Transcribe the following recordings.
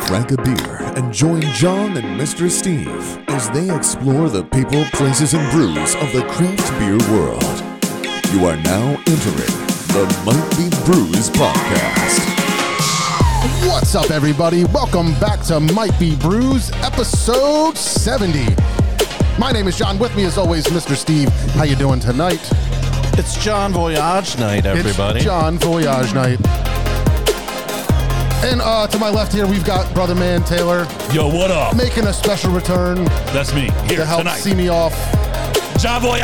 Crack a beer and join John and Mr. Steve as they explore the people, places, and brews of the craft beer world. You are now entering the Might Be Brews Podcast. What's up, everybody? Welcome back to Might Be Brews, episode 70. My name is John. With me, as always, Mr. Steve. How you doing tonight? It's John Voyage night, everybody. It's John Voyage night. And uh, to my left here, we've got brother man Taylor Yo, what up? making a special return That's me here to help tonight. see me off. John Voyage.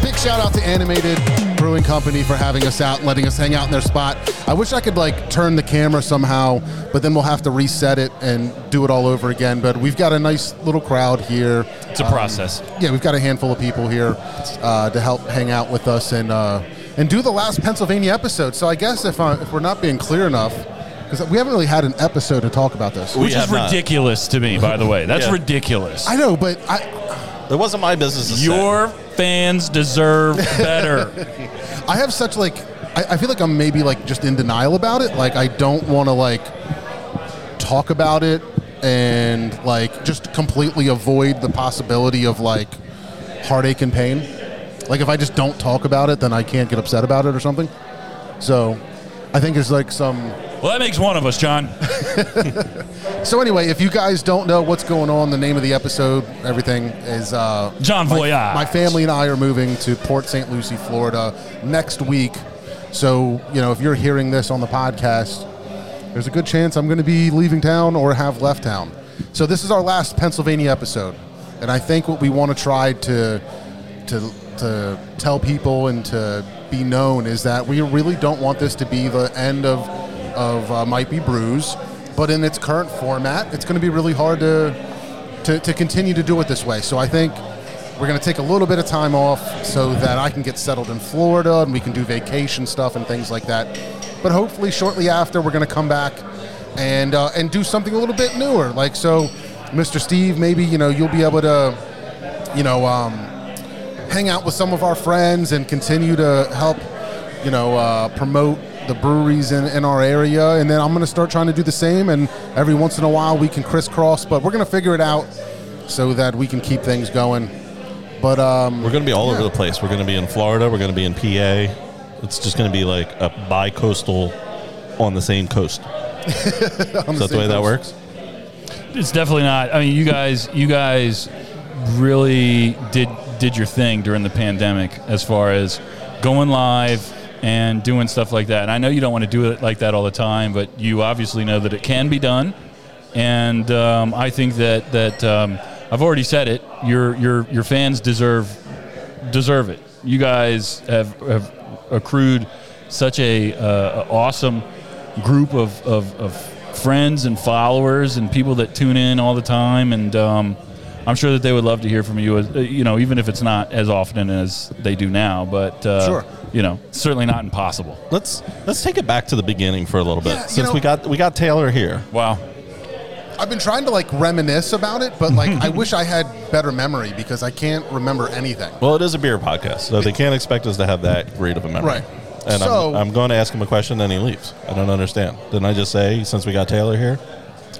Big shout out to Animated Brewing Company for having us out, letting us hang out in their spot. I wish I could like turn the camera somehow, but then we'll have to reset it and do it all over again. But we've got a nice little crowd here. Um, It's a process. Yeah, we've got a handful of people here uh, to help hang out with us and uh, and do the last Pennsylvania episode. So I guess if I, if we're not being clear enough, because we haven't really had an episode to talk about this. We Which is have not. ridiculous to me, by the way. That's Yeah. ridiculous. I know, but I It wasn't my business to say. Your fans deserve better. I have such like I, I feel like I'm maybe like just in denial about it. Like I don't want to like talk about it and like just completely avoid the possibility of like heartache and pain. Like if I just don't talk about it, then I can't get upset about it or something. So I think there's like some well, that makes one of us, John. so anyway, if you guys don't know what's going on, the name of the episode, everything is uh, John my- Voyage. My family and I are moving to Port St. Lucie, Florida, next week. So you know, if you're hearing this on the podcast, there's a good chance I'm going to be leaving town or have left town. So this is our last Pennsylvania episode, and I think what we want to try to to to tell people and to be known is that we really don't want this to be the end of of uh, might be brews, but in its current format, it's going to be really hard to to, to continue to do it this way. So I think we're going to take a little bit of time off so that I can get settled in Florida and we can do vacation stuff and things like that. But hopefully, shortly after, we're going to come back and uh, and do something a little bit newer. Like so, Mr. Steve, maybe you know you'll be able to, you know, um, hang out with some of our friends and continue to help, you know, uh, promote the breweries in, in our area. And then I'm going to start trying to do the same. And every once in a while we can crisscross, but we're going to figure it out so that we can keep things going. But um, We're going to be all over Yeah. the place. We're going to be in Florida. We're going to be in PA. It's just going to be like a bi coastal on the same coast. Is that the way that works? It's definitely not. I mean, you guys, you guys really did did your thing during the pandemic as far as going live and doing stuff like that. And I know you don't want to do it like that all the time, but you obviously know that it can be done. And um, I think that that um, I've already said it. Your your your fans deserve deserve it. You guys have, have accrued such a, uh, a awesome group of, of, of friends and followers and people that tune in all the time, and um, I'm sure that they would love to hear from you. As, uh, you know, even if it's not as often as they do now, but uh, Sure. you know, certainly not impossible. Let's let's take it back to the beginning for a little bit. Yeah, you Since know- we got we got Taylor here. Wow. I've been trying to like reminisce about it, but like I wish I had better memory because I can't remember anything. Well, it is a beer podcast, so they can't expect us to have that great of a memory. Right. And So- I'm, I'm going to ask him a question, then he leaves. I don't understand. Didn't I just say since we got Taylor here,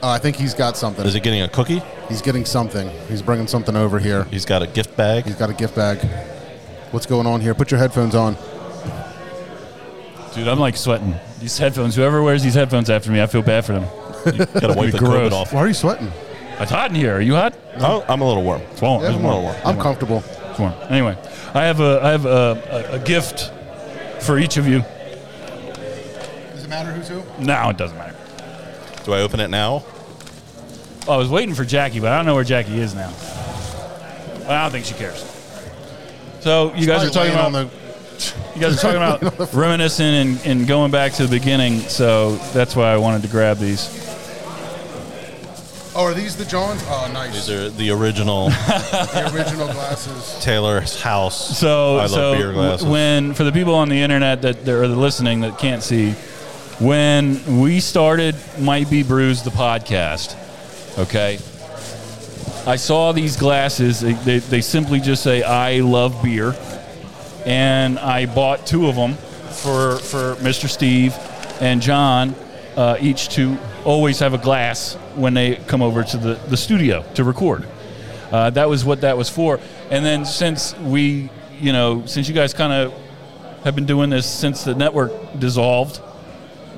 Uh, I think he's got something. is he getting a cookie? He's getting something. He's bringing something over here. He's got a gift bag. He's got a gift bag. What's going on here? Put your headphones on. Dude, I'm like sweating. These headphones, whoever wears these headphones after me, I feel bad for them. Got to wipe the Gross. COVID off. Why are you sweating? It's hot in here. Are you hot? Oh, I'm a little warm. It's warm. I'm a little warm. I'm comfortable. It's warm. Anyway, I have a I have a, a, a gift for each of you. Does it matter who's who? No, it doesn't matter. Do I open it now? I was waiting for Jackie, but I don't know where Jackie is now. I don't think she cares. So you guys are talking about on the. you guys are talking about reminiscing and, and going back to the beginning. So that's why I wanted to grab these. Oh, are these the Johns? Oh, nice. These are the original the original glasses. Taylor's house. So I love so beer glasses. when for the people on the internet that that are listening that can't see, when we started Might Be Brews the podcast, okay. I saw these glasses. They, they, they simply just say, I love beer. And I bought two of them for, for Mr. Steve and John. uh, each to always have a glass when they come over to the, the studio to record. Uh, that was what that was for. And then since we, you know, since you guys kind of have been doing this since the network dissolved,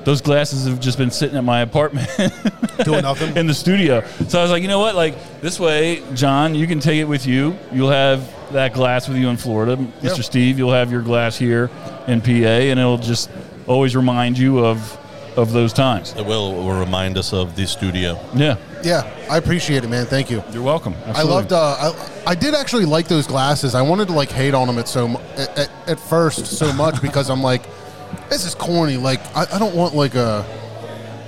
those glasses have just been sitting at my apartment Doing nothing. in the studio. So I was like, you know what? Like this way, John, you can take it with you. You'll have that glass with you in Florida, Mr. Steve. You'll have your glass here in PA, and it'll just always remind you of of those times. It will, it will remind us of the studio. Yeah, Yeah, I appreciate it, man. Thank you. you're welcome. I Absolutely. loved. Uh, I, I did actually like those glasses. I wanted to like hate on them at so mu- at, at, at first so much because I'm like, this is corny. Like I, I don't want like a,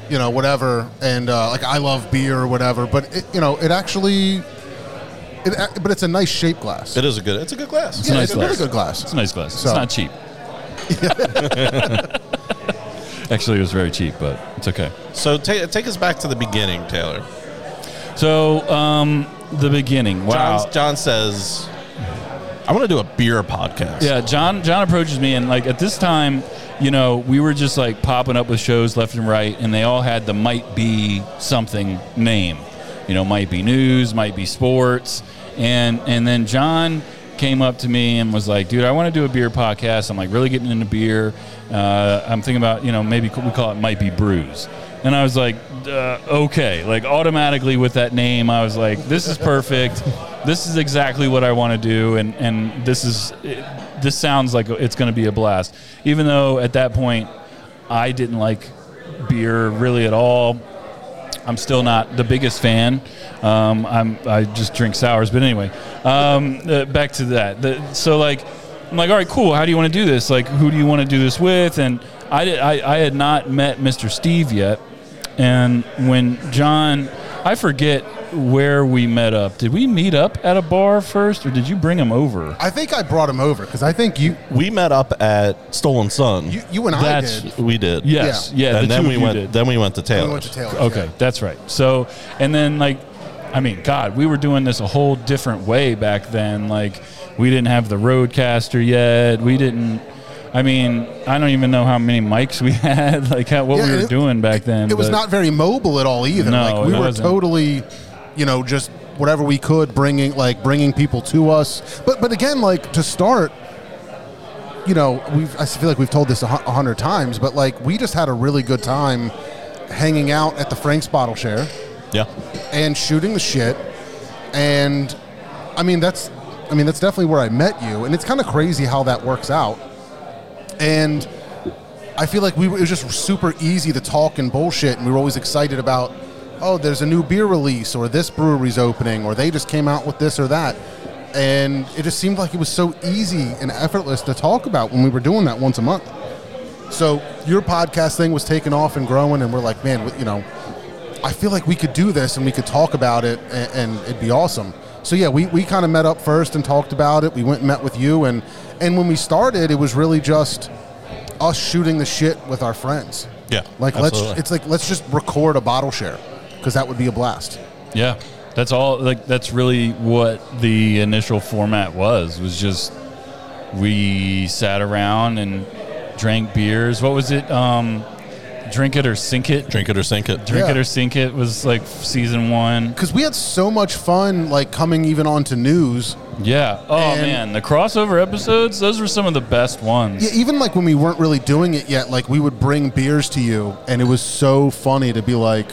you know, whatever. And uh, like I love beer or whatever. But it, you know, it actually, it ac- but it's a nice shaped glass. It is a good. It's a good glass. yeah, nice it's a really glass. good glass. It's a nice glass. So- It's not cheap. Actually, it was very cheap, but it's okay. So take take us back to the beginning, Taylor. So, um, the beginning. Wow. John, John says, "I want to do a beer podcast." Yeah, John. John approaches me, and like at this time, you know, we were just like popping up with shows left and right, and they all had the might be something name. You know, might be news, might be sports, and and then John came up to me and was like, "Dude, I want to do a beer podcast. I'm like really getting into beer. Uh, I'm thinking about you know maybe we call it might be brews." And I was like, uh, okay, like automatically with that name, I was like, this is perfect. this is exactly what I want to do, and and this is it, this sounds like it's going to be a blast. Even though at that point, I didn't like beer really at all. I'm still not the biggest fan. Um, I'm I just drink sours, but anyway, um, uh, back to that. The, so like, I'm like, all right, cool. How do you want to do this? Like, who do you want to do this with? And I, did, I I had not met Mr. Steve yet, and when John, I forget where we met up. Did we meet up at a bar first, or did you bring him over? I think I brought him over because I think you, we met up at Stolen Sun. you, you and I That's- did. we did. Yes, yeah. the and then two we of you went. did. Then we went to Taylor. We went to Taylor. Okay, that's right. So, and then like, I mean, God, we were doing this a whole different way back then. Like, we didn't have the Roadcaster yet. We didn't. I mean, I don't even know how many mics we had. Like, how, what Yeah, we were it- doing back then. It was but- not very mobile at all either. No, like we it were wasn't. totally, you know, just whatever we could bringing like bringing people to us. But but again, like to start, you know, we have I feel like we've told this a hu- a hundred times, but like we just had a really good time hanging out at the Frank's Bottle Share Yeah. and shooting the shit. And I mean that's I mean that's definitely where I met you, and it's kind of crazy how that works out. And I feel like we were, it was just super easy to talk and bullshit, and we were always excited about oh there's a new beer release or this brewery's opening or they just came out with this or that. And it just seemed like it was so easy and effortless to talk about when we were doing that once a month. So your podcast thing was taking off and growing, and we're like, man, you know, I feel like we could do this and we could talk about it and, and it'd be awesome. So yeah, we, we kind of met up first and talked about it. We went and met with you and and when we started, it was really just us shooting the shit with our friends. Yeah, Like let's absolutely. it's like let's just record a bottle share because that would be a blast. Yeah, that's all. Like, that's really what the initial format was. Was just we sat around and drank beers. What was it? Um, drink it or sink it. Drink it or sink it. Drink Yeah. it or sink it was like season one. Because we had so much fun like coming even onto news. Yeah. Oh And- man, the crossover episodes, those were some of the best ones. Yeah, even like when we weren't really doing it yet, like we would bring beers to you and it was so funny to be like,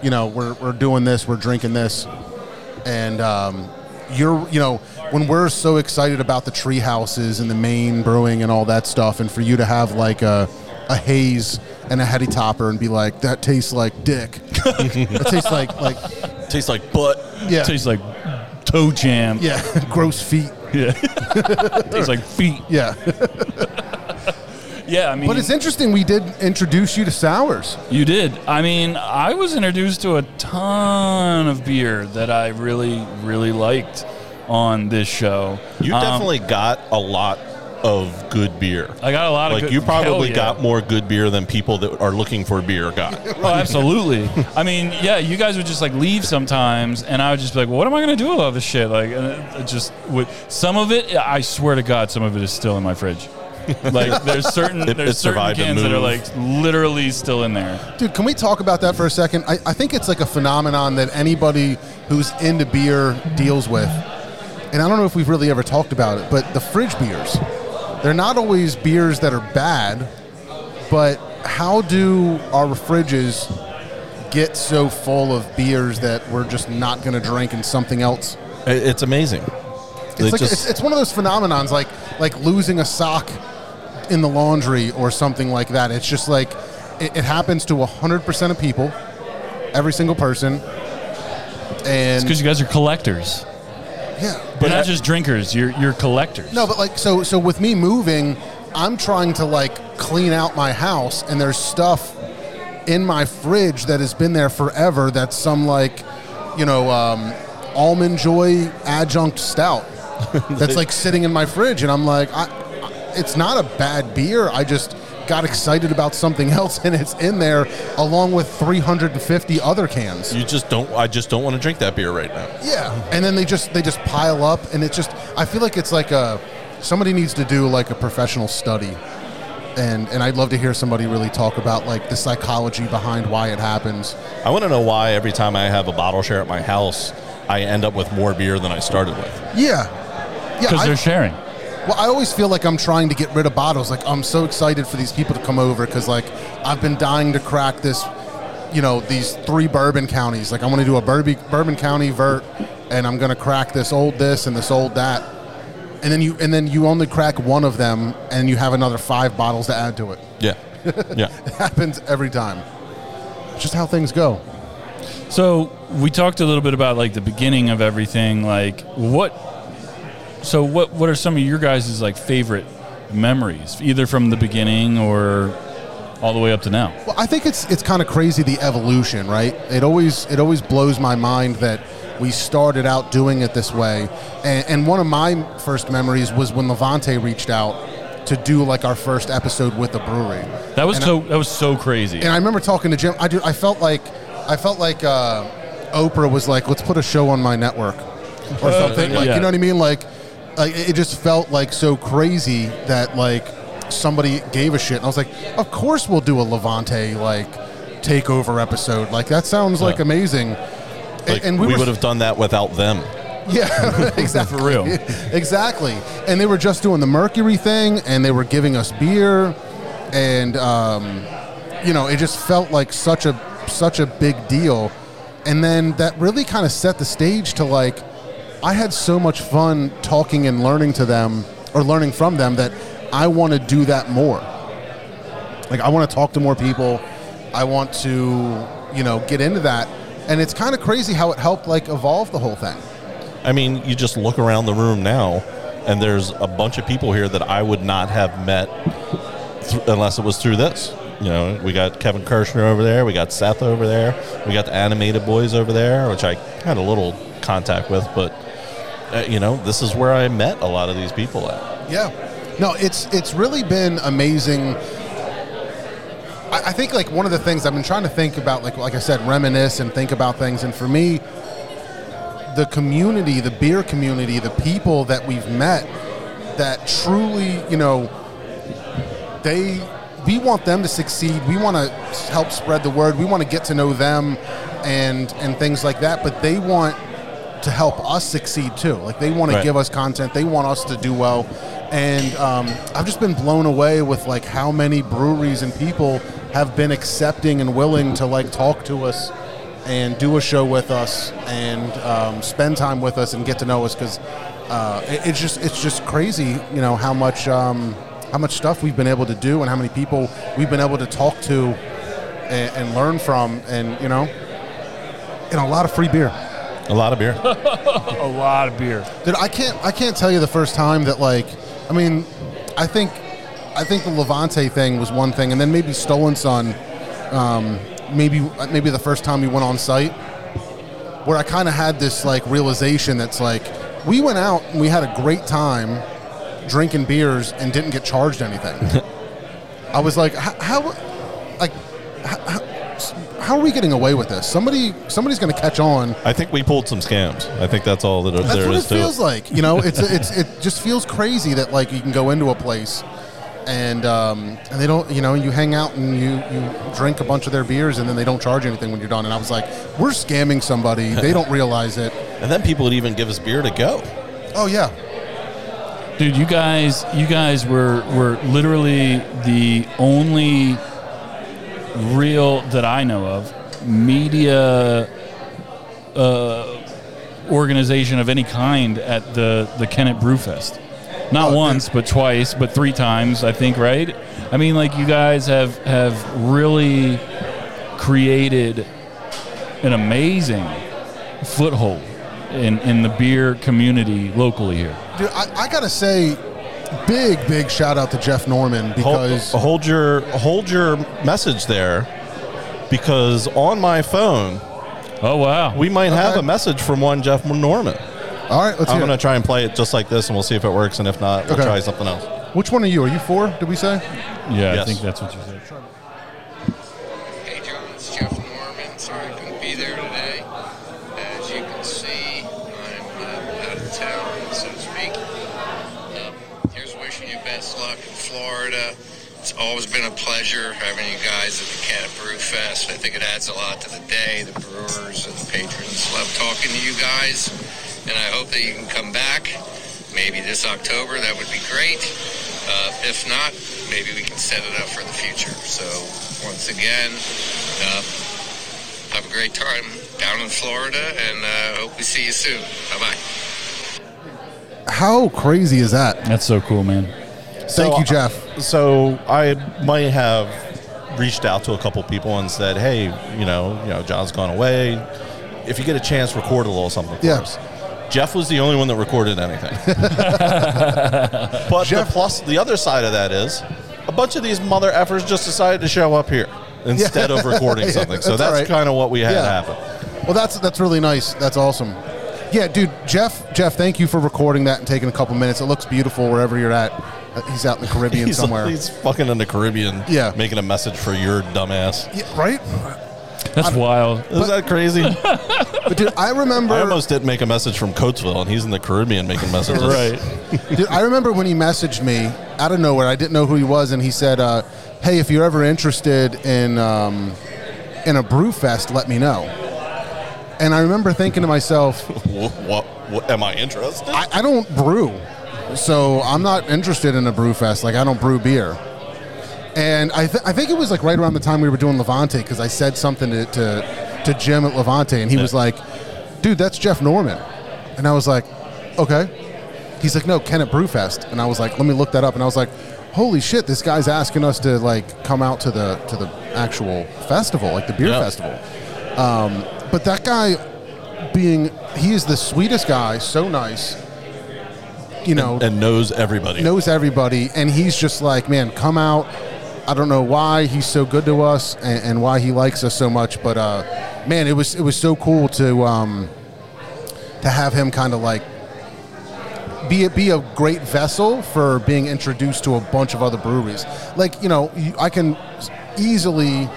you know, we're, we're doing this, we're drinking this. and um, you're you know when we're so excited about the tree houses and the main brewing and all that stuff and for you to have like a, a haze and a heady topper and be like that tastes like dick that tastes like like Tastes like butt. yeah Tastes like toe jam. yeah gross feet Yeah. Tastes like feet. yeah Yeah, I mean but it's interesting we did introduce you to sours you did. I mean, I was introduced to a ton of beer that I really really liked on this show. You Um, definitely got a lot of good beer. I got a lot Like of good, you probably Hell yeah. got more good beer than people that are looking for beer got. Oh, absolutely. I mean, yeah, you guys would just like leave sometimes, and I would just be like, "What am I going to do with all this shit?" Like, and it- it just with some of it, I swear to God, some of it is still in my fridge. Like there's certain It- there's it certain survived a cans that are move. like literally still in there. Dude, can we talk about that for a second? I, I think it's like a phenomenon that anybody who's into beer deals with. And I don't know if we've really ever talked about it, but the fridge beers, they're not always beers that are bad, but how do our fridges get so full of beers that we're just not going to drink and something else? It- It's amazing. They It's, like, just- it's, it's one of those phenomenons like like losing a sock in the laundry or something like that. It's just like it, it happens to 100% of people, every single person. It's And because you guys are collectors. yeah, You're not I- just drinkers. You're you're collectors. No, but like so so with me moving, I'm trying to like clean out my house and there's stuff in my fridge that has been there forever that's some like, you know, um, almond joy adjunct stout that's like sitting in my fridge and I'm like I, I- it's not a bad beer. I just got excited about something else and it's in there along with 350 other cans. you just don't. I just don't want to drink that beer right now. Yeah, and then they just they just pile up, and it's just I feel like it's like a somebody needs to do like a professional study, and and I'd love to hear somebody really talk about like the psychology behind why it happens. I want to know why every time I have a bottle share at my house, I end up with more beer than I started with. Yeah, yeah. because I, they're sharing. well, I always feel like I'm trying to get rid of bottles. Like I'm so excited for these people to come over because like I've been dying to crack this, you know, these three bourbon counties. Like I want to do a bourbon bourbon county vert, and I'm gonna crack this old this and this old that. and then you and then you only crack one of them and you have another five bottles to add to it. Yeah, yeah. It happens every time. It's just how things go. So we talked a little bit about like the beginning of everything. Like what? So what? What are some of your guys' like favorite memories, either from the beginning or all the way up to now? Well, I think it's it's kind of crazy the evolution, right? It always it always blows my mind that we started out doing it this way. And, and one of my first memories was when Levante reached out to do like our first episode with the brewery. That was And I- so. that was so crazy. And I remember talking to Jim. I do. I felt like I felt like uh, Oprah was like, "Let's put a show on my network," or something. Like yeah. you know what I mean? Like, like it it just felt like so crazy that like somebody gave a shit. And I was like, "Of course we'll do a Levante like takeover episode. Like that sounds like Yeah. amazing." A- Like, we, were- would have done that without them. yeah, exactly. For real. exactly. And they were just doing the Mercury thing, and they were giving us beer, and um, you know, it just felt like such a such a big deal. And then that really kind of set the stage to like, I had so much fun talking and learning to them or learning from them that I want to do that more. Like I want to talk to more people. I want to, you know, get into that. And it's kind of crazy how it helped like evolve the whole thing. I mean, you just look around the room now, and there's a bunch of people here that I would not have met thr unless it was through this. You know, we got Kevin Kirshner over there, we got Seth over there, we got the Animated Boys over there, which I had a little contact with, but uh, you know, this is where I met a lot of these people at. Yeah. No, it's it's really been amazing. I, I think like one of the things I've been trying to think about, like like I said, reminisce and think about things. And for me, the community, the beer community, the people that we've met that truly, you know, they we want them to succeed. We want to help spread the word. We want to get to know them and and things like that, but they want to help us succeed too. Like they want to Right. give us content. They want us to do well. And um, I've just been blown away with like how many breweries and people have been accepting and willing to like talk to us and do a show with us and um, spend time with us and get to know us because uh, it- it's just it's just crazy, you know, how much um, how much stuff we've been able to do and how many people we've been able to talk to and, and learn from, and you know, and a lot of free beer. A lot of beer. a lot of beer. Dude, I can't I can't tell you the first time that like I mean, I think I think the Levante thing was one thing, and then maybe Stolen Son, um, maybe maybe the first time we went on site, where I kind of had this like realization that's like we went out and we had a great time drinking beers and didn't get charged anything. I was like, "H- how, like, h- how, how are we getting away with this? Somebody somebody's going to catch on I think we pulled some scams. I think that's all that there is that's what it to feels like. You know, it's it's it just feels crazy that like you can go into a place and um, and they don't, you know, you hang out and you, you drink a bunch of their beers, and then they don't charge you anything when you're done. And I was like, we're scamming somebody. they don't realize it. And then people would even give us beer to go. Oh yeah, Dude, you guys, you guys were were literally the only real that I know of media uh, organization of any kind at the the Kennett Brewfest. Not once, but twice, but three times, I think. Right? I mean, like you guys have have really created an amazing foothold in in the beer community locally here. dude. I, I gotta say, big big shout out to Jeff Norman Hold, because hold your hold your message there, because on my phone Oh wow! we might have Okay. a message from one Jeff Norman. all right, let's I'm hear. gonna it. try and play it just like this, and we'll see if it works. And if not, we'll Okay. try something else. Which one are you? Are you four? Did we say? Yeah, Yes. I think that's what you said. Hey, John, it's Jeff Norman. Sorry I couldn't be there today. As you can see, I'm uh, out of town, so to speak. Um, here's wishing you best luck in Florida. It's always been a pleasure having you guys at the Cat Brew Fest. I think it adds a lot to the day. The brewers and the patrons love talking to you guys, and I hope that you can come back. Maybe this October, that would be great. Uh, if not, maybe we can set it up for the future. So, once again, uh, have a great time down in Florida, and uh, hope we see you soon. Bye bye. How crazy is that? That's so cool, man. Thank you, Jeff. So I might have reached out to a couple people and said, "Hey, you know, you know, John's gone away. If you get a chance, record a little something for Yeah. us." Jeff was the only one that recorded anything. but the plus, the other side of that is, a bunch of these mother effers just decided to show up here instead of recording Yeah, something. So that's all that's right. kind of what we had Yeah. happen. Well, that's that's really nice. That's awesome. Yeah, dude, Jeff, Jeff, thank you for recording that and taking a couple minutes. It looks beautiful wherever you're at. Uh, He's out in the Caribbean He's, somewhere. he's fucking in the Caribbean, Yeah. making a message for your dumbass. Yeah, right? That's wild. Is that crazy? But dude, I remember I almost didn't make a message from Coatesville, and he's in the Caribbean making messages. dude, I remember when he messaged me out of nowhere. I didn't know who he was, and he said, uh, "Hey, if you're ever interested in um, in a brew fest, let me know." And I remember thinking to myself, What, what, what am I interested? I, I don't brew, so I'm not interested in a brew fest. Like I don't brew beer. And I, th- I think it was like right around the time we were doing Levante because I said something to, to to Jim at Levante and he was like, "Dude, that's Jeff Norman," and I was like, "Okay." He's like, "No, Kennett Brewfest," and I was like, "Let me look that up," and I was like. Holy shit! This guy's asking us to like come out to the to the actual festival, like the beer Yeah. festival. Um, but that guy, being he is the sweetest guy, so nice. You know, and knows everybody. knows everybody, and he's just like, man, come out. I don't know why he's so good to us and, and why he likes us so much, but uh, man, it was it was so cool to um, to have him kind of like be a, be a great vessel for being introduced to a bunch of other breweries. Like you know, you- I can easily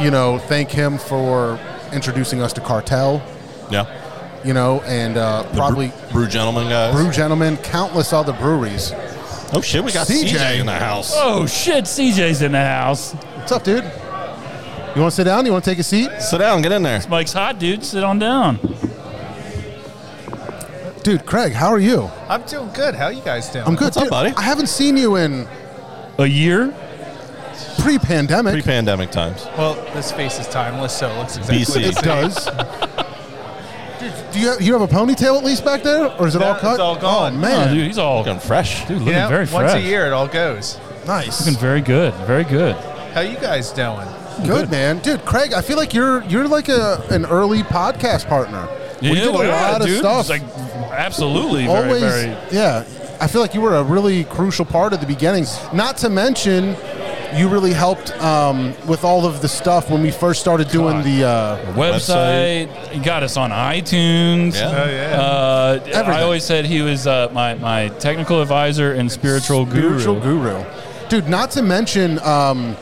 you know thank him for introducing us to Cartel, Yeah. you know, and uh, The probably. Brew, brew gentleman guys. Brew Gentlemen, countless other breweries. oh shit, we got CJ, CJ. in the house. Oh shit! CJ's in the house. What's up, dude? You want to sit down? You want to take a seat? Sit down, get in there. Mike's hot, dude. Sit on down. Dude, Craig, how are you? I'm doing good. How you guys doing? I'm good. What's up, dude. buddy? I haven't seen you in A year? pre-pandemic. Pre-pandemic times. Well, this face is timeless, so it looks exactly BC. the it same. does. Dude, do you have, you have a ponytail at least back there, or is it No, all cut? it's all Oh gone. Oh, man, dude, he's all Looking fresh. dude looking You know, very once fresh. a year it all goes. nice, Looking very good. Very good. How you guys doing? good man, dude. Craig, I feel like you're you're like a an early podcast partner. we did a well, lot of dude. stuff. It's like absolutely. Always, Very, very. yeah. I feel like you were a really crucial part of the beginning. Not to mention, you really helped um, with all of the stuff when we first started doing the. Uh, Website. Website. He got us on iTunes. Yeah. Oh yeah. Uh, Everything. I always said he was uh, my, my technical advisor and spiritual, spiritual guru. Dude, not to mention, um,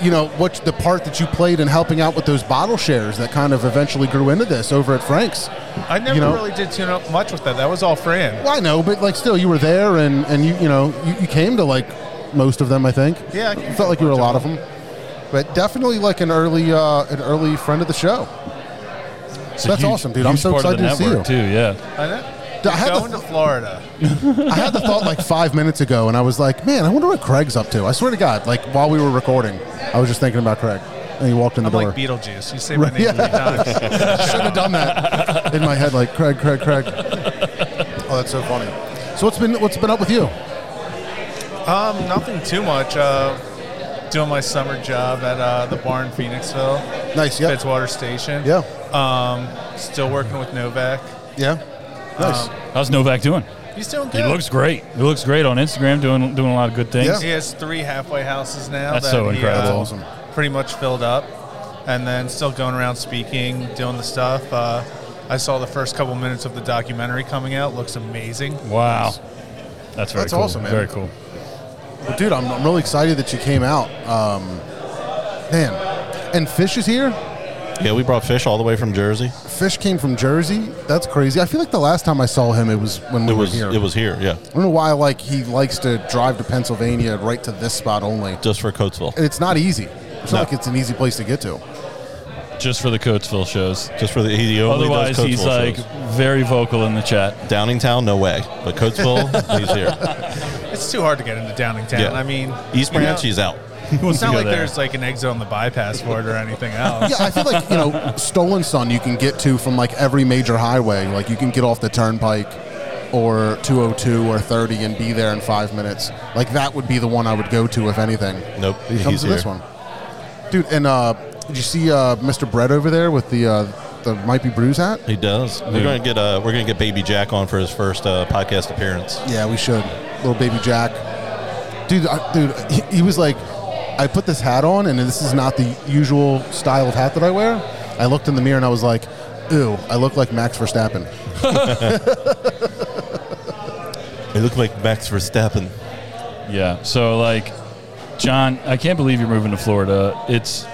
you know, what the part that you played in helping out with those bottle shares that kind of eventually grew into this over at Frank's. I never you know- really did too much with that. That was all Fran. Well, I know, but like still, you were there and, and you, you know, you, you came to like most of them, I think. Yeah, I can- felt like you were a lot of them, but definitely like an early uh, an early friend of the show. So That's huge- awesome, dude. I'm huge so part of excited the to see network, Too, yeah. I know. I had, Going the, to Florida. I had the thought like five minutes ago, and I was like, man, I wonder what Craig's up to. I swear to God, like while we were recording, I was just thinking about Craig, and he walked in the I'm door. like Beetlejuice. You say my name Yeah. three times. Should have done that in my head, like Craig, Craig, Craig. Oh, that's so funny. So what's been what's been up with you? Um, nothing too much. Uh, doing my summer job at uh, the bar in Phoenixville, Nice, yeah, Fitzwater Station. yeah, Um, still working with Novak. Um, yeah. Nice. Um, How's Novak doing? He's doing He good. looks great. He looks great on Instagram, doing doing a lot of good things. Yeah. He has three halfway houses now. That's that so he, incredible. uh, Awesome. Pretty much filled up, and then still going around speaking, doing the stuff. Uh, I saw the first couple minutes of the documentary coming out. Looks amazing. Wow. That's very That's cool. awesome, man. Very cool. Well, dude, I'm, I'm really excited that you came out. Um, man, and Fish is here. Yeah, we brought fish all the way from Jersey. Fish came from Jersey. That's crazy. I feel like the last time I saw him, it was when we It were was here. it was here, yeah, I don't know why. Like he likes to drive to Pennsylvania right to this spot only. just for Coatesville, And it's not easy. It's No. not like it's an easy place to get to. Just for the Coatesville shows. just for the he the only Otherwise, does Coatesville he's like shows. very vocal in the chat. Downingtown, no way, but Coatesville, he's here. It's too hard to get into Downingtown. Yeah. I mean, East you know, Branch, he's out. it's not go like there. there's like an exit on the bypass for it or anything else. Yeah, I feel like you know, Stolen Son you can get to from like every major highway. Like you can get off the Turnpike or 202 or 30 and be there in five minutes. Like that would be the one I would go to if anything. Nope, But he comes he's to this here. one, dude. And uh, did you see uh, Mr. Brett over there with the uh, the might be Brews hat? He does. We're Yeah. gonna get uh, we're gonna get Baby Jack on for his first uh, podcast appearance. Yeah, we should. Little baby Jack, dude, I, dude. He, he was like, I put this hat on, and this is not the usual style of hat that I wear. I looked in the mirror and I was like, ew, I look like Max Verstappen. He looked like Max Verstappen. Yeah. So like, John, I can't believe you're moving to Florida. It's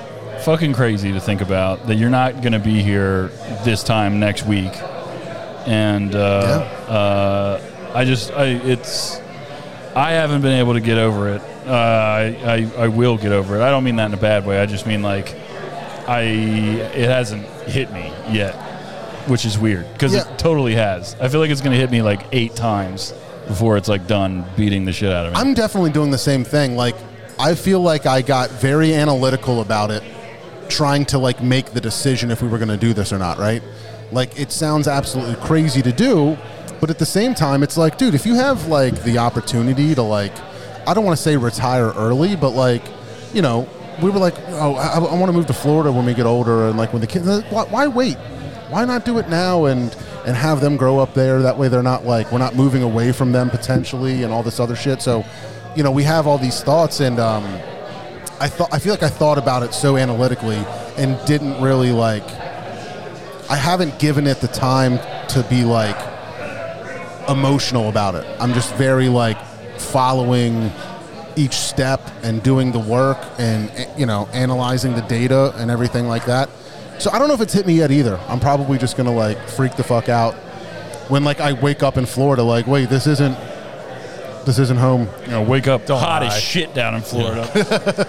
fucking crazy to think about that you're not going to be here this time next week. And uh, uh, I just, I it's, I haven't been able to get over it. Uh, I, I I will get over it. I don't mean that in a bad way. I just mean like, I it hasn't hit me yet, which is weird because Yeah. it totally has. I feel like it's going to hit me like eight times before it's like done beating the shit out of me. I'm definitely doing the same thing. Like, I feel like I got very analytical about it, trying to like make the decision if we were going to do this or not. Right? Like, it sounds absolutely crazy to do, but at the same time, it's like, dude, if you have like the opportunity to like, I don't want to say retire early, but like, you know, we were like, oh, I, I want to move to Florida when we get older, and like when the kids, why, why wait? Why not do it now and and have them grow up there? That way, they're not like we're not moving away from them potentially, and all this other shit. So, you know, we have all these thoughts, and um, I thought I feel like I thought about it so analytically and didn't really like. I haven't given it the time to be like emotional about it. I'm just very like following each step and doing the work and eh, you know analyzing the data and everything like that. So I don't know if it's hit me yet either. I'm probably just gonna like freak the fuck out when like I wake up in Florida. Like, wait, this isn't this isn't home. You know, wake up hot lie. as shit down in Florida.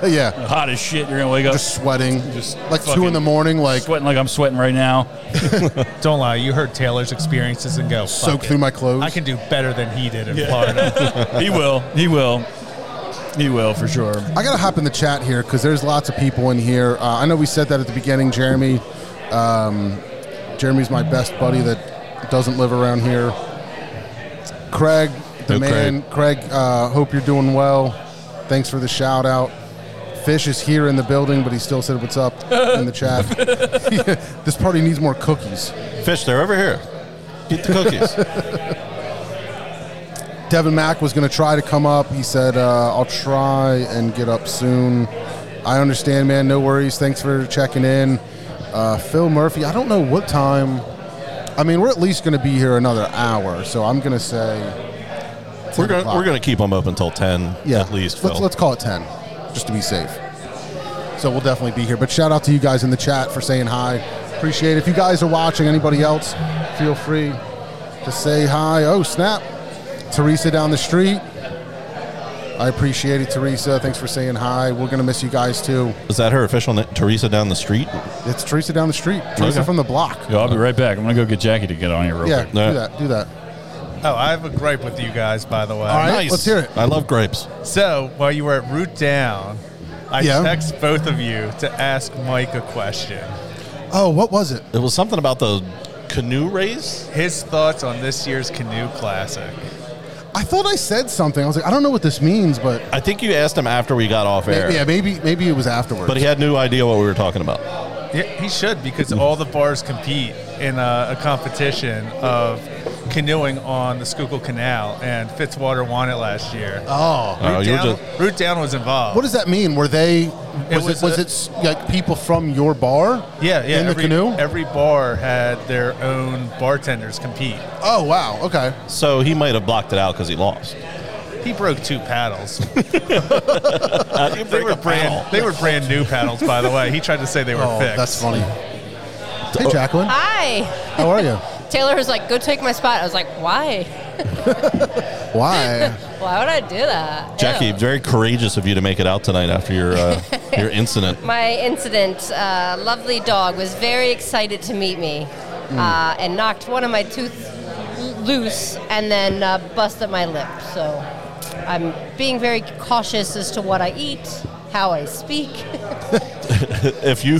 yeah, hot as shit. You're gonna wake up just sweating, Just just like two fucking in the morning, like sweating like I'm sweating right now. Don't lie. You heard Taylor's experiences and go. soak Fuck it. through my clothes. I can do better than he did in Florida. He will. He will. He will for sure. I gotta hop in the chat here because there's lots of people in here. Uh, I know we said that at the beginning, Jeremy. Um, Jeremy's my best buddy that doesn't live around here. Craig, the Yo, man. Craig, uh, hope you're doing well. Thanks for the shout out. Fish is here in the building, but he still said what's up in the chat. this party needs more cookies. Fish, they're over here. Get the cookies. Devin Mack was going to try to come up. He said, uh, I'll try and get up soon. I understand, man. No worries. Thanks for checking in. Uh, Phil Murphy, I don't know what time. I mean, we're at least going to be here another hour, so I'm going to say, we're gonna o'clock. we're gonna keep them up until ten yeah, at least. Let's, Phil. let's call it 10, just to be safe. So we'll definitely be here. But shout out to you guys in the chat for saying hi. Appreciate it. If you guys are watching, anybody else, feel free to say hi. Oh, snap. Teresa down the street. I appreciate it, Teresa. Thanks for saying hi. We're going to miss you guys too. Is that her official name? Teresa down the street? It's Teresa down the street, Teresa Okay. from the block. Yo, I'll be right back. I'm gonna go get Jackie to get on here real Yeah, quick. Yeah. do that. Do that. Oh, I have a gripe with you guys, by the way. All right, let's hear it. I love grapes. So while you were at Root Down, I Yeah. text both of you to ask Mike a question. Oh, what was it? It was something about the canoe race. His thoughts on this year's canoe classic. I thought I said something. I was like, I don't know what this means, but I think you asked him after we got off air. yeah, maybe maybe it was afterwards. But he had no idea what we were talking about. Yeah, he should because all the bars compete in a, a competition of canoeing on the Schuylkill Canal, and Fitzwater won it last year. oh, Oh, Root, you were Down, just- Root Down was involved. what does that mean? Were they? It Was it was, was a- it s like people from your bar? yeah, yeah. in the every, canoe? Every bar had their own bartenders compete. Oh wow, okay. So he might have blocked it out because he lost. He broke two paddles. they They were brand. They were brand new paddles, by the way. He tried to say they were Oh, fixed. that's funny. Hey, Jacqueline, Hi. how are you? Taylor was like, go take my spot. I was like, why? Why? Why would I do that? Jackie, Ew. very courageous of you to make it out tonight after your uh, your incident. My incident, uh, lovely dog was very excited to meet me Hmm. uh, and knocked one of my teeth l- loose and then uh, busted my lip. So I'm being very cautious as to what I eat, how I speak. If you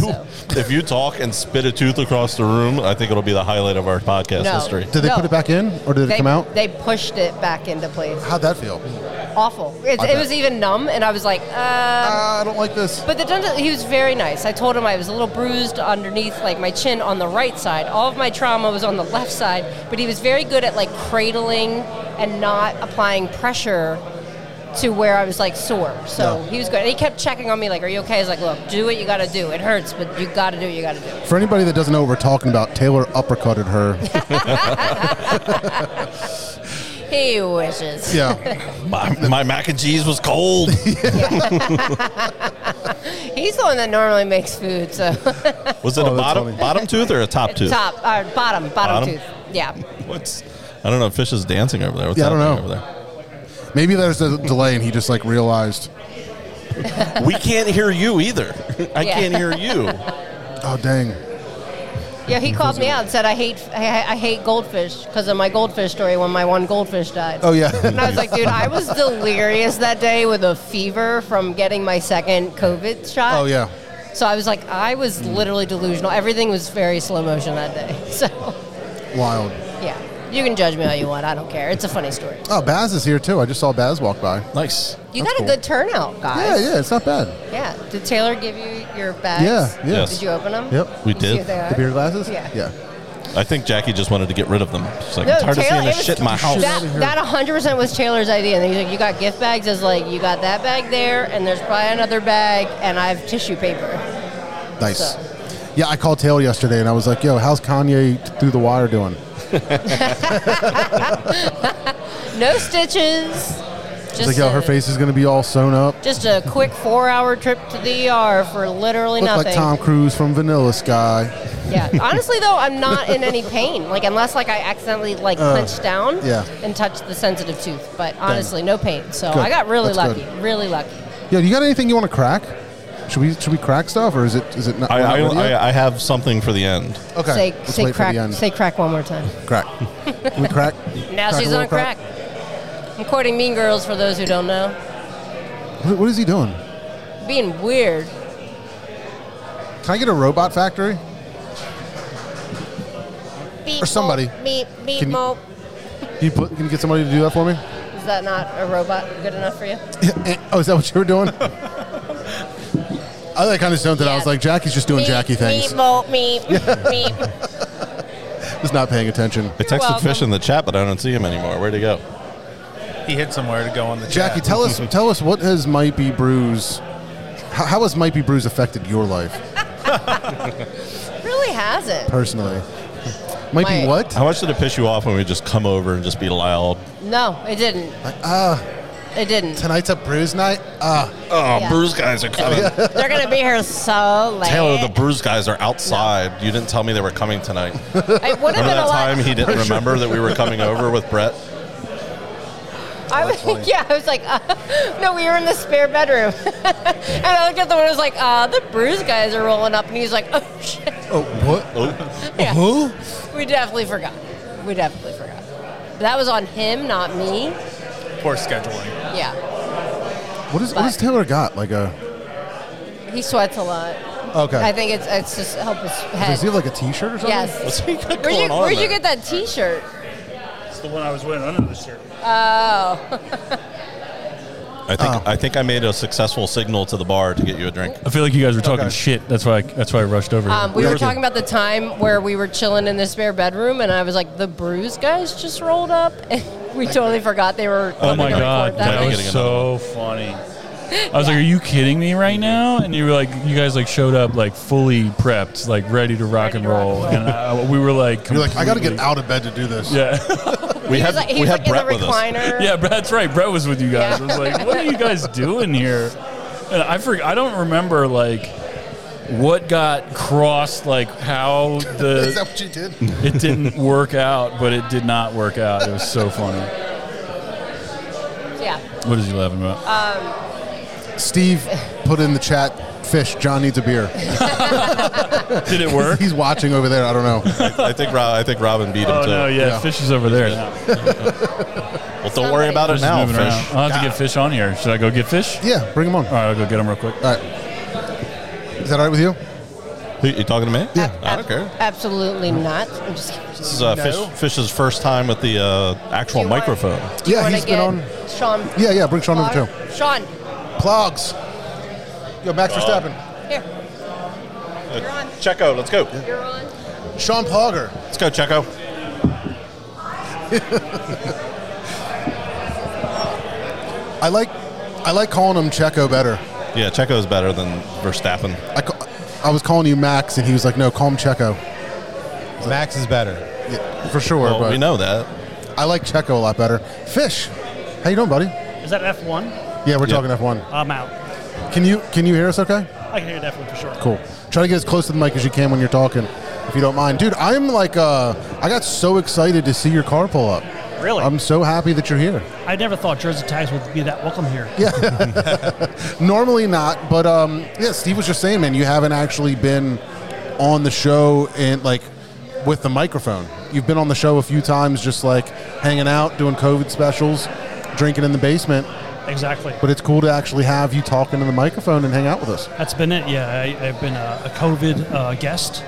if you talk and spit a tooth across the room, I think it'll be the highlight of our podcast No. history. Did they No. put it back in, or did they, it come out? they pushed it back into place. How'd that feel? Awful. It, I it bet. was even numb, and I was like, um, Ah, I don't like this. But the dentist, he was very nice. I told him I was a little bruised underneath, like my chin on the right side. All of my trauma was on the left side, but he was very good at like cradling and not applying pressure to where I was like sore. So he was good. And he kept checking on me, like, "Are you okay?" I was like, "Look, do what you got to do. It hurts, but you got to do what you got to do." For anybody that doesn't know what we're talking about, Taylor uppercutted her. He wishes. yeah. My, my mac and cheese was cold. He's the one that normally makes food, so Was it Oh, that's a bottom funny. bottom tooth or a top tooth? top, uh, bottom, bottom, Bottom? tooth. Yeah. What's I don't know. Fish is dancing over there. What's Yeah, I don't happening know. over Maybe there's a delay and he just like realized, there? We can't hear you either. I Yeah. Uh, can't hear you. oh dang. Yeah, he called me out and said, "I hate, I, I hate goldfish because of my goldfish story when my one goldfish died." Oh yeah. And I was like, dude, I was delirious that day with a fever from getting my second COVID shot. oh yeah. So I was like, I was literally delusional. Everything was very slow motion that day. So, Wild. yeah. You can judge me all you want. I don't care. It's a funny story. Oh, Baz is here too. I just saw Baz walk by. Nice. You That's got cool. a good turnout, Yeah, guys. yeah, it's not bad. yeah. Did Taylor give you your bags? Yeah, yeah. Yes. Did you open them? Yep. We You see did. what they are? The beer glasses? Yeah. Yeah. I think Jackie just wanted to get rid of them. She's like, No, it's hard Taylor, to see it this was- shit in my house. That, that 100% was Taylor's idea. And he's like, you got gift bags? I was like, you got that bag there, and there's probably another bag, and I have tissue paper. Nice. Yeah, I called Taylor yesterday and I was like, yo, how's Kanye through the wire doing? No stitches. It's Just like, yo, her a- face is going to be all sewn up. Just a quick four-hour trip to the ER for literally Look nothing. like Tom Cruise from Vanilla Sky. Yeah. Honestly, though, I'm not in any pain. Like unless like I accidentally like clenched down Uh, yeah. and touched the sensitive tooth. But honestly, no pain. So Good. I got really That's lucky. good. Really lucky. Yo, you got anything you want to crack? Should we should we crack stuff or is it is it not? I, we're not I, ready yet? I, I have something for the end. okay. Say let's say wait for the crack end. say crack one more time. crack. Can we crack? Now a she's little on crack. I'm quoting Mean Girls for those who don't know. What, what is he doing? Being weird. Can I get a robot factory? Beep, Or somebody. mope, Beep beep Can you- mope. Can you, put, can you get somebody to do that for me? Is that not a robot good enough for you? Eh, oh, is that what you were doing? I like kind of stoned that I was Yeah. like, Jackie's just doing Beep, Jackie things. Beep mope meep meep. Just not paying attention. I texted welcome. Fish in the chat, but I don't see him anymore. Where'd he go? He hid somewhere to go on the Jackie, chat. tell us, tell us what has Might Be Brews, how, how has Might Be Brews affected your life Really hasn't. personally? Might My- be what? How much did it piss you off when we just come over and just be loud? No, it didn't. Like, ah, It didn't. tonight's a brews night. Ah, Oh, Yeah. Bruise guys are coming. They're gonna be here so late. Taylor, the Bruise guys are outside. You didn't tell me they were coming tonight. it would have Remember been a that lot. time he didn't remember that we were coming over with Brett? I was, funny. yeah, I was like, uh, no, we were in the spare bedroom, and I looked at the window. I was like, uh, the bruise guys are rolling up, and he's like, oh shit. Oh, what? Oh. Yeah. Huh? We definitely forgot. We definitely forgot. But that was on him, not me. Poor scheduling. Yeah. What is what does Taylor got? Like a He sweats a lot. okay. I think it's it's just help his head. does he have like a T-shirt or something? yes. What's he got Where'd going you, on where'd you there? get that T-shirt? It's the one I was wearing under the shirt. Oh, Oh. I think I think I made a successful signal to the bar to get you a drink. I feel like you guys were talking shit. That's why. I, that's why I rushed over. here. um, we were talking about the time where we were chilling in the spare bedroom, and I was like, the bruise guys just rolled up. we totally forgot they were. Oh my gonna god, record that. that I'm was getting so another funny. I was like, "Are you kidding me right now?" And you were like, "You guys like showed up like fully prepped, like ready to rock Ready and to rock roll," and roll. and I, we were like, You're like I got to get completely- out of bed to do this. Yeah, We He had was like, he we was had like in Brett the with us. recliner. yeah, Brett- that's right. Brett was with you guys. Yeah. I was like, "What are you guys doing here?" And I forgot. I don't remember like what got crossed, like how Is the that what you did? it didn't work out, but it did not work out. It was so funny. Yeah. What is he laughing about? Steve put in the chat. Fish. John needs a beer. did it work? He's watching over there. I don't know. I think Rob, I think Robin beat him Oh too. no! Yeah, Yeah. fish is over there. now. Well, don't worry about it Fish is now, moving around. fish. I'll have to get fish on here. Should I go get fish? Yeah, bring him on. All right, I'll go get him real quick. All right. Is that all right with you? Who, you talking to me? Yeah. I don't care. Um, Absolutely not. I'm just kidding. This is uh, No. fish, Fish's first time with the uh, actual Do you want- microphone. Do you Yeah, wanna he's been get on- Sean. Yeah, yeah. Bring Sean over too. Clark? Sean, Plugs. Yo, Max Uh, Verstappen. here. You're on. Checo, let's go. You're on. Sean Plogger. Let's go, Checo. I like, I like calling him Checo better. Uh, Yeah, Checo is better than Verstappen. I, ca- I was calling you Max, and he was like, "No, call him Checo." Max is better. Yeah, for sure, Well, but we know that. I like Checo a lot better. Fish, how you doing, buddy? Is that F1? Yeah, we're Yeah. talking F one. I'm out. Can you can you hear us? Okay, I can hear that one for sure. cool. Try to get as close to the mic as you can when you're talking, if you don't mind, dude. I'm like, uh, I got so excited to see your car pull up. Really? I'm so happy that you're here. I never thought Jersey Tags would be that welcome here. Normally not, but um, yeah, Steve was just saying, man, you haven't actually been on the show and like with the microphone. You've been on the show a few times, just like hanging out, doing COVID specials, drinking in the basement. Exactly. But it's cool to actually have you talking to the microphone and hang out with us. That's been it. Yeah, I, I've been a, a COVID uh, guest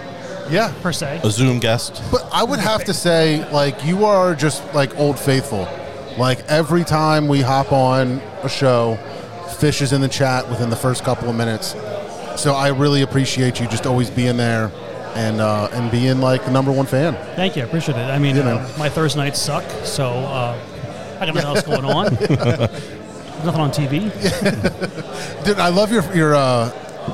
Yeah, per se. A Zoom guest. but I would have to say, like, you are just like old faithful. Like every time we hop on a show, Fish is in the chat within the first couple of minutes. So I really appreciate you just always being there and uh, and being like the number one fan. Thank you. I appreciate it. I mean, You know. uh, my Thursday nights suck, so uh, I don't know what's going on. Nothing on TV. Dude, I love your your uh,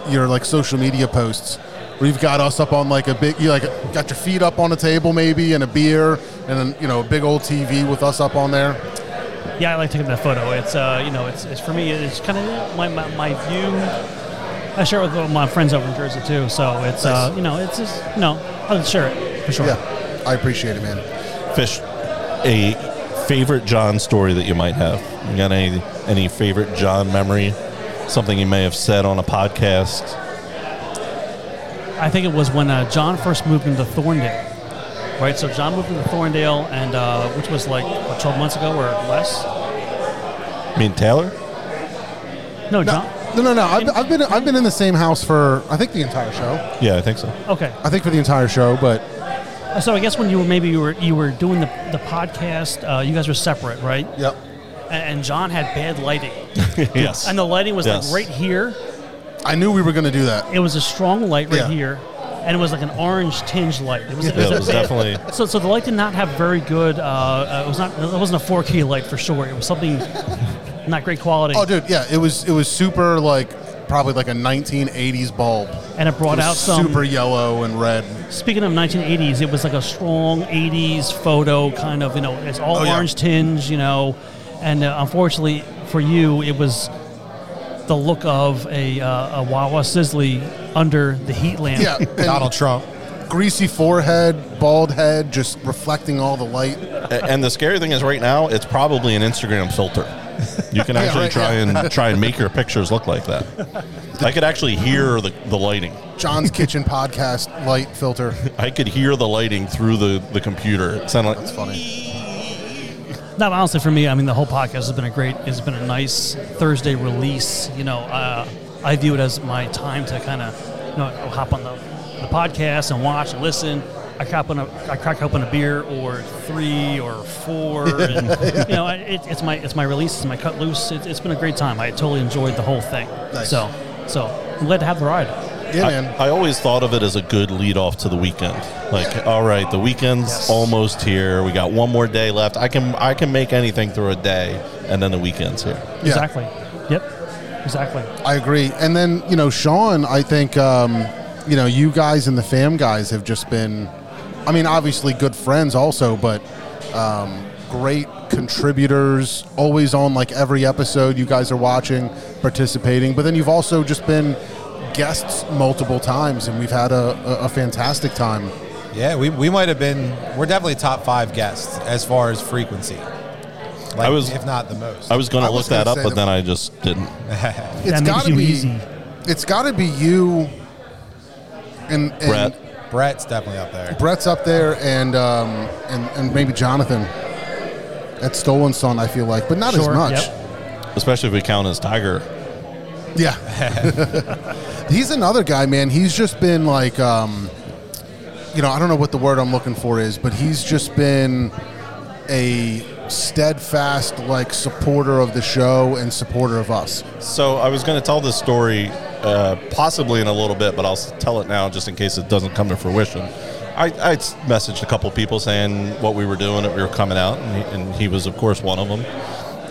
your like social media posts where you've got us up on like a big you like got your feet up on a table maybe and a beer and then you know a big old TV with us up on there. Yeah, I like taking that photo. It's uh, you know, it's, it's for me. It's kind of my, my, my view. I share it with my friends over in Jersey too, so it's uh, you know, it's just you know, I'll share it for sure. Yeah, I appreciate it, man. Fish, a favorite John story that you might have. You got any any favorite John memory? Something he may have said on a podcast. I think it was when uh, John first moved into Thorndale. Right, so John moved into Thorndale, and uh, which was like what, 12 months ago or less. I mean, Taylor. No, John. No, no, no. I've, I've been I've been in the same house for I think the entire show. Yeah, I think so. Okay, I think for the entire show, but Uh, so I guess when you were maybe you were you were doing the, the podcast, uh, you guys were separate, right? yep. And, and John had bad lighting, yes. and the lighting was Yes. like right here. I knew we were going to do that. It was a strong light right Yeah. here, and it was like an orange tinge light. It was, it Yeah, was it a was bad- definitely. So, so the light did not have very good. Uh, uh, it was not. It wasn't a 4K light for sure. It was something not great quality. Oh, dude, yeah. It was it was super like probably like a 1980s bulb. and it brought It was out some. super yellow and red. Speaking of 1980s, it was like a strong 80s photo kind of. You know, it's all Oh, yeah. orange tinge. You know, and uh, unfortunately for you, it was the look of a, uh, a Wawa Sizzly under the heat lamp. Yeah, and Donald Trump. greasy forehead, bald head, just reflecting all the light. A- and the scary thing is, right now, it's probably an Instagram filter. You can actually right, try yeah. and try and make your pictures look like that. I could actually hear the, the lighting. John's Kitchen podcast light filter. I could hear the lighting through the, the computer. It sounded like It's funny. No, but honestly, for me, I mean, the whole podcast has been a great, it's been a nice Thursday release. You know, uh, I view it as my time to kind of, you know, I'll hop on the, the podcast and watch and listen. I crack open a, I crack open a beer or three or four. And, You know, I- it, it's my it's my release, it's my cut loose. It, it's been a great time. I totally enjoyed the whole thing. Nice. So, so I'm glad to have the ride. Yeah, I, man. I always thought of it as a good lead off to the weekend. Like, all right, the weekend's Yes. almost here. We got one more day left. I can I can make anything through a day, and then the weekend's here. Yeah. Exactly. Yep. Exactly. I agree. And then, you know, Sean, I think, um, you know, you guys and the fam guys have just been, I mean, obviously good friends also, but um, great contributors, always on like every episode you guys are watching, participating. But then you've also just been guests multiple times, and we've had a, a, a fantastic time. Yeah, we, we might have been. We're definitely top five guests as far as frequency. Like, I was- if not the most. I was going I to was look that gonna up, say but that- then I just didn't. It's makes gotta you be, easy. it's got to be you and, and Brett. Brett's definitely up there. Brett's up there, and um, and and maybe Jonathan at Stolen Son. I feel like, but not as Sure, much. especially if we count as Tiger. Yeah, he's another guy, man. He's just been like, um, you know, I don't know what the word I'm looking for is, but he's just been a steadfast like supporter of the show and supporter of us. So I was going to tell this story uh, possibly in a little bit, but I'll s- tell it now just in case it doesn't come to fruition. I, I s- messaged a couple people saying what we were doing, that we were coming out, and he, and he was, of course, one of them.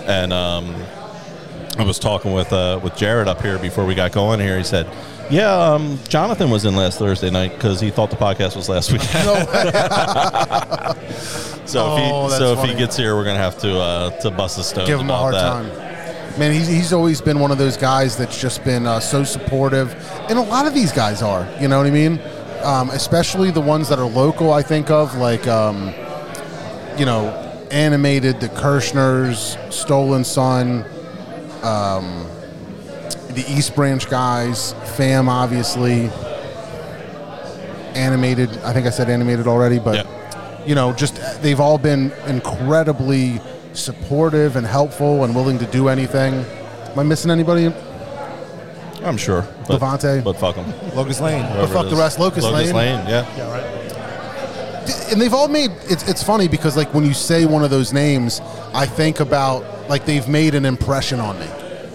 And um, I was talking with uh, with Jared up here before we got going here. He said, "Yeah, um, Jonathan was in last Thursday night because he thought the podcast was last week." so if he Oh, that's so if funny. he gets here, we're gonna have to uh, to bust the stone. Give him a hard time. Man, he's, he's always been one of those guys that's just been uh, so supportive, and a lot of these guys are. You know what I mean? Um, especially the ones that are local. I think of like, um, you know, animated the Kirshners, Stolen Son, um, the East Branch guys, Fam, obviously. Animated. I think I said animated already, but Yeah. you know, just uh, they've all been incredibly supportive and helpful and willing to do anything. Am I missing anybody? I'm sure. But, Levante. But fuck him. Locust Lane. Whoever fuck it the is. rest, Locust Lane. yeah. And they've all made it's it's funny because like when you say one of those names, I think about like they've made an impression on me.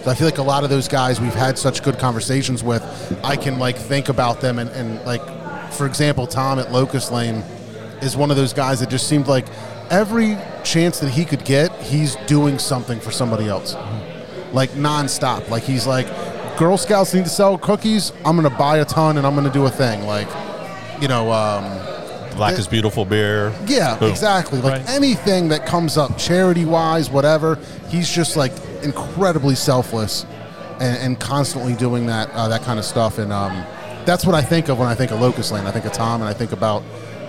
So I feel like a lot of those guys we've had such good conversations with, I can like think about them and, and like for example, Tom at Locust Lane is one of those guys that just seemed like every chance that he could get, he's doing something for somebody else. like nonstop. Like he's like, Girl Scouts need to sell cookies. I'm gonna buy a ton and I'm gonna do a thing. Like, you know, um, Black It- is beautiful beer. yeah, Boom. exactly. Like Oh. Right. anything that comes up, charity wise, whatever. He's just like incredibly selfless and, and constantly doing that uh, that kind of stuff. And um, that's what I think of when I think of Locust Lane. I think of Tom and I think about.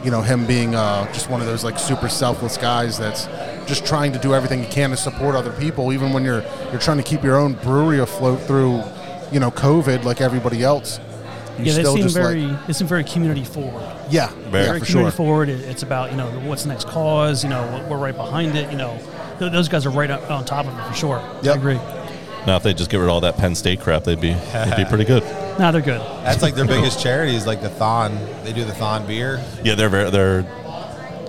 You know him being uh, just one of those like super selfless guys that's just trying to do everything he can to support other people, even when you're you're trying to keep your own brewery afloat through, you know, COVID like everybody else. You Yeah, they seem like- very they seem very community forward. yeah, Very yeah, Very for community sure. forward. It- It's about you know what's the next cause. You know what- we're right behind it. You know Th- those guys are right up on top of it for sure. Yep. I agree. Now, if they just get rid of all that Penn State crap, they'd be they'd be pretty good. No, they're good. That's like their biggest charity is like the Thon. They do the Thon beer. Yeah, they're very, they're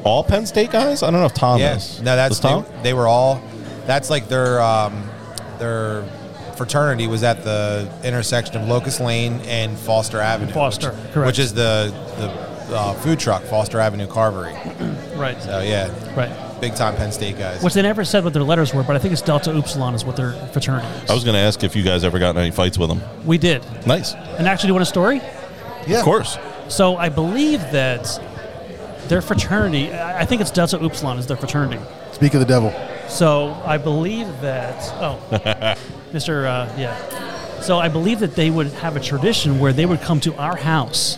all Penn State guys. I don't know if Tom Yes. is. No, that's Was Tom. They, they were all. That's like their um, their fraternity was at the intersection of Locust Lane and Foster Avenue. Foster, which, correct. Which is the the uh, food truck, Foster Avenue Carvery. Right. So yeah, Right. big time Penn State guys. Which they never said what their letters were, but I think it's Delta Upsilon is what their fraternity is. I was going to ask if you guys ever got in any fights with them. we did. Nice, And actually, do you want a story? Yeah. of course. So I believe that their fraternity, I I think it's Delta Upsilon is their fraternity. Speak of the devil. So I believe that. Oh, Mr. Uh, yeah. So I believe that they would have a tradition where they would come to our house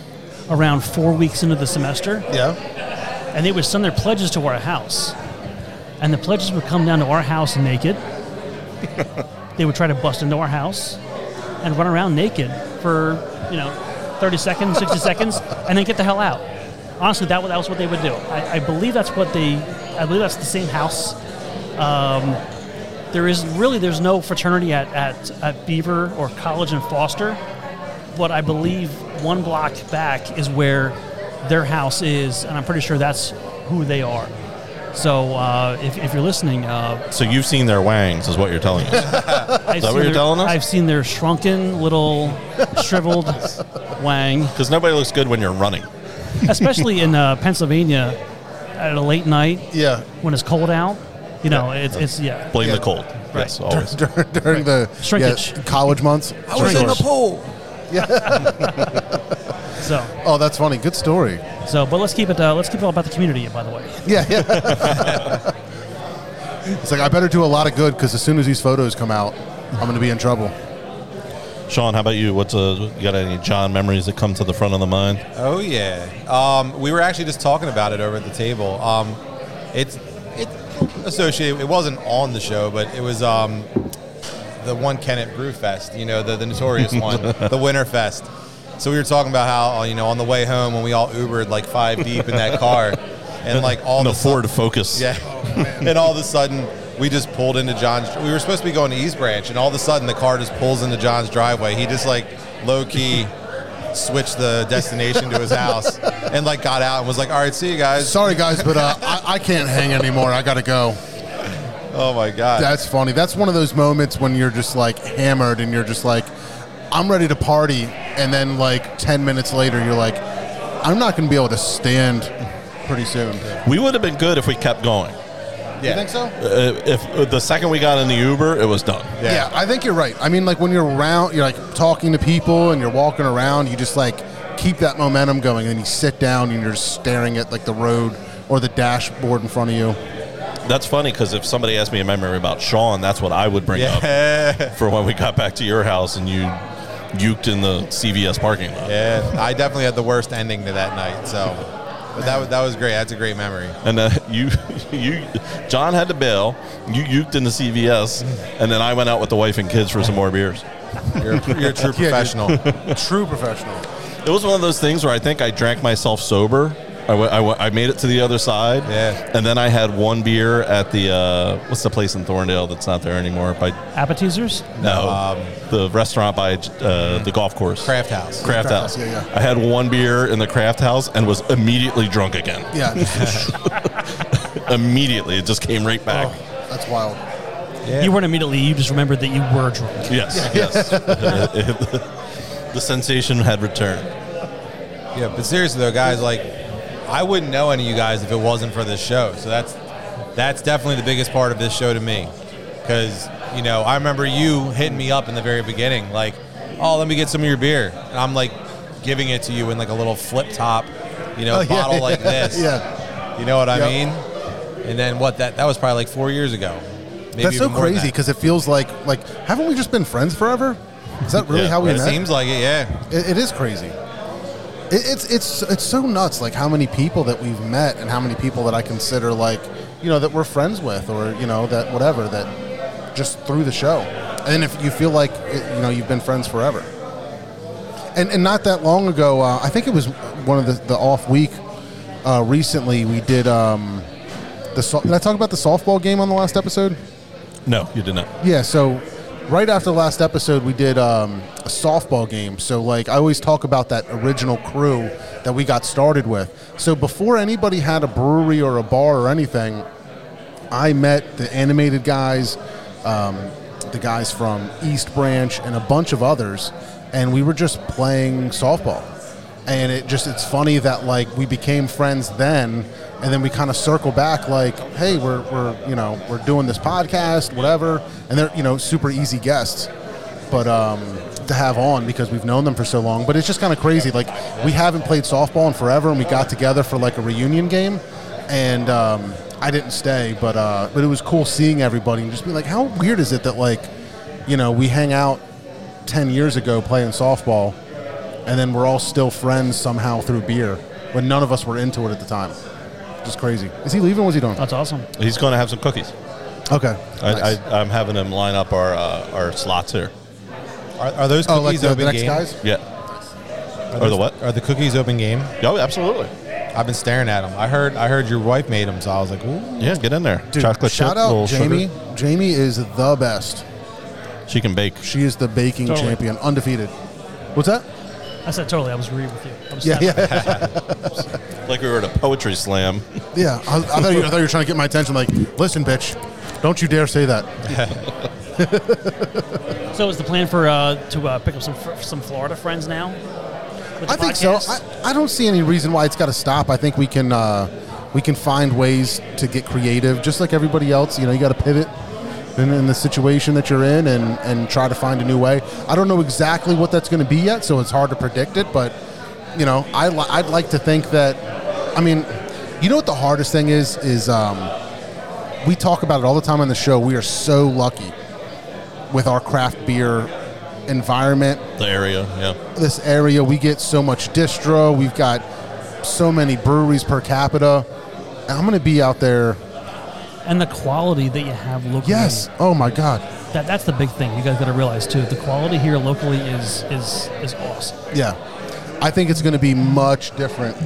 around four weeks into the semester, Yeah. and they would send their pledges to our house. And the pledges would come down to our house naked. they would try to bust into our house and run around naked for, you know, 30 seconds, 60 seconds, and then get the hell out. Honestly, that, wa- that was what they would do. I, I believe that's what they, I believe that's the same house. Um, there is really, there's no fraternity at, at, at Beaver or College and Foster what I believe one block back is where their house is, and I'm pretty sure that's who they are. So uh, if, if you're listening, uh, So you've seen their wangs, is what you're telling us. I've, seen that what you're their, telling us? I've seen their shrunken little shriveled wang, Because nobody looks good when you're running. especially in uh, Pennsylvania at a late night Yeah. when it's cold out. You know, it's, it's yeah. Blame Yeah. the cold. Yes, always. During the Shrinkage. yeah, college months. I was in the pool. So Oh, that's funny. Good story. so, but let's keep it uh, let's keep it all about the community. By the way, Yeah, yeah. it's like I better do a lot of good because as soon as these photos come out, I'm going to be in trouble. Sean, how about you? What's a, you got any John memories that come to the front of the mind? Oh yeah. Um, we were actually just talking about it over at the table. Um, it's it associated. It wasn't on the show, but it was um, the one Kennett Brew Fest. You know, the, the notorious one, the Winter Fest. So we were talking about how uh, you know on the way home when we all Ubered like five deep in that car, and like all On the of a sudden- Ford Focus. yeah. Oh, and all of a sudden, we just pulled into John's. We were supposed to be going to East Branch, and all of a sudden, the car just pulls into John's driveway. He just like low key switched the destination to his house and like got out and was like, "All right, see you guys." Sorry, guys, but uh, I, I can't hang anymore. I got to go. Oh my god. That's funny. That's one of those moments when you're just like hammered and you're just like, I'm ready to party. And then like 10 minutes later, you're like, I'm not going to be able to stand pretty soon. We would have been good if we kept going. You think so? Uh, if uh, the second we got in the Uber, it was done. Yeah. I think you're right. I mean, like when you're around, you're like talking to people and you're walking around, you just like keep that momentum going. And then you sit down and you're just staring at like the road or the dashboard in front of you. That's funny because if somebody asked me a memory about Sean, that's what I would bring Yeah. up for when we got back to your house and you uked in the CVS parking lot. Yeah. I definitely had the worst ending to that night. So, but that was that was great. That's a great memory. And uh, you, you, John had to bail. You uked in the CVS, and then I went out with the wife and kids for some more beers. You're a, you're a true professional. True professional. It was one of those things where I think I drank myself sober. I went- I went- I made it to the other side. Yeah. And then I had one beer at the, uh, what's the place in Thorndale that's not there anymore? By, appetizers. no, the restaurant by uh, the golf course. Craft House. Craft House. House, yeah, yeah. I had one beer in the Craft House and was immediately drunk again. Yeah. Immediately, it just came right back. That's wild. You weren't immediately. You just remembered that you were drunk. Yes, yes. the sensation had returned. Yeah, but seriously though, guys, like I wouldn't know any of you guys if it wasn't for this show. So that's that's definitely the biggest part of this show to me, because you know I remember you hitting me up in the very beginning, like, "Oh, let me get some of your beer," and I'm like giving it to you in like a little flip top, you know, Oh, yeah, bottle like yeah, this. Yeah. You know what I Yep. mean? And then what? That that was probably like four years ago. Maybe That's so even more than crazy that. because it feels like, like, haven't we just been friends forever? Is that really Yeah, how we It met? seems like it, yeah. It, it is crazy. It, it's it's it's so nuts, like how many people that we've met and how many people that I consider like you know that we're friends with or you know that whatever that just through the show. And if you feel like it, you know you've been friends forever. And and not that long ago, uh, I think it was one of the, the off week. Uh, recently, we did um, the. so- Did I talk about the softball game on the last episode? No, you did not. Yeah, so right after the last episode, we did um, a softball game. So, like, I always talk about that original crew that we got started with. So, before anybody had a brewery or a bar or anything, I met the animated guys, um, the guys from East Branch, and a bunch of others, and we were just playing softball. And it just, it's funny that, like, we became friends then, and then we kind of circle back, like, hey, we're, we're, you know, we're doing this podcast, whatever. And they're, you know, super easy guests, but, um, to have on because we've known them for so long. But it's just kind of crazy. Like, we haven't played softball in forever, and we got together for, like, a reunion game and um, I didn't stay, but uh, but it was cool seeing everybody and just being like, how weird is it that like, you know, we hang out ten years ago playing softball, and then we're all still friends somehow through beer when none of us were into it at the time. Just crazy. Is he leaving? What's he doing? That's awesome. He's going to have some cookies. Okay. I, Nice. I, I'm having him line up our uh, our slots here. Are, are those cookies oh, like the, open the next game? guys? Yeah. Are Or the those- what? Are the cookies open game? Oh, absolutely. I've been staring at them. I heard I heard your wife made them, so I was like, ooh. Yeah, get in there. Dude, Chocolate shout chip, out little Jamie. sugar. Jamie is the best. She can bake. She is the baking Totally. champion, undefeated. What's that? I said totally. I was agreeing with you. I was Yeah, sad. yeah, Like we were at a poetry slam. yeah. I, I, thought you, I thought you were trying to get my attention. Like, listen, bitch, don't you dare say that. So is the plan for uh, to uh, pick up some fr- some Florida friends now? With the I think podcast? so. I, I don't see any reason why it's got to stop. I think we can uh, we can find ways to get creative, just like everybody else. You know, you got to pivot in, in the situation that you're in and and try to find a new way. I don't know exactly what that's going to be yet, so it's hard to predict it. But you know, I li- I'd like to think that. I mean, you know what the hardest thing is is um, we talk about it all the time on the show. We are so lucky with our craft beer environment The area, yeah. this area. We get so much distro. We've got so many breweries per capita. And I'm going to be out there. and the quality that you have locally. Yes. Oh my God. that, that's the big thing. You guys got to realize too. The quality here locally is is is awesome. Yeah. I think it's going to be much different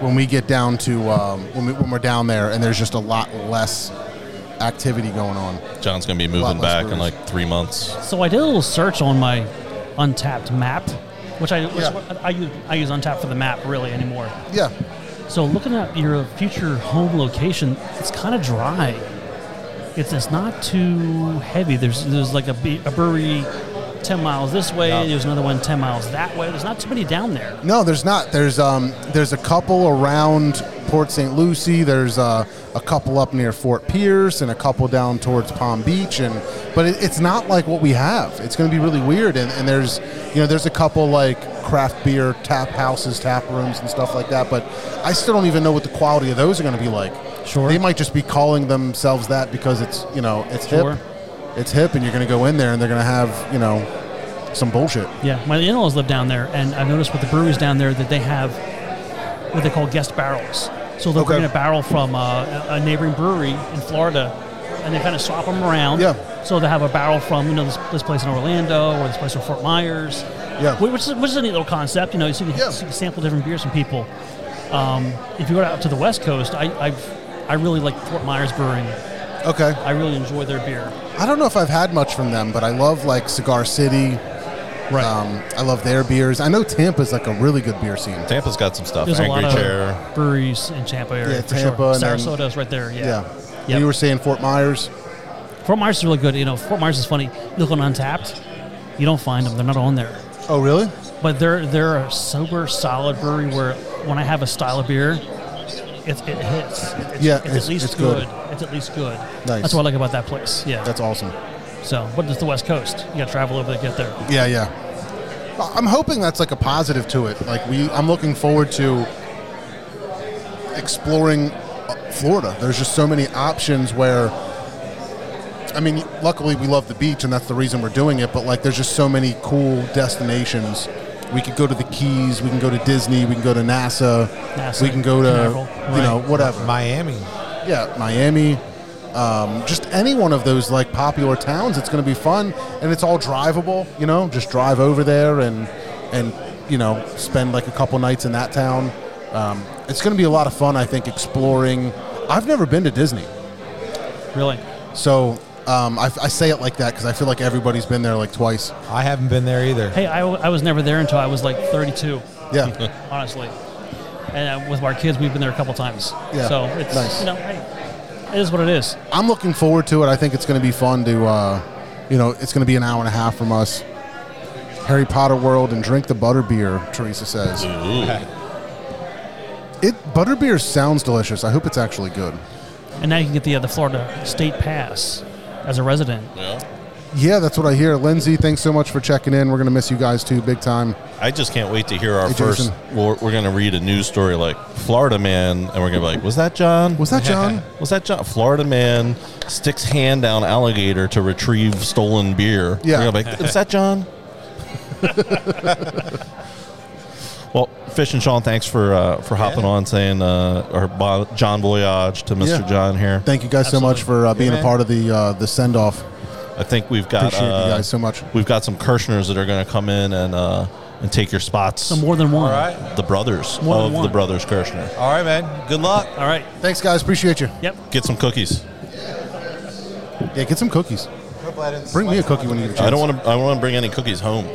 when we get down to um, when, we, when we're down there and there's just a lot less activity going on. John's going to be Lot moving less back in brews. like three months. So I did a little search on my Untapped map, which I which Yeah. I, use I use Untapped for the map really anymore. Yeah. So looking at your future home location, it's kind of dry. It's it's not too heavy. There's there's like a, be- a brewery. 10 miles this way, there's another one 10 miles that way. There's not too many down there. No, there's not. There's um, there's a couple around Port St. Lucie. There's uh, a couple up near Fort Pierce and a couple down towards Palm Beach. And but it, it's not like what we have. It's going to be really weird. And, and there's you know there's a couple like craft beer tap houses, tap rooms, and stuff like that. But I still don't even know what the quality of those are going to be like. Sure. They might just be calling themselves that because it's you know it's Sure. hip. It's hip, and you're going to go in there, and they're going to have you know some bullshit. Yeah, my in-laws live down there, and I've noticed with the breweries down there that they have what they call guest barrels. So they'll Okay. bring a barrel from uh, a a neighboring brewery in Florida, and they kind of swap them around. Yeah. So they have a barrel from you know this, this place in Orlando or this place in Fort Myers. Yeah. whi- Which is, which is a neat little concept, you know. So you can, Yeah. so you can sample different beers from people. Um, if you go out to the West Coast, I I've, I really like Fort Myers Brewing. Okay. I really enjoy their beer. I don't know if I've had much from them, but I love like Cigar City. Right. Um, I love their beers. I know Tampa's like a really good beer scene. Tampa's got some stuff. There's Angry a lot Chair. of breweries in Tampa area. Yeah, for Tampa sure. and then- Sarasota's right there. Yeah. Yeah. Yep. You were saying Fort Myers. Fort Myers is really good. You know, Fort Myers is funny. You look on Untapped, you don't find them. They're not on there. Oh, really? But they're they're a sober, solid brewery where when I have a style of beer, it, it hits. It- it's, Yeah, it's, it's- at least it's good. good. It's at least good. Nice. That's what I like about that place. Yeah. That's awesome. so, but it's the West Coast. You got to travel over to get there. Yeah, yeah. I- I'm hoping that's like a positive to it. Like we, I'm looking forward to exploring uh, Florida. There's just so many options where. I mean, luckily we love the beach, and that's the reason we're doing it. But like, there's just so many cool destinations. We could go to the Keys. We can go to Disney. We can go to NASA. NASA, we can go to Canaveral, right. you know whatever. Miami. Yeah, Miami. Um, just any one of those like popular towns, it's going to be fun, and it's all drivable. You know, just drive over there and and you know spend like a couple nights in that town. Um, it's going to be a lot of fun, I think, exploring. I've never been to Disney, Really. so um, I, I say it like that because I feel like everybody's been there like twice. I haven't been there either. Hey, I, w- I was never there until I was like 32, Yeah, honestly. And uh, with our kids, we've been there a couple times. Yeah. So it's Nice. you know, hey, it is what it is. I'm looking forward to it. I think it's going to be fun to, uh, you know, it's going to be an hour and a half from us. Harry Potter world and drink the butterbeer, Teresa says. It butterbeer sounds delicious. I hope it's actually good. And now you can get the uh, the Florida State Pass as a resident. Yeah, that's what I hear. Lindsay, thanks so much for checking in. We're gonna miss you guys too, big time. I just can't wait to hear our Hey, first. Jason. We're, we're going to read a news story like Florida man, and we're going to be like, was that John? Was that John? Was that John? Florida man sticks hand down alligator to retrieve stolen beer. Yeah. We're gonna be like, is that John? Well, Fish and Sean, thanks for uh, for hopping Yeah. on, saying uh, or bon, John Voyage to Mr. Yeah. John here. Thank you guys so much for uh, being a man. part of the uh, the send off. I think we've got Appreciate uh, you guys so much. We've got some Kirshners that are going to come in and uh, and take your spots. So more than one. All right. the brothers More than of the one. brothers Kirshner. All right, man. Good luck. All right. Thanks, guys. Appreciate you. Yep. Get some cookies. Yeah, get some cookies. Bring me a cookie when you get a chance. I don't want to. I don't want to bring any cookies home.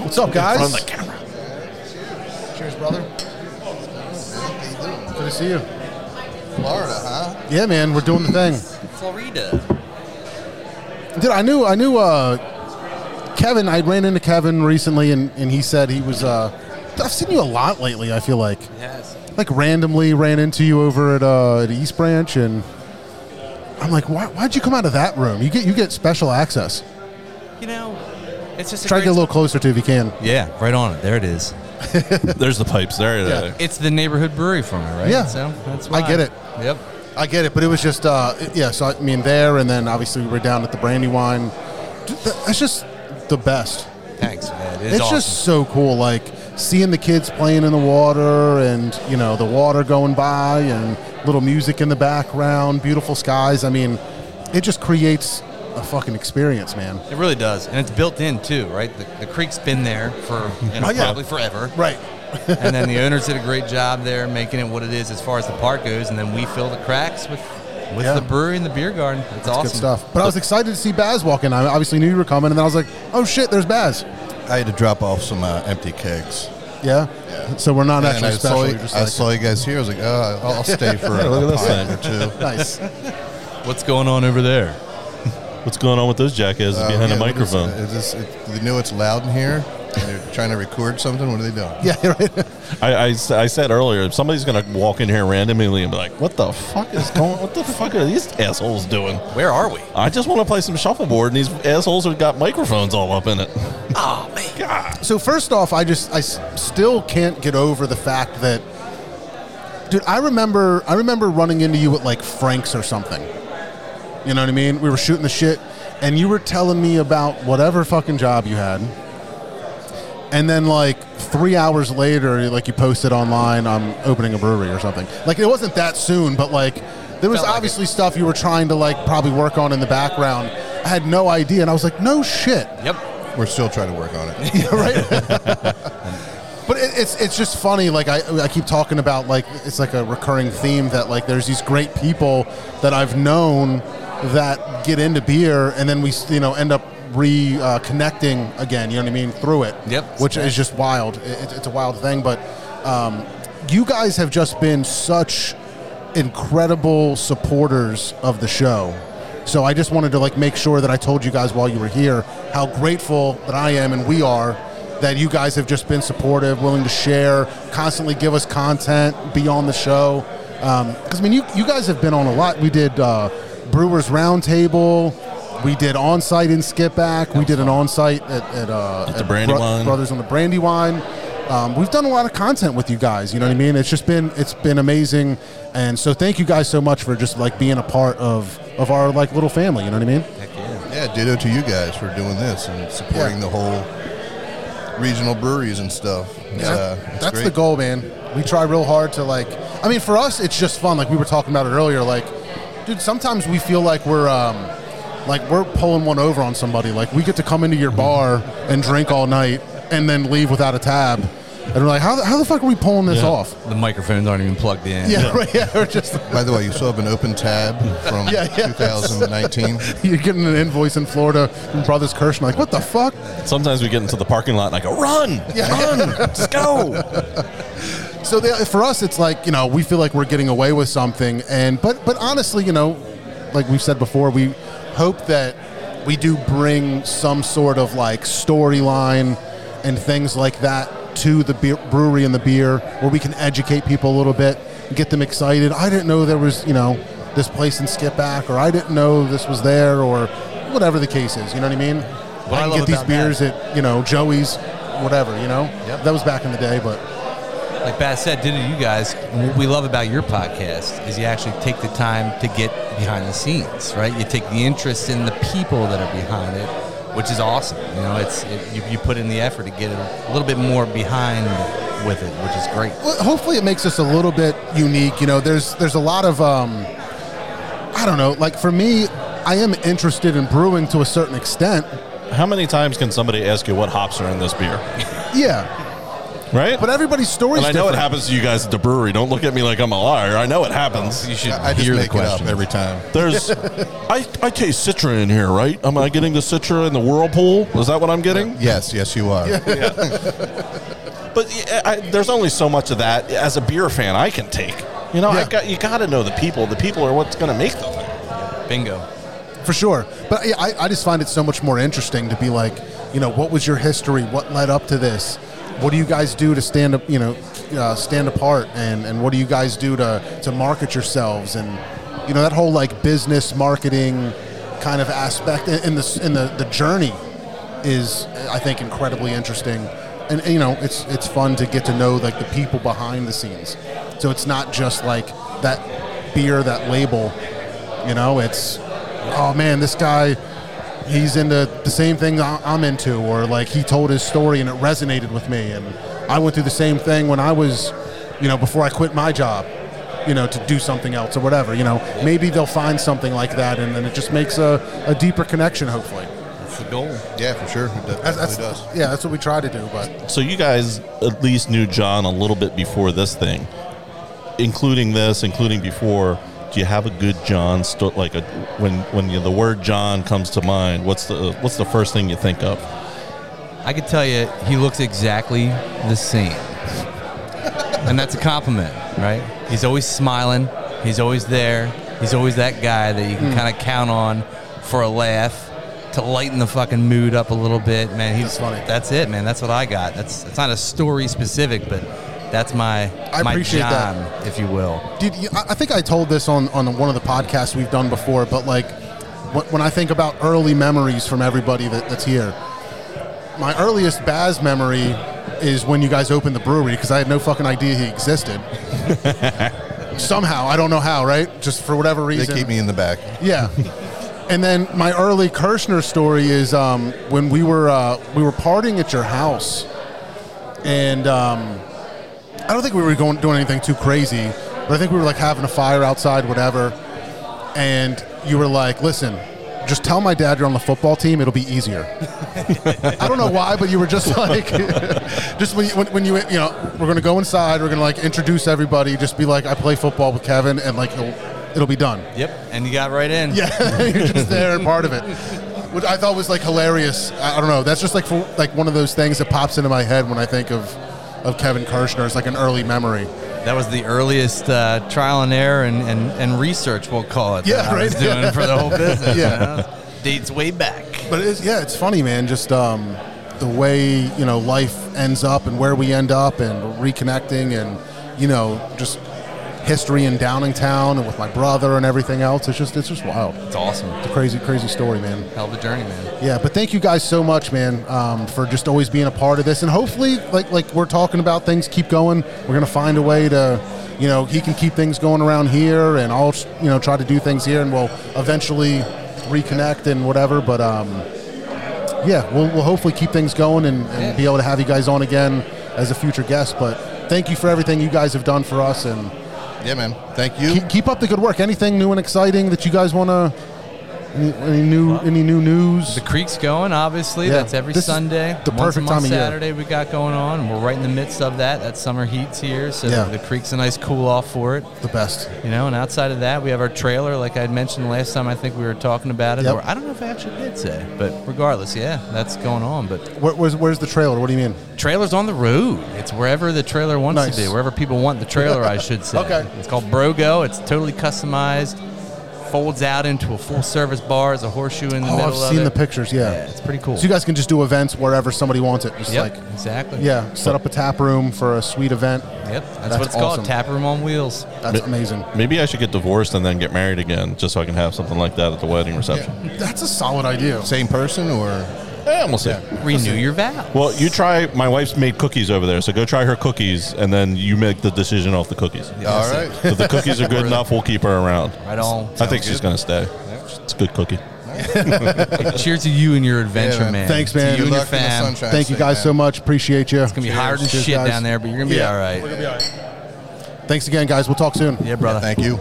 What's up, guys? From the camera. Cheers, brother. Good to see you. Florida, huh? Yeah, man, we're doing the thing, Florida. dude. I knew, I knew. Uh, Kevin, I ran into Kevin recently, and, and he said he was. Uh, I've seen you a lot lately. I feel like, Yes. like randomly ran into you over at uh, at East Branch, and I'm like, why, why'd you come out of that room? You get you get special access. You know, it's just a Try to great get a little closer to if you can. Yeah, right on it. There it is. There's the pipes. There. it is. It's the neighborhood brewery for me, right? Yeah. So that's I why. get it. Yep. I get it, but it was just uh, it- yeah. So I mean, there and then obviously we were down at the Brandywine. Dude, that- That's just the best. Thanks, man. It is It's awesome. just so cool, like seeing the kids playing in the water, and you know the water going by, and little music in the background, beautiful skies. I mean, it just creates a fucking experience, man. It really does, and it's built in too, right? The, the creek's been there for you know, Oh, yeah. probably forever, Right. and then the owners did a great job there making it what it is as far as the park goes, and then we fill the cracks with with Yeah. the brewery and the beer garden. It's awesome Good stuff. But I was excited to see Baz walking. I obviously knew you were coming, and then I was like, "Oh shit, there's Baz." I had to drop off some uh, empty kegs. Yeah. So we're not And actually I, special. saw you, we're just I like- saw you guys here. I was like, oh, I'll I'll stay for a, Yeah, look at a this pint thing. or two. nice. What's going on over there? What's going on with those jackasses Uh, behind yeah, the what is microphone? it? Is this- it- they know it's loud in here, and they're trying to record something. What are they doing? Yeah. Right. I, I, s- I said earlier, if somebody's going to walk in here randomly and be like, "What the fuck is going? What the fuck are these assholes doing?" Where are we? I just want to play some shuffleboard, and these assholes have got microphones all up in it. Oh man, God. So first off, I just I s- still can't get over the fact that, dude. I remember I remember running into you at like Frank's or something. You know what I mean? We were shooting the shit, and you were telling me about whatever fucking job you had. And then like three hours later, like you posted online, I'm opening a brewery or something. Like it wasn't that soon, but like there was Felt like obviously stuff you were trying to like probably work on in the background. I had no idea, and I was like, no shit. yep. We're still trying to work on it. Yeah, right. but it, it's it's just funny. Like I I keep talking about like it's like a recurring theme that like there's these great people that I've known that get into beer and then we s- you know end up reconnecting uh, connecting again. You know what I mean through it. Yep. Which is just wild. It, it's- it's a wild thing. But um, you guys have just been such incredible supporters of the show. So I just wanted to like make sure that I told you guys while you were here how grateful that I am and we are that you guys have just been supportive, willing to share, constantly give us content, be on the show. Because I mean, you you guys have been on a lot. We did uh, Brewers Roundtable. We did on-site in Skipback. We did an on-site at, at, uh, the Brandywine. Brothers on the Brandywine. Um, we've done a lot of content with you guys. You know what I mean? It's just been it's been amazing, and so thank you guys so much for just like being a part of of our like little family. You know what I mean? yeah, ditto to you guys for doing this and supporting Yeah. the whole regional breweries and stuff. It's, uh, it's that's great. the goal, man. We try real hard to like. I mean, for us, it's just fun. Like we were talking about it earlier. Like, dude, sometimes we feel like we're um, like we're pulling one over on somebody. Like we get to come into your Mm-hmm. bar and drink all night and then leave without a tab, and we're like, how the, how the fuck are we pulling this off? The microphones aren't even plugged in. uh, Yeah, right. Yeah, we're just By the way, you still have an open tab from Yeah, yeah. 2019. you're getting an invoice in Florida from Brothers Kirsch, like, what the fuck? Sometimes we get into the parking lot and I go, "Run, run, just go." so the, for us it's like you know we feel like we're getting away with something and but but honestly you know like we've said before we hope that we do bring some sort of like storyline and things like that to the beer, brewery and the beer where we can educate people a little bit get them excited i didn't know there was you know this place in skipback or i didn't know this was there or whatever the case is you know what i mean I i can love get these about that- beers at you know joey's whatever you know Yep. that was back in the day but Like Baz said, did it you guys? What we love about your podcast is you actually take the time to get behind the scenes, right? You take the interest in the people that are behind it, which is awesome. You know, it's it, you, you put in the effort to get a little bit more behind with it, which is great. Well, hopefully, it makes us a little bit unique. You know, there's there's a lot of um, I don't know. Like for me, I am interested in brewing to a certain extent. How many times can somebody ask you what hops are in this beer? Yeah, Right? but everybody's story. and I know it happens to you guys at the brewery. Don't look at me like I'm a liar. I know it happens. You should I just hear the make it up question. every time. There's, I, I taste Citra in here, right? Am I getting the Citra in the whirlpool? Is that what I'm getting? Yes, yes, you are. But yeah, I, there's only so much of that as a beer fan I can take. You know, Yeah. I got you got to know the people. The people are what's going to make the thing. Bingo. for sure. But yeah, I, I just find it so much more interesting to be like, you know, what was your history? What led up to this? What do you guys do to stand up? You know, uh, stand apart, and and what do you guys do to to market yourselves? And you know that whole like business marketing kind of aspect in in the s- in the, the journey is I think incredibly interesting. And, and, you know, it's it's fun to get to know like the people behind the scenes. So it's not just like that beer, that label. You know, it's oh man, this guy, he's into the same thing I- I'm into, or like he told his story and it resonated with me, and I went through the same thing when I was, you know, before I quit my job, you know, to do something else or whatever. You know, maybe they'll find something like that, and then it just makes a, a deeper connection, hopefully. That's the goal. Yeah, for sure. It does- That's, that's, it does. yeah, that's what we try to do, but So you guys at least knew John a little bit before this thing, including this, including before. Do you have a good John sto- like a when when you, the word John comes to mind? What's the what's the first thing you think of? I could tell you, he looks exactly the same. and that's a compliment, right? He's always smiling. He's always there. He's always that guy that you can Hmm. kind of count on for a laugh to lighten the fucking mood up a little bit, man. He's That's funny. That's it, man. That's what I got. That's it's not a story specific, but that's my I my appreciate John, that. if you will. Dude, you- I I think I told this on, on one of the podcasts we've done before, but like wh- when I think about early memories from everybody that, that's here, my earliest Baz memory is when you guys opened the brewery because I had no fucking idea he existed. Somehow, I don't know how, right? Just for whatever They reason. keep me in the back. Yeah. And then my early Kirshner story is um, when we were uh, we were partying at your house, and um, I don't think we were going doing anything too crazy, but I think we were like having a fire outside, whatever. And you were like, "Listen, just tell my dad you're on the football team; it'll be easier." I don't know why, but you were just like, just when you, when, when you you know we're gonna go inside, we're gonna like introduce everybody, just be like, "I play football with Kevin," and like it'll, it'll be done. Yep. And you got right in. Yeah, you're just there and part of it, which I thought was like hilarious. I I don't know. That's just like for, like one of those things that pops into my head when I think of of Kevin Kirshner. It's like an early memory. That was the earliest uh, trial and error and, and, and research, we'll call it. Yeah, that I was right. doing for the whole business. Yeah. you know? Dates way back. But it is, yeah, it's funny, man. Just um, the way you know life ends up and where we end up and reconnecting and you know just history in Downingtown and with my brother and everything else. It's just it's just wild. It's awesome. It's a crazy crazy story, man. Hell of a journey, man. Yeah, but thank you guys so much, man, um, for just always being a part of this. And hopefully, like like we're talking about, things keep going. We're gonna find a way to, you know, he can keep things going around here, and I'll you know try to do things here, and we'll eventually reconnect and whatever. But um, yeah, we'll, we'll hopefully keep things going and, and be able to have you guys on again as a future guest. But thank you for everything you guys have done for us, and Yeah, man. Thank you. keep, keep up the good work. Anything new and exciting that you guys wanna? Any, any new any new news? The creek's going, obviously. Yeah. That's every This is Sunday. the Once a perfect month time of year. Saturday we got going on, and we're right in the midst of that. That summer heat's here, so Yeah. the creek's a nice cool off for it. The best. You know, and outside of that, we have our trailer, like I had mentioned last time. I think we were talking about it. Yep. Or I don't know if I actually did say, but regardless, yeah, that's going on. But Where, where's, where's the trailer? What do you mean? trailer's on the road. It's wherever the trailer wants Nice. to be, wherever people want the trailer, I should say. Okay. It's called Brogo. It's totally customized, folds out into a full service bar. There's a horseshoe in the Oh, middle I've of seen it. the pictures. Yeah. Yeah, it's pretty cool. So you guys can just do events wherever somebody wants it. Just Yep, like, exactly. yeah, set up a tap room for a sweet event. Yep, that's, That's what it's awesome. called. Tap room on wheels. That's amazing. Maybe I should get divorced and then get married again, just so I can have something like that at the wedding reception. That's a solid idea. Same person or Yeah, we'll see. Renew your vows. Well, you try. My wife's made cookies over there, so go try her cookies, and then you make the decision off the cookies. all right. If the cookies are good enough, we'll keep her around. Right on. I think she's going to stay. It's a good cookie. All Cheers to you and your adventure, man. man. Thanks, To man. you Good and your luck in the fam. sunshine. Thank you State, guys man. so much. Appreciate you. It's It's gonna be hard as shit down there, but you're gonna be Yeah. all right. Thanks again, guys. We'll talk soon. Yeah, brother. Thank you.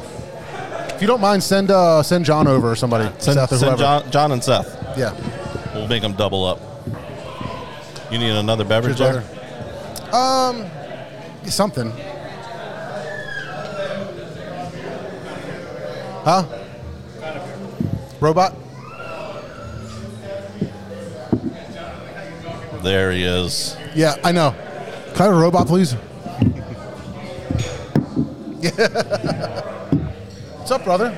If you don't mind, send uh, send John over or somebody. Send, Seth or send whoever. John, John and Seth. Yeah. We'll make them double up. You need another beverage Cheers, there? brother. Um, something. Huh? Robot. There he is. Yeah, I know. Can I have a robot, please? Yeah. What's up, brother?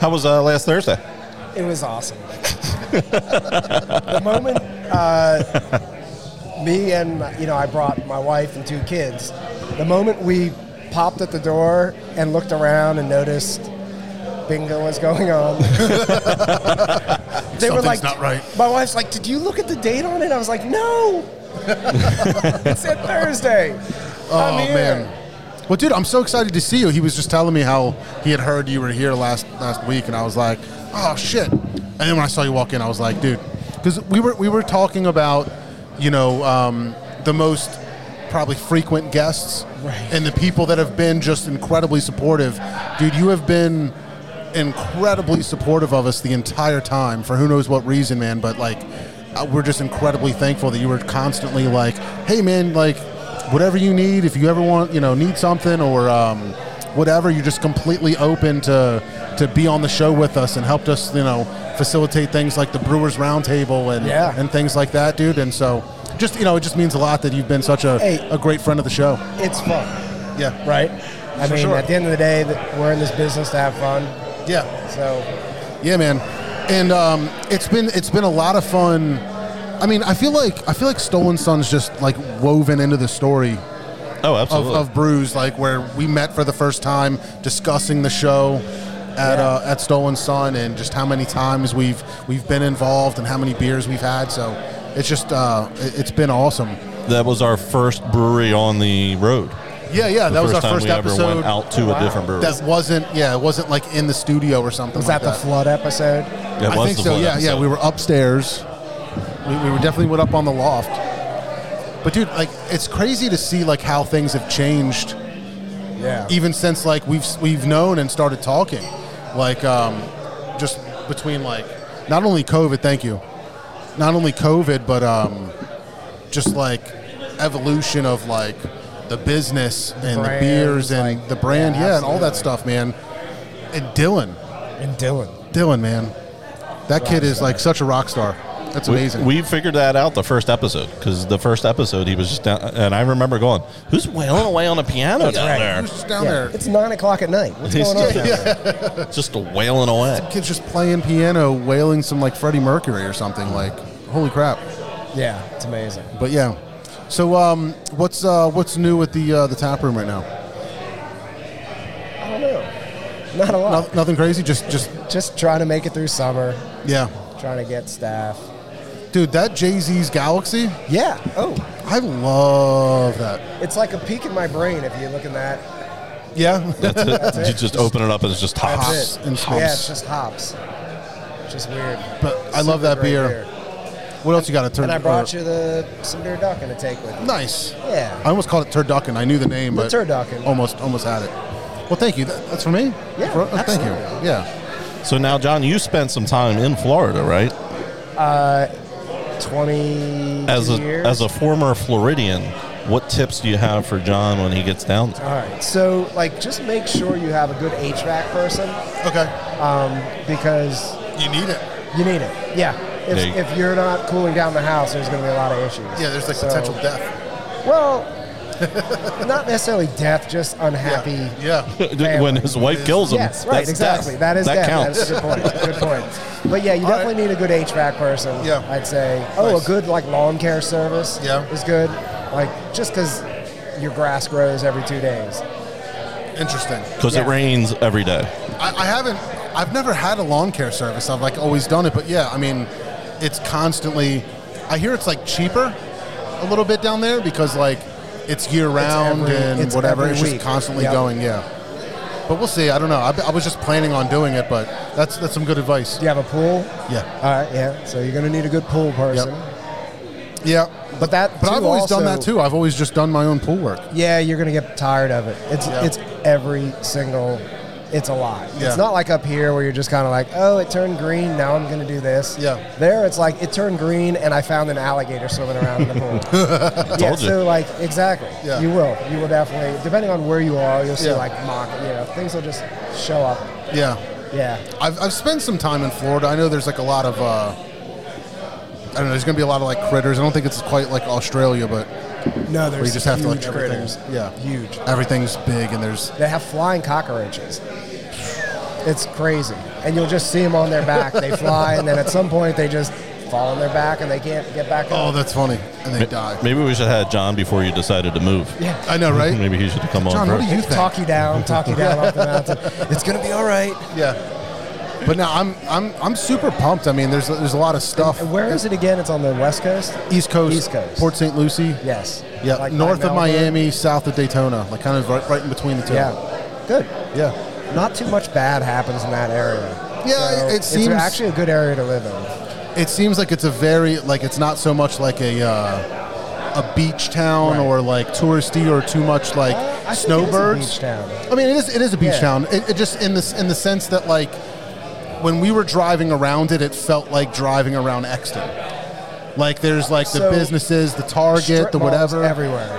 How was uh, last Thursday? It was awesome. the moment uh, me and you know I brought my wife and two kids. The moment we popped at the door and looked around and noticed bingo was going on. they were Something's like, not right. My wife's like, "Did you look at the date on it?" I was like, "No." it said Thursday. Oh man. Well, dude, I'm so excited to see you. He was just telling me how he had heard you were here last last week, and I was like, oh shit. And then when I saw you walk in, I was like, dude, because we were we were talking about, you know, um, the most probably frequent guests and the people that have been just incredibly supportive. Dude, you have been incredibly supportive of us the entire time for who knows what reason, man. But like, uh, we're just incredibly thankful that you were constantly like, "Hey, man, like, whatever you need, if you ever want, you know, need something or um, whatever, you're just completely open to to be on the show with us and helped us, you know, facilitate things like the Brewers Roundtable and Yeah. and things like that, dude. And so, just you know, it just means a lot that you've been such a Hey. a great friend of the show. It's fun, Yeah, right? I For mean, sure. at the end of the day, that we're in this business to have fun. yeah. So Yeah, man. And um, it's been it's been a lot of fun. I mean, I feel like I feel like Stolen Sun's just like woven into the story Oh, of, absolutely. of Brews, like where we met for the first time discussing the show at uh, at Stolen Sun, and just how many times we've we've been involved and how many beers we've had. So it's just uh, it- it's been awesome. that was our first brewery on the road. Yeah, yeah, The that was our time first we ever episode. went out to a different brewery. That wasn't yeah, it wasn't like in the studio or something. was like that the flood episode? That I was think the so. one Yeah, yeah. episode. We were upstairs. We, we were definitely went up on the loft. But dude, like, it's crazy to see like how things have changed Yeah. even since like we've we've known and started talking, like um, just between like not only COVID, thank you, not only COVID, but um, just like evolution of like the business and the Brands, beers and like- the brand, yeah, yeah, and all that absolutely. stuff, man. And Dylan, And Dylan. Dylan, man, that kid is like such a rock star. That's amazing. We, we figured that out the first episode because the first episode he was just down, and I remember going, "Who's wailing away on a piano down Who's just down Yeah. there? It's nine o'clock at night. What's He's going on? down there? there?" Just a wailing away. Kid's just playing piano, wailing some like Freddie Mercury or something. Like, holy crap! Yeah, it's amazing. But yeah, so um, what's uh, what's new with the uh, the tap room right now? I don't know. Not a lot. No, nothing crazy, just just Just trying to make it through summer, yeah, trying to get staff. dude. That Jay Z's Galaxy, Yeah. Oh, I love that. it's like a peak in my brain if you look in that. Yeah, That's it. you just open it up and it's just hops. Hops That's it. and Yeah, hops. it's just hops. It's just weird. but I love Super that great beer. What else you got to turn? And I brought or- you the some beer duck to take with you. Nice. Yeah. I almost called it turducken. I knew the name, The but turducken. Almost, almost had it. Well, thank you. That- That's for me. Yeah, For- oh, thank you. absolutely. Yeah. So now, John, you spent some time in Florida, right? Uh, Twenty As a years. as a former Floridian, what tips do you have for John when he gets down there? All right. So like, just make sure you have a good HVAC person Um, Okay. because You need it. You need it. Yeah. If, Yeah. if you're not cooling down the house, there's going to be a lot of issues. Yeah. There's like So- potential death. Well, not necessarily death, just unhappy. Yeah. yeah. when his wife kills him, Yes, right, that's exactly. death. That is that death. counts. That's a good point. Good point. But yeah, you definitely need a good HVAC person. Yeah. I'd say. Oh, Nice. a good like lawn care service. Yeah. is good. Like just because your grass grows every two days. Interesting. because it Yeah. rains every day. I, I haven't. I've never had a lawn care service. I've like always done it, but yeah, I mean, it's constantly. I hear it's like cheaper a little bit down there because like it's year round every- and it's whatever. every It's just week. constantly Yep. going. Yeah. But we'll see. I don't know. I, I was just planning on doing it, but that's that's some good advice. Do you have a pool? Yeah. All right. Yeah. So you're going to need a good pool person. Yeah. But that. But too I've always done also- that too. I've always just done my own pool work. Yeah, you're gonna get tired of it. It's Yeah. it's every single. It's a lot. Yeah. It's not like up here where you're just kind of like, oh, it turned green. Now I'm gonna do this. Yeah. There, it's like it turned green, and I found an alligator swimming around in the pool. yeah. Told you. So like exactly. Yeah. You will. You will definitely. Depending on where you are, you'll see Yeah. like mock. You know, things will just show up. Yeah. Yeah. I've, I've spent some time in Florida. I know there's like a lot of, uh, I don't know, there's going to be a lot of like critters. I don't think it's quite like Australia, but No, where there's you just have to like huge everything- critters. Yeah. Huge. Everything's big and there's, They have flying cockroaches. It's crazy. And you'll just see them on their back. They fly, and then at some point they just fall on their back and they can't get back up. oh, that's funny. And they Ma- die. Maybe we should have had John before you decided to move. Yeah. I know, right? Maybe he should come on John, what first. do you think? Talk you down, talk you down off the mountain. It's going to be all right. Yeah. But no, I'm, I'm, I'm super pumped. I mean, there's, there's a lot of stuff. And where is it again? It's on the West Coast? East Coast, East Coast. Port St. Lucie. Yes. Yeah. Like by North of Melbourne? Miami, south of Daytona, like kind of right, right in between the two. Yeah. Good. Yeah. Not too much bad happens in that area. Yeah, it seems- It's actually a good area to live in. it seems like it's a very like it's not so much like a uh, a beach town Right. or like touristy or too much like I think it is a snowbirds. beach town. I mean, it is it is a beach Yeah. town. It, it just in this in the sense that like when we were driving around it, it felt like driving around Exton. Like there's like the So, businesses, the Target, Strip the malls whatever. Everywhere.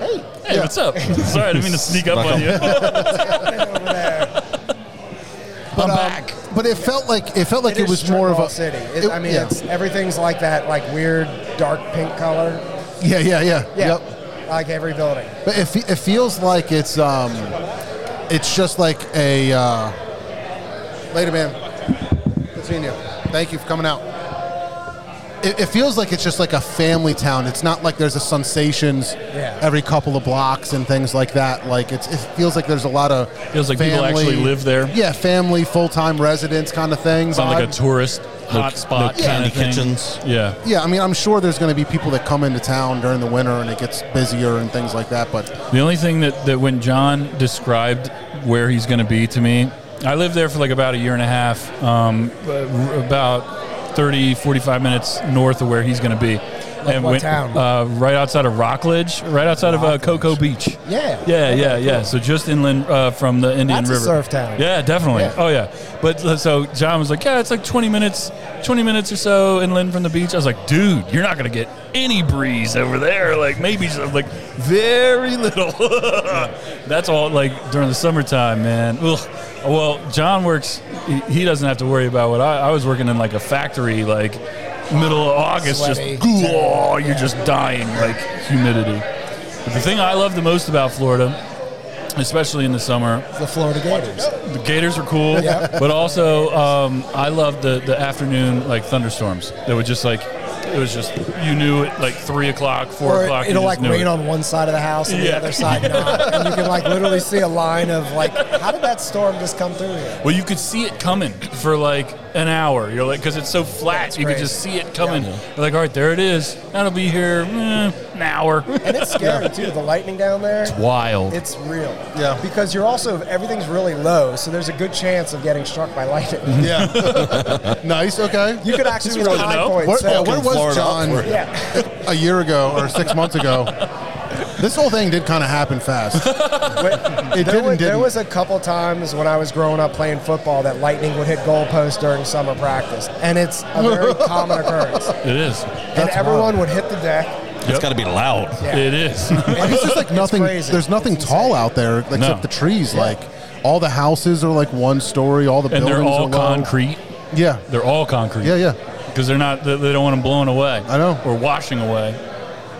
Hey. Hey, what's up? Sorry, I didn't mean to sneak up Snuck on up. you. But, um, but it felt like it felt like It it, is was strip more of mall a city. It- it- I mean, yeah. it's everything's like that, like weird dark pink color. yeah, yeah, yeah, Yeah, Yep. like every building. But it, fe- it feels like it's um, it's just like a uh, later, man. Good seeing you. Thank you for coming out. It, it feels like it's just like a family town. It's not like there's a sensations Yeah. every couple of blocks and things like that. Like it's it feels like there's a lot of Feels like people actually live there. Yeah, family full time residents kind of things. It's not like a Odd- tourist No- hot spot no kind candy of thing. kitchens. Yeah. yeah, I mean, I'm sure there's going to be people that come into town during the winter and it gets busier and things like that. But The only thing that, that when John described where he's going to be to me, I lived there for like about a year and a half, um, uh, about 30, 45 minutes north of where he's going to be. and what when- town? Uh, right outside of Rockledge, right outside of uh, Cocoa Beach. Yeah. Yeah, yeah, yeah. So just inland uh, from the Indian That's a River. surf town. Yeah, definitely. Yeah. Oh yeah. But uh, so John was like, "Yeah, it's like 20 minutes, 20 minutes or so inland from the beach." I was like, "Dude, you're not gonna get any breeze over there. Like maybe just like very little." That's all. Like during the summertime, man. Ugh. Well, John works. He, he doesn't have to worry about what I, I was working in, like a factory, like middle of August, Sweaty. just oh, you're just dying like humidity. But the thing I love the most about Florida, especially in the summer, The Florida Gators. the Gators were cool, Yeah. but also um, I loved the, the afternoon like thunderstorms that would just like it was just you knew it like three o'clock, four Or o'clock. you it'll like just knew rain it. on one side of the house and the Yeah. other side not. And you can like literally see a line of like, how did that storm just come through here? Well, you could see it coming for like an hour. You're like because it's so flat, you could crazy. just see it coming. You're like, all right, there it is. That'll be here eh, an hour. And it's scary too. The lightning down there. Wild. It's real. Yeah. Because you're also everything's really low, so there's a good chance of getting struck by lightning. yeah, nice. Okay. You could actually good roll to high know. points. Where, so- yeah, where was Florida John upward. yeah. a year ago or six months ago? This whole thing did kind of happen fast. But there, It didn't, was, there didn't. was a couple times when I was growing up playing football that lightning would hit goalposts during summer practice, and it's a very common occurrence. it is. and everyone would hit the deck. It's got to be loud. Yeah. It is. Like, it's just like nothing. crazy. There's nothing It's tall out there except No. the trees. Like all the houses are like one story. All the and buildings they're all are low. concrete. Yeah, They're all concrete. yeah, yeah. Because they're not. They, they don't want them blowing away. I know. Or washing away.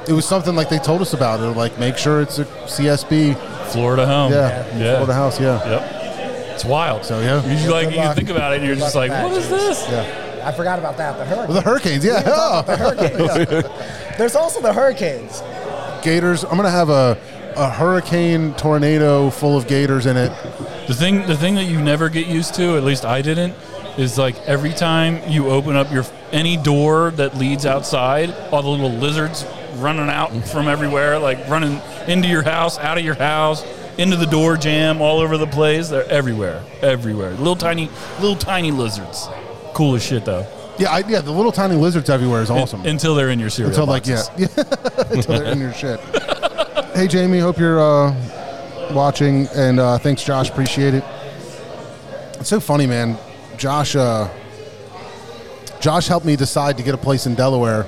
It was something like they told us about. They're like, make sure it's a CSB. Florida home. yeah, Yeah. Florida house. Yeah, Yep. It's wild. So, yeah. You just, like good you luck. think about it and you're Good just luck like, with what that, is this? yeah. I forgot about that. The hurricane. Well, the hurricanes. Yeah. The hurricanes. There's also the hurricanes. Gators. I'm gonna have a a hurricane tornado full of gators in it. The thing the thing that you never get used to, at least I didn't, is like every time you open up your any door that leads outside, all the Mm. little lizards running out from everywhere, like running into your house, out of your house. into the door jam all over the place. They're everywhere, everywhere. Little tiny, little tiny lizards. Cool as shit though. Yeah, I, yeah. The little tiny lizards everywhere is awesome. Until they're in your cereal. Until like yeah, boxes. yeah. until they're in your shit. hey Jamie, hope you're uh, watching, and uh, thanks Josh, appreciate it. It's so funny, man. Josh, uh, Josh helped me decide to get a place in Delaware,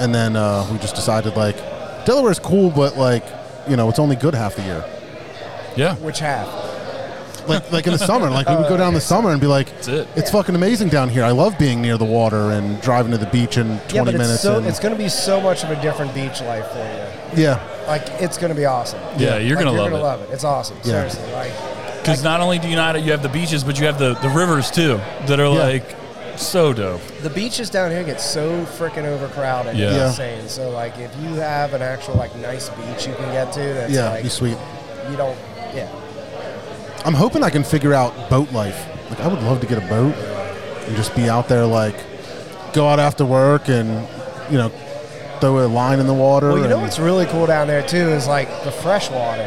and then uh, we just decided like Delaware's cool, but like you know it's only good half the year. Yeah. Which half? Like like in the summer, like we would go down the summer and be like, That's it. it's fucking amazing down here. I love being near the water and driving to the beach in 20 yeah, but minutes. it's so and, it's going to be so much of a different beach life for you. yeah. Like it's going to be awesome. Yeah, you're Like, gonna you're love it. gonna love it. It's awesome. Yeah. Seriously, like Because not only do you not you have the beaches, but you have the, the rivers too that are like so dope. the beaches down here get so freaking overcrowded. Yeah. It's Yeah. insane. So like, if you have an actual like nice beach you can get to, that's Yeah, like, be sweet. You don't. Yeah. I'm hoping I can figure out boat life. Like I would love to get a boat and just be out there, like go out after work and you know throw a line in the water. Well, you know and- what's really cool down there too is like the fresh water.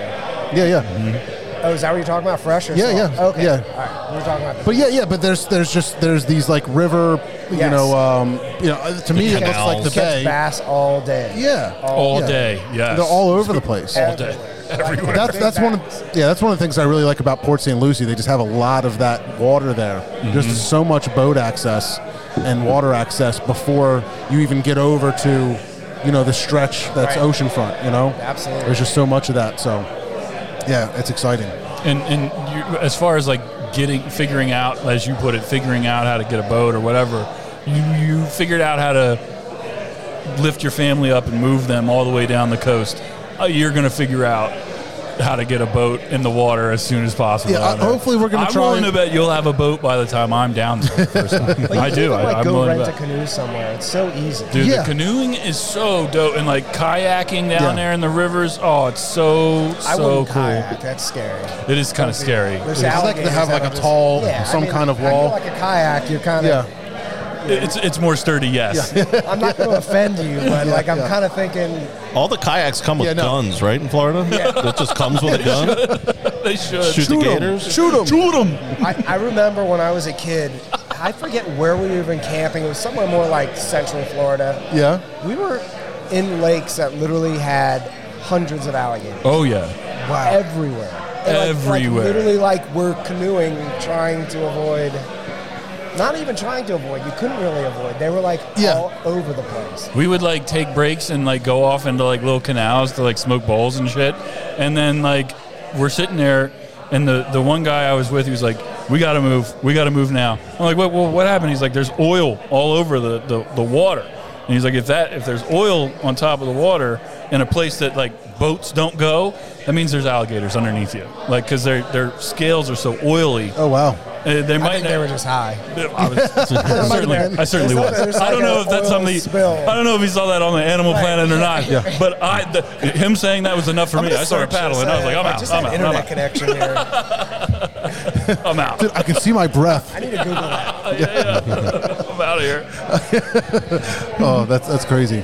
yeah, yeah. Oh, is that what you're talking about? Fresh? Or Yeah, salt? yeah, Okay. yeah. All right. We're talking about. the- But yeah, yeah. But there's there's just there's these like river, you Yes. know, um, you know. uh, To me, it looks like the catch bay. bass all day. Yeah. All Yeah. day. Yes. They're all over the place. All day. Everywhere. That's that's one of yeah that's one of the things I really like about Port St. Lucie. They just have a lot of that water there. There's so much boat access and water access before you even get over to, you know, the stretch that's Right. oceanfront. You know, Absolutely. There's just so much of that. So, yeah, it's exciting. And and you, as far as like getting figuring out, as you put it, figuring out how to get a boat or whatever, you you figured out how to lift your family up and move them all the way down the coast. Uh, you're gonna figure out how to get a boat in the water as soon as possible. Yeah, I- don't know. hopefully we're gonna I'm try- willing to bet you'll have a boat by the time I'm down there. The first time. Like, I you do. Can, I, like, I'm go willing to rent bet. a canoe somewhere. It's so easy. Dude, Yeah. the canoeing is so dope, and like kayaking down Yeah. there in the rivers. Oh, it's so I so wouldn't cool. kayak. That's scary. It is kind of scary. There's I'd like to alligators have, like, that'll a just- tall- yeah, some I mean, kind of I feel wall. like a kayak, you're kind Yeah, of. It's it's more sturdy, yes. I'm not going to offend you, but like I'm yeah. kind of thinking All the kayaks come with Yeah, no. guns, right? In Florida, that just comes with a gun. they should. Shoot, the gators. shoot them, shoot them. I, I remember when I was a kid, I forget where we were even camping. It was somewhere more like central Florida. Yeah, We were in lakes that literally had hundreds of alligators Oh yeah, wow. everywhere. And, like- like, Everywhere. literally, like we're canoeing, trying to avoid. Not even trying to avoid. You couldn't really avoid. They were like Yeah. all over the place. we would like take breaks and like go off into like little canals to like smoke bowls and shit, and then like we're sitting there, and the the one guy I was with, he was like, "We got to move. We got to move now." I'm like, "What? What, what happened?" He's like, "There's oil all over the, the the water," and he's like, "If that if there's oil on top of the water in a place that like boats don't go." That means there's alligators underneath you, like because their their scales are so oily. Oh wow. Uh, they might I think they not- were just high. I was certainly, I certainly There's like- was. there's I don't like know a if that's oil on the. spill. I don't know if he saw that on the Animal Right. Planet or not. But I, the, him saying that was enough for me. I started paddling. I was like, I'm out. Just I'm had out. I'm internet out. connection here. I'm out. Dude, I can see my breath. I need to Google that. I'm out of here. Oh, that's that's crazy.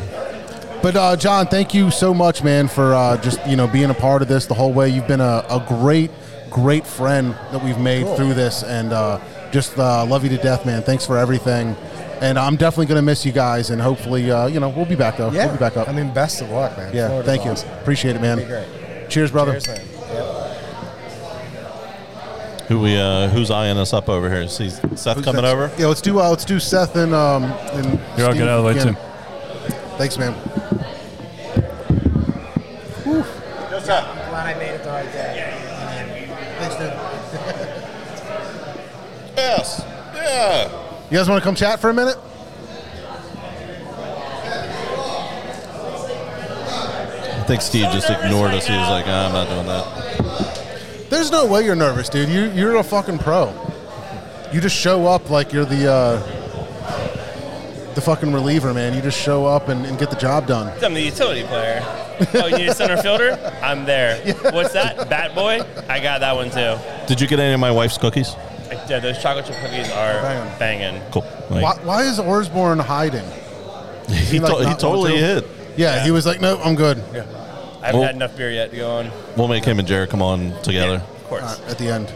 But uh, John, thank you so much, man, for uh, just you know being a part of this the whole way. You've been a, a great, great friend that we've made through this, and uh, just uh, love you to death, man. Thanks for everything, and I'm definitely gonna miss you guys. And hopefully, uh, you know, we'll be back though. Yeah. We'll be back up. I mean, best of luck, man. yeah, Florida's thank you. awesome. Appreciate it, man. Be great. Cheers, brother. Cheers, man. Yep. Who we? Uh, who's eyeing us up over here? See Seth Who's coming next? over. Yeah, let's do uh, let's do Seth and um and Here, I'll Steve get out of the way, again. too. Thanks, man. Glad I made it the right day. Thanks, dude. Yes. Yeah. You guys want to come chat for a minute? I think Steve just ignored us. He was like, "Ah, I'm not doing that. There's no way you're nervous, dude. You you're a fucking pro. You just show up like you're the uh, the fucking reliever, man. You just show up and, and get the job done. I'm the utility player. Oh, you need a center fielder? I'm there. What's that? Bat boy? I got that one too. Did you get any of my wife's cookies? Like, yeah, those chocolate chip cookies are Bangin'. banging. Cool. Like, Why, why is Orsborn hiding? he like, to- he not want totally to? hid. Yeah, he was like, nope, I'm good. Yeah. I haven't Well- had enough beer yet to go on. We'll make him and Jared come on together. Of course. All right, at the end.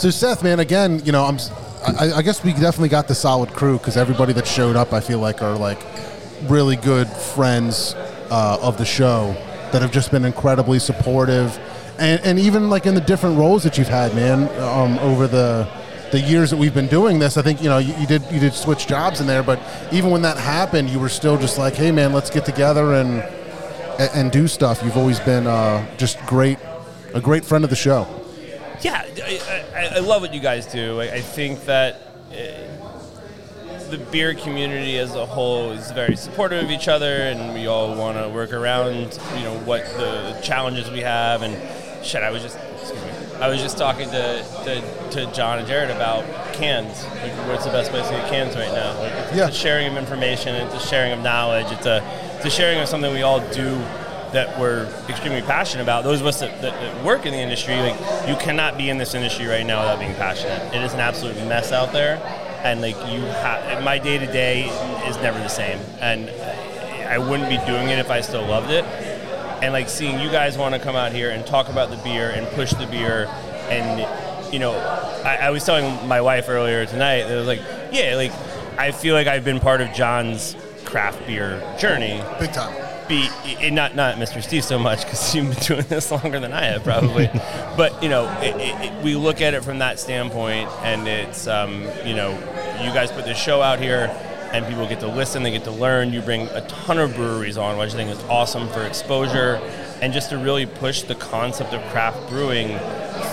So Seth, man, again, you know, I'm. s- I, I guess we definitely got the solid crew because everybody that showed up, I feel like, are like really good friends uh, of the show that have just been incredibly supportive, and and even like in the different roles that you've had, man, um, over the the years that we've been doing this. I think you know you, you did you did switch jobs in there, but even when that happened, you were still just like, hey, man, let's get together and and, and do stuff. You've always been uh, just great, a great friend of the show. Yeah, I, I, I love what you guys do. I, I think that uh, the beer community as a whole is very supportive of each other, and we all want to work around, you know, what the challenges we have. And shit, I was just, excuse me, I was just talking to, to, to John and Jared about cans. Like, what's the best place to get cans right now? Like, it's, it's a sharing of information, it's a sharing of knowledge, it's a, it's a sharing of something we all do that we're extremely passionate about, those of us that, that, that work in the industry, like you cannot be in this industry right now without being passionate. It is an absolute mess out there, and like you, ha- my day to day is never the same, and I wouldn't be doing it if I still loved it. And like seeing you guys want to come out here and talk about the beer and push the beer, and you know, I, I was telling my wife earlier tonight that it was like, yeah, like I feel like I've been part of John's craft beer journey big time be i- i- not not Mr. Steve so much because you've been doing this longer than I have probably, but you know it, it, it- we look at it from that standpoint, and it's um, you know you guys put this show out here, and people get to listen, they get to learn. You bring a ton of breweries on, which I think is awesome for exposure, and just to really push the concept of craft brewing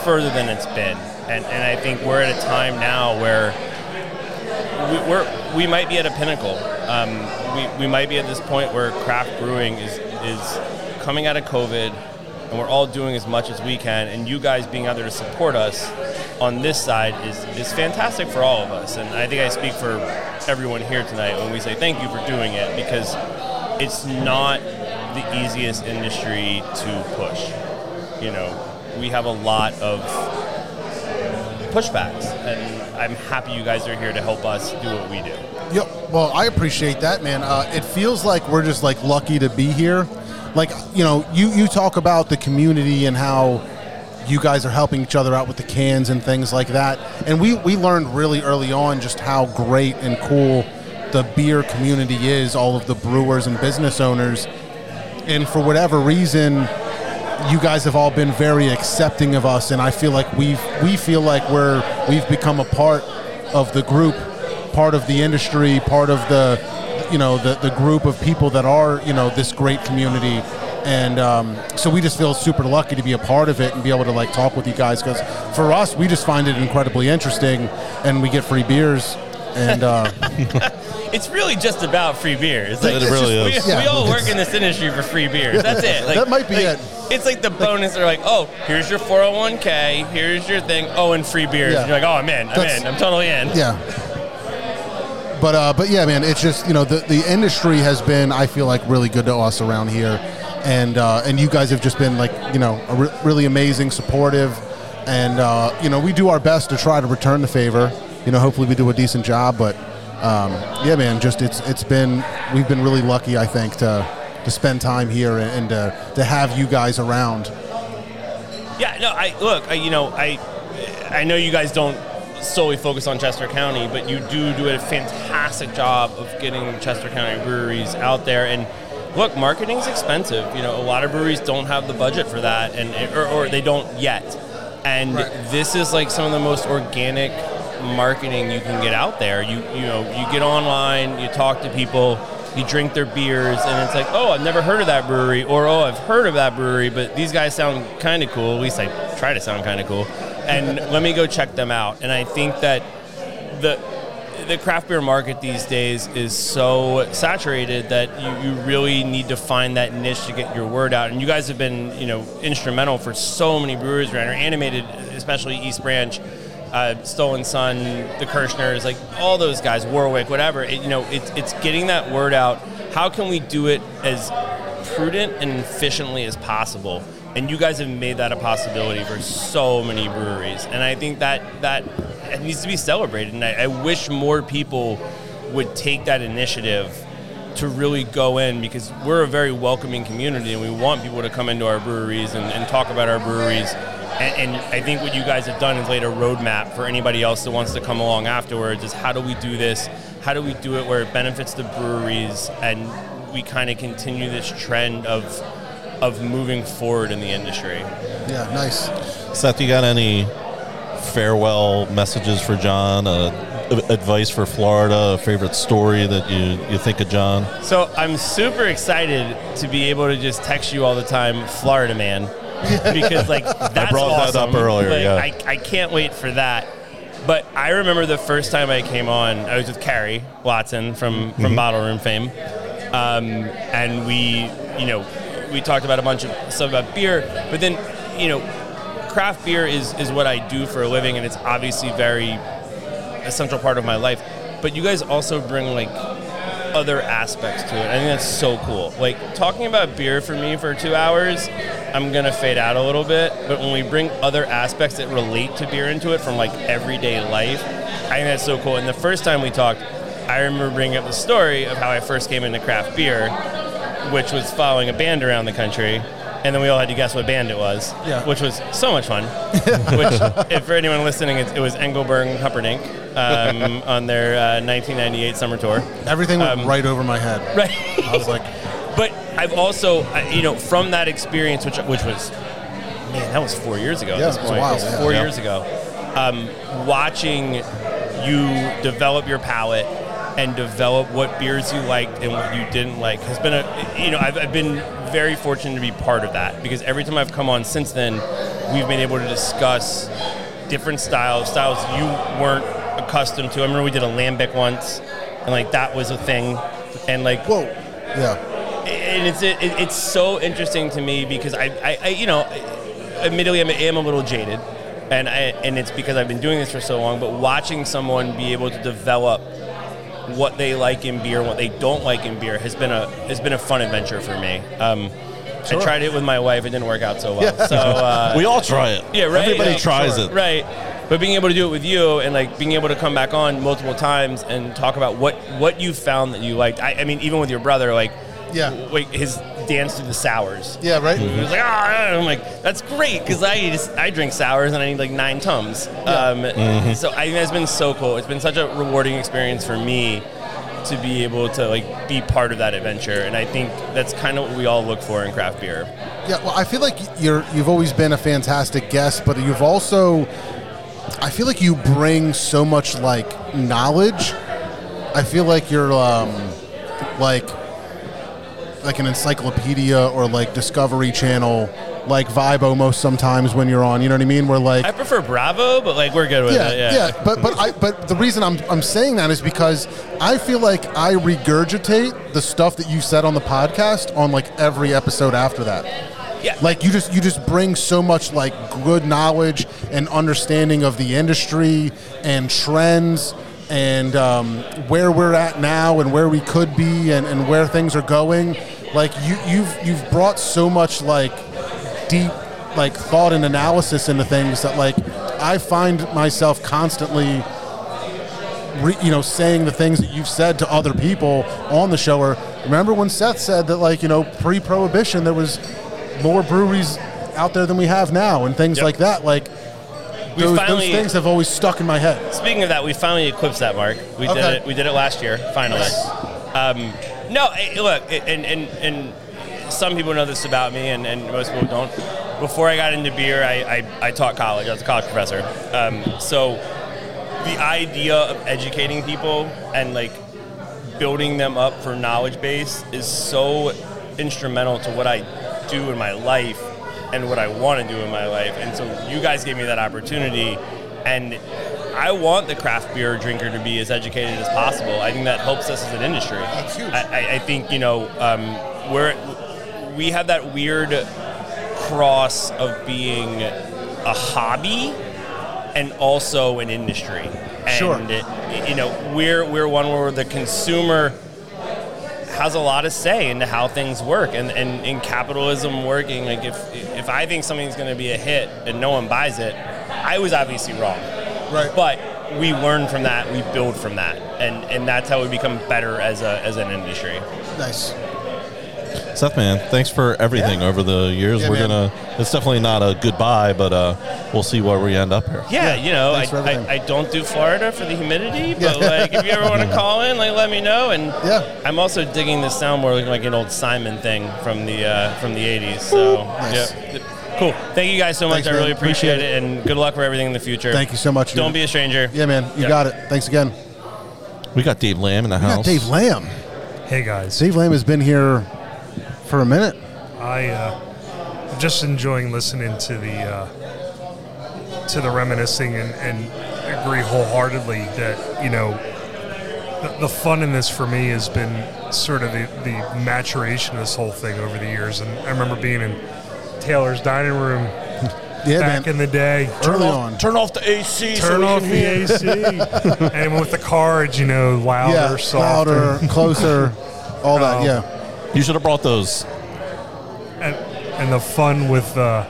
further than it's been. And, and I think we're at a time now where we, we're, we might be at a pinnacle. Um, we, we might be at this point where craft brewing is, is coming out of COVID and we're all doing as much as we can. And you guys being out there to support us on this side is, is fantastic for all of us. And I think I speak for everyone here tonight when we say thank you for doing it because it's not the easiest industry to push. You know, we have a lot of pushbacks, and I'm happy you guys are here to help us do what we do. Yep. Well, I appreciate that, man. Uh, it feels like we're just like lucky to be here. Like you know, you you talk about the community and how you guys are helping each other out with the cans and things like that. And we we learned really early on just how great and cool the beer community is. All of the brewers and business owners, and for whatever reason, you guys have all been very accepting of us, and I feel like we've we feel like we're we've become a part of the group, part of the industry, part of the you know the the group of people that are you know this great community, and um, so we just feel super lucky to be a part of it and be able to like talk with you guys because for us we just find it incredibly interesting, and we get free beers, and uh, It's really just about free beer. It's like It really we- is. We, Yeah. all work in this industry for free beer. That's it. Like, That might be like, it. It's like the bonus. They're like, oh, here's your 401k. Here's your thing. Oh, and free beers. Yeah. And you're like, oh, I'm in. I'm That's- in. I'm totally in. yeah. But uh, but yeah, man, it's just you know the, the industry has been I feel like really good to us around here, and uh, and you guys have just been like you know a re- really amazing, supportive, and uh, you know we do our best to try to return the favor. You know, hopefully we do a decent job, but um, yeah, man, just it's it's been we've been really lucky I think to to spend time here and, and uh, to have you guys around. Yeah, no, I look, I, you know, I I know you guys don't solely focus on Chester County, but you do do a fantastic job of getting Chester County breweries out there and look, marketing's expensive. You know, a lot of breweries don't have the budget for that and or, or they don't yet. And this is like some of the most organic marketing you can get out there. You you know, you get online, you talk to people, you drink their beers and it's like oh i've never heard of that brewery or oh i've heard of that brewery but these guys sound kind of cool at least i try to sound kind of cool and let me go check them out and i think that the the craft beer market these days is so saturated that you, you really need to find that niche to get your word out. And you guys have been, you know, instrumental for so many breweries around here, animated, especially East Branch, uh, Stolen Sun, the Kirshners, like all those guys, Warwick, whatever. It, you know, it's it's getting that word out. How can we do it as prudent and efficiently as possible? And you guys have made that a possibility for so many breweries. And I think that that it needs to be celebrated. And I, I wish more people would take that initiative to really go in because we're a very welcoming community and we want people to come into our breweries and, and talk about our breweries. And, and I think what you guys have done is laid a roadmap for anybody else that wants to come along afterwards is how do we do this? How do we do it where it benefits the breweries and we kind of continue this trend of of moving forward in the industry? Yeah, nice. Seth, you got any farewell messages for John? Uh, advice for Florida? A favorite story that you, you think of John? So I'm super excited to be able to just text you all the time, Florida man, because like I that's brought that awesome. up earlier, Like, yeah. I, I can't wait for that. But I remember the first time I came on, I was with Carrie Watson from from Mhm. Bottle Room fame, um, and we you know we talked about a bunch of stuff about beer, but then you know craft beer is is what I do for a living, and it's obviously very essential part of my life. But you guys also bring like other aspects to it. I think that's so cool. Like talking about beer for me for two hours, I'm gonna fade out a little bit. But when we bring other aspects that relate to beer into it from like everyday life, I think that's so cool. And the first time we talked, I remember bringing up the story of how I first came into craft beer, which was following a band around the country. And then we all had to guess what band it was, Yeah. which was so much fun. which, if for anyone listening, it, it was Engelberg and Humperdinck um, on their uh, 1998 summer tour. Everything went Um, right over my head. Right. I was like, But I've also, I- you know, from that experience, which which was, man, that was four years ago. at Yeah, this it was point. a while, It was yeah. four Yeah. years ago. Um, watching you develop your palate and develop what beers you liked and what you didn't like has been a, you know, I've, I've been very fortunate to be part of that because every time I've come on since then, we've been able to discuss different styles, styles you weren't accustomed to. I remember we did a lambic once, and like that was a thing, and like whoa, yeah. and it's it, it's so interesting to me because I, I, I you know, admittedly I'm, I am a little jaded, and I, and it's because I've been doing this for so long. But watching someone be able to develop what they like in beer, what they don't like in beer, has been a has been a fun adventure for me. Um, I tried it with my wife; it didn't work out so well. So uh, We all try it. Yeah, right. Everybody Yeah, tries sure. it. Right. But being able to do it with you and like being able to come back on multiple times and talk about what what you found that you liked. I, I mean, even with your brother, like Yeah. like his dance through the sours. Yeah, right. He was like, ah, I'm like, that's great because I just, I drink sours and I need like nine tums. Um, Mhm. So I think that's been so cool. It's been such a rewarding experience for me to be able to like be part of that adventure, and I think that's kind of what we all look for in craft beer. Yeah, well, I feel like you're you've always been a fantastic guest, but you've also I feel like you bring so much like knowledge. I feel like you're um like like an encyclopedia or like Discovery Channel like vibe almost sometimes when you're on, you know what I mean? Where like I prefer Bravo, but like we're good with yeah, it. yeah, But but I but the reason I'm I'm saying that is because I feel like I regurgitate the stuff that you said on the podcast on like every episode after that. Yeah. Like you just you just bring so much like good knowledge and understanding of the industry and trends and um, where we're at now and where we could be and, and where things are going. Like you you've you've brought so much like deep like thought and analysis into things that like I find myself constantly re, you know saying the things that you've said to other people on the show or remember when Seth said that like you know pre-prohibition there was more breweries out there than we have now and things like that like We those, finally- those things have always stuck in my head Speaking of that, we finally eclipsed that mark. We did Okay. it. We did it last year. Finally. Um, no, eh, look, eh, and, and and some people know this about me, and, and most people don't. Before I got into beer, I, I, I taught college. I was a college professor. Um, so the idea of educating people and like building them up for knowledge base is so instrumental to what I do in my life and what I want to do in my life. And so you guys gave me that opportunity and I want the craft beer drinker to be as educated as possible. I think that helps us as an industry. That's huge. I, I- I think, you know, um, we're, we have that weird cross of being a hobby and also an industry. And Sure. it, you know, we're we're one where the consumer has a lot of say into how things work and, and in capitalism working like if if I think something's going to be a hit and no one buys it I was obviously wrong right but we learn from that we build from that and and that's how we become better as a as an industry. Nice. Seth, man, thanks for everything over the years. Yeah, We're man. gonna. It's definitely not a goodbye, but uh, we'll see where we end up here. Yeah, you know, I, thanks for I, I don't do Florida for the humidity, but like if you ever want to call in, like let me know. And yeah, I'm also digging this soundboard looking like an old Simon thing from the uh, from the '80s. So Nice. yeah. cool. Thank you guys so much. Thanks, I man. really appreciate, Appreciate it, and good luck for everything in the future. Thank you so much. Don't Ian. be a stranger. Yeah, man. You Yep. got it. Thanks again. We got Dave Lamb in the We got house. Dave Lamb. Hey guys, Dave Lamb has been here for a minute. I uh, I'm just enjoying listening to the uh, to the reminiscing and, and agree wholeheartedly that you know the, the fun in this for me has been sort of the, the maturation of this whole thing over the years. And I remember being in Taylor's dining room Yeah, back man. in the day. Early off- on. Turn off the AC. so Turn we off can the hear. AC. and with the cards, you know, louder, yeah, softer, louder, closer, all that. Um, Yeah. You should have brought those. and, and the fun with uh,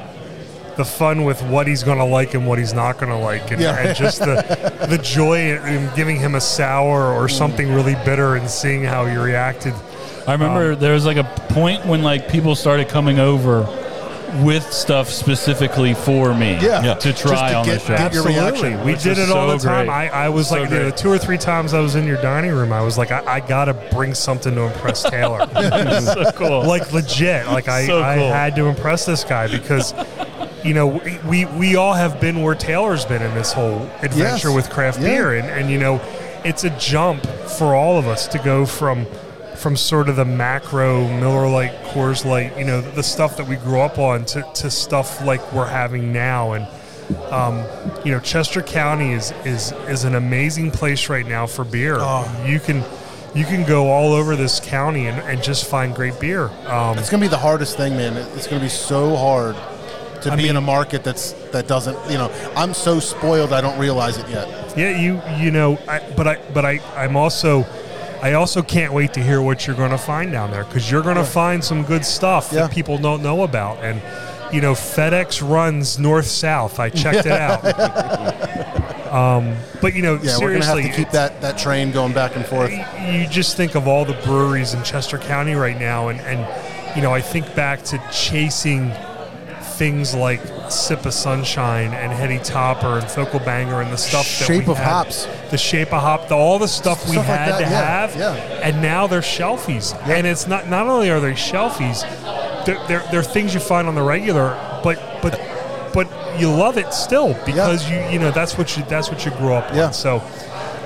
the fun with what he's going to like and what he's not going to like, and, Yeah. and just the the joy in giving him a sour or something really bitter and seeing how he reacted. Um, I remember there was like a point when like people started coming over with stuff specifically for me Yeah. Yeah. to Just to try on get- the show. get your Absolutely. reaction, We which did is it all so the time. great. I- I was, like, you know, two or three times I was in your dining room, I was like, I, I got to bring something to impress Taylor. So cool. Like legit. Like I, So I cool. had to impress this guy because. You know, we, we we all have been where Taylor's been in this whole adventure Yes. with craft Yeah. beer, and, and you know, it's a jump for all of us to go from from sort of the macro Miller Lite, Coors Light, you know, the stuff that we grew up on to, to stuff like we're having now, and um, you know, Chester County is is is an amazing place right now for beer. Oh. You can you can go all over this county and, and just find great beer. Um, It's gonna be the hardest thing, man. It- It's gonna be so hard to I be in mean- a market that's that doesn't. You know, I'm so spoiled. I don't realize it yet. Yeah, you you know, I, but I but I I'm also I also can't wait to hear what you're going to find down there because you're going to find some good stuff that people don't know about and. You know, FedEx runs north south. I checked it out. um, but you know, Yeah, we're gonna have seriously, to keep that that train going back and forth. you just think of all the breweries in Chester County right now, and, and you know, I think back to chasing things like Sip of Sunshine and Hetty Topper and Focal Banger and the stuff that Shape we of had, hops. the Shape of Hop, the, all the stuff we Stuff like had that, to yeah, have, and now they're shelfies. And it's not not only are they shelfies, they're, they're, they're things you find on the regular, but but but you love it still because you you know that's what you that's what you grew up with. So,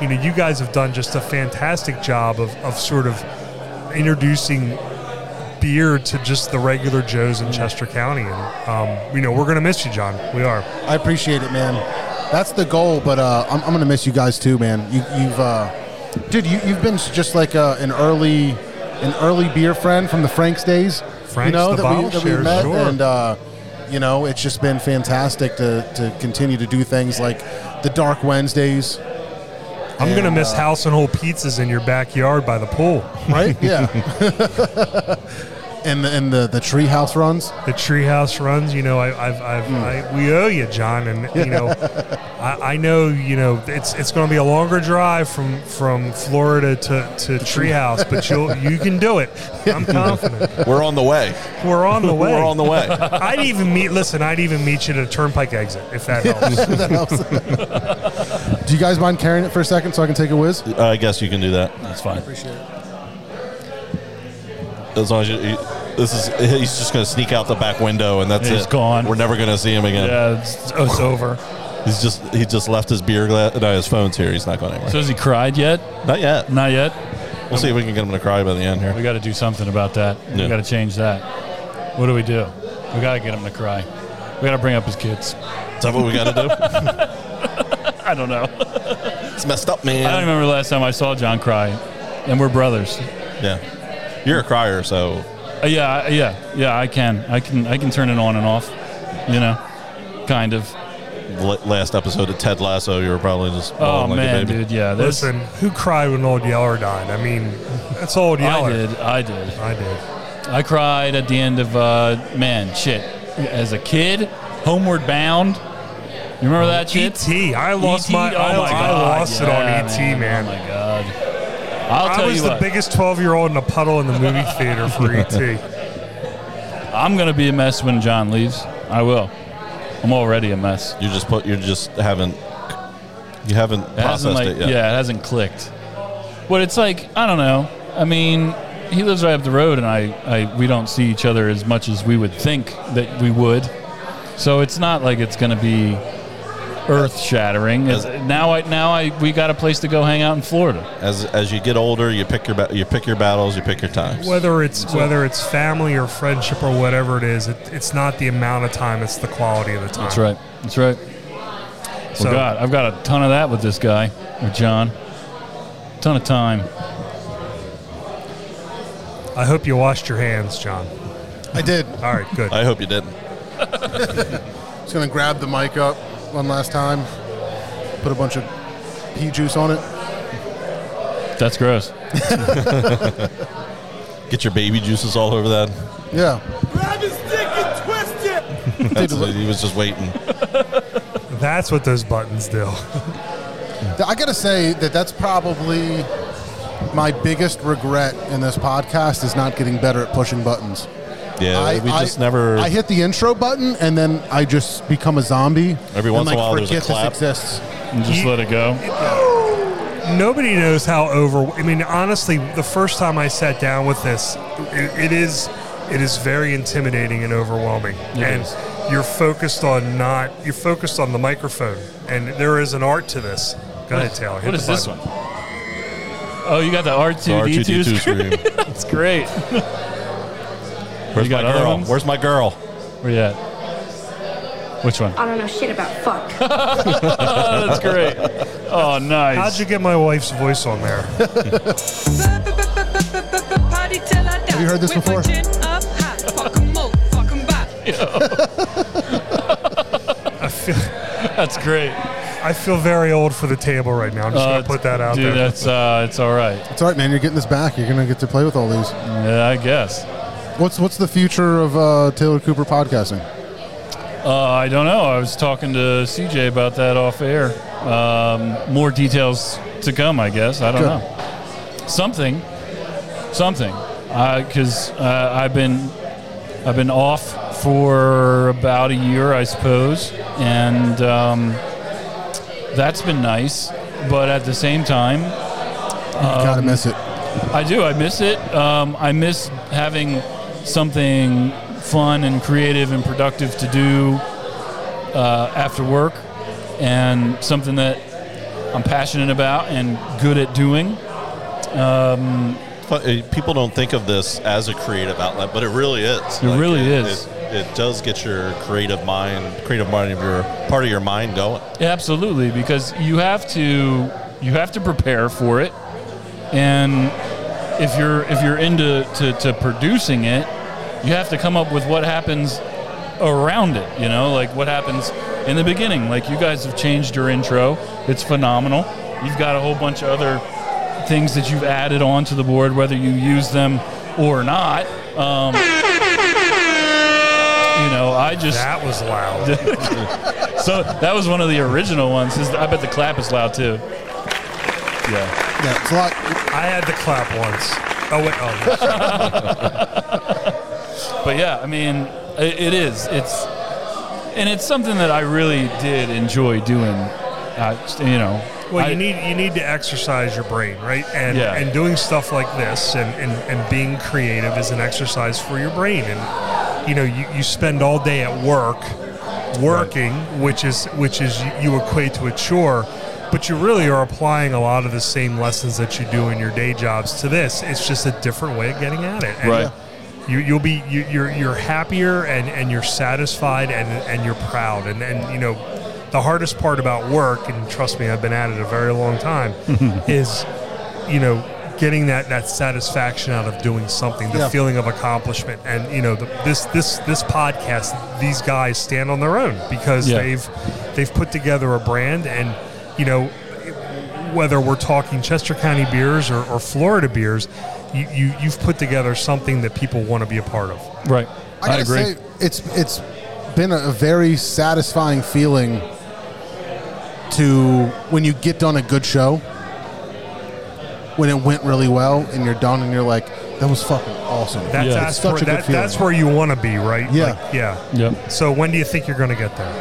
you know, you guys have done just a fantastic job of, of sort of introducing beer to just the regular Joes Mm-hmm. in Chester County, and um, you know we're gonna miss you, John. We are. I appreciate it, man. That's the goal, but uh, I'm, I'm going to miss you guys too, man. You, you've, uh, dude, you, you've been just like uh, an early, an early beer friend from the Franks days. you Frank's, know the that we bottle that we shares, met, sure. and uh, you know it's just been fantastic to to continue to do things like the Dark Wednesdays. I'm And, gonna miss uh, house and whole pizzas in your backyard by the pool, right? Yeah. and the, and the the treehouse runs. Hmm. The treehouse runs. You know, I, I've, I've I, we owe you, John, and you know, I, I know you know it's it's gonna be a longer drive from from Florida to to treehouse, but you'll you can do it. I'm confident. We're on the way. We're on the way. We're on the way. I'd even meet. Listen, I'd even meet you at a turnpike exit if that helps. That helps. Do you guys mind carrying it for a second so I can take a whiz? Uh, I guess you can do that. That's fine. Appreciate it. As long as you, he- this is, he's just going to sneak out the back window, and that's He's it. gone. We're never going to see him again. Yeah, it's, it's over. He's just he just left his beer glass. No, his phone's here. He's not going anywhere. So has he cried yet? Not yet. Not yet. We'll see if we can get him to cry by the end here. We got to do something about that. Yeah. We got to change that. What do we do? We got to get him to cry. We got to bring up his kids. Is that what we gotta do? I don't know. it's messed up, man. I don't remember the last time I saw John cry, and we're brothers. Yeah, you're a crier, so Uh, yeah, I- yeah, yeah. I can, I can, I can turn it on and off. You know, kind of. L- last episode of Ted Lasso, you were probably just Oh bawling like a man, baby. dude. Yeah, this. Listen, who cried when Old Yeller died? I mean, that's Old Yeller. I did. I did. I did. I cried at the end of uh, man shit as a kid. Homeward Bound. You remember that shit? E.T. E I lost E.T.? my- Oh I- my I God. lost it on Yeah, E.T., man. Oh my god. I'll I tell was you the what. biggest 12 year old in a puddle in the movie theater for E ET. I'm gonna be a mess when John leaves. I will. I'm already a mess. You just put. You just haven't. You haven't It hasn't processed like it yet. yeah, it hasn't clicked. But it's like I don't know. I mean, he lives right up the road, and I, I we don't see each other as much as we would think that we would. So it's not like it's going to be earth shattering. Now I now I we got a place to go hang out in Florida. As as you get older, you pick your ba- you pick your battles, you pick your times. Whether it's So- whether it's family or friendship or whatever it is, it, it's not the amount of time; it's the quality of the time. That's right. That's right. So So- God, I've got a ton of that with this guy or John. Ton of time. I hope you washed your hands, John. I did. All right, good. I hope you didn't. Just gonna grab the mic up one last time. Put a bunch of pea juice on it. That's gross. Get your baby juices all over that. Yeah. That's what he was just waiting. That's what those buttons do. I gotta say that that's probably my biggest regret in this podcast is not getting better at pushing buttons. Yeah, we just never- I hit the intro button and then I just become a zombie. Every once in a while, there's a forget clap. This exists. And just let it go. Nobody knows how over. I mean, honestly, the first time I sat down with this, it, it is it is very intimidating and overwhelming. It and is. you're focused on not you're focused on the microphone, and there is an art to this. Go ahead, Taylor. hit What the is this button. one? Oh, you got the R two D two R2D2 screen. screen. That's great. Where's You my got other girl? ones? Where's my girl? Where you at? Which one? I don't know shit about fuck. That's great. Oh, nice. How'd you get my wife's voice on there? Have you heard this before? I feel that's great. I feel very old for the table right now. I'm just Uh, gonna put that out dude, there. that's uh, it's all right. It's all right, man. You're getting this back. You're gonna get to play with all these. Yeah, I guess. What's what's the future of uh, Taylor Cooper podcasting? Uh, I don't know. I was talking to CJ about that off air. Um, more details to come, I guess. I don't Good. know. Something, something, because uh, I've been I've been off for about a year, I suppose, and um, that's been nice. But at the same time, you gotta miss it. I do. I miss it. Um, I miss having something fun and creative and productive to do uh, after work, and something that I'm passionate about and good at doing. Um, But, uh, People don't think of this as a creative outlet, but it really is. It really is. It, it does get your creative mind, creative mind of your part of your mind going. Yeah, Absolutely, because you have to you have to prepare for it, and if you're if you're into to, to producing it, you have to come up with what happens around it. You know, like what happens in the beginning. Like you guys have changed your intro; it's phenomenal. You've got a whole bunch of other things that you've added onto the board, whether you use them or not. Um, you know, I just that was loud. so that was one of the original ones. Is- I bet the clap is loud too. Yeah. Yeah, it's a lot. I had the clap once. Oh wait, oh. But yeah, I mean, i it is. It's and it's something that I really did enjoy doing. Uh, you know, Well, I- you need you need to exercise your brain, right? And Yeah. and doing stuff like this and, and, and being creative is an exercise for your brain. And you know, you, you spend all day at work working, which is which is you- you equate to a chore, but you really are applying a lot of the same lessons that you do in your day jobs to this. It's just a different way of getting at it. And Right. You, you'll be you, you're you're happier and, and you're satisfied and, and you're proud and, and you know the hardest part about work and trust me I've been at it a very long time is you know getting that, that satisfaction out of doing something the Yeah. feeling of accomplishment and you know the, this this this podcast these guys stand on their own because Yeah. they've they've put together a brand and you know whether we're talking Chester County beers or, or Florida beers you, you you've put together something that people want to be a part of right I gotta say, it's it's been a a very satisfying feeling to when you get done a good show when it went really well and you're done and you're like, that was fucking awesome. That's, It's that's, such where, a good that, feeling. that's where you want to be, right? Yeah. Like, yeah. Yep. So when do you think you're going to get there?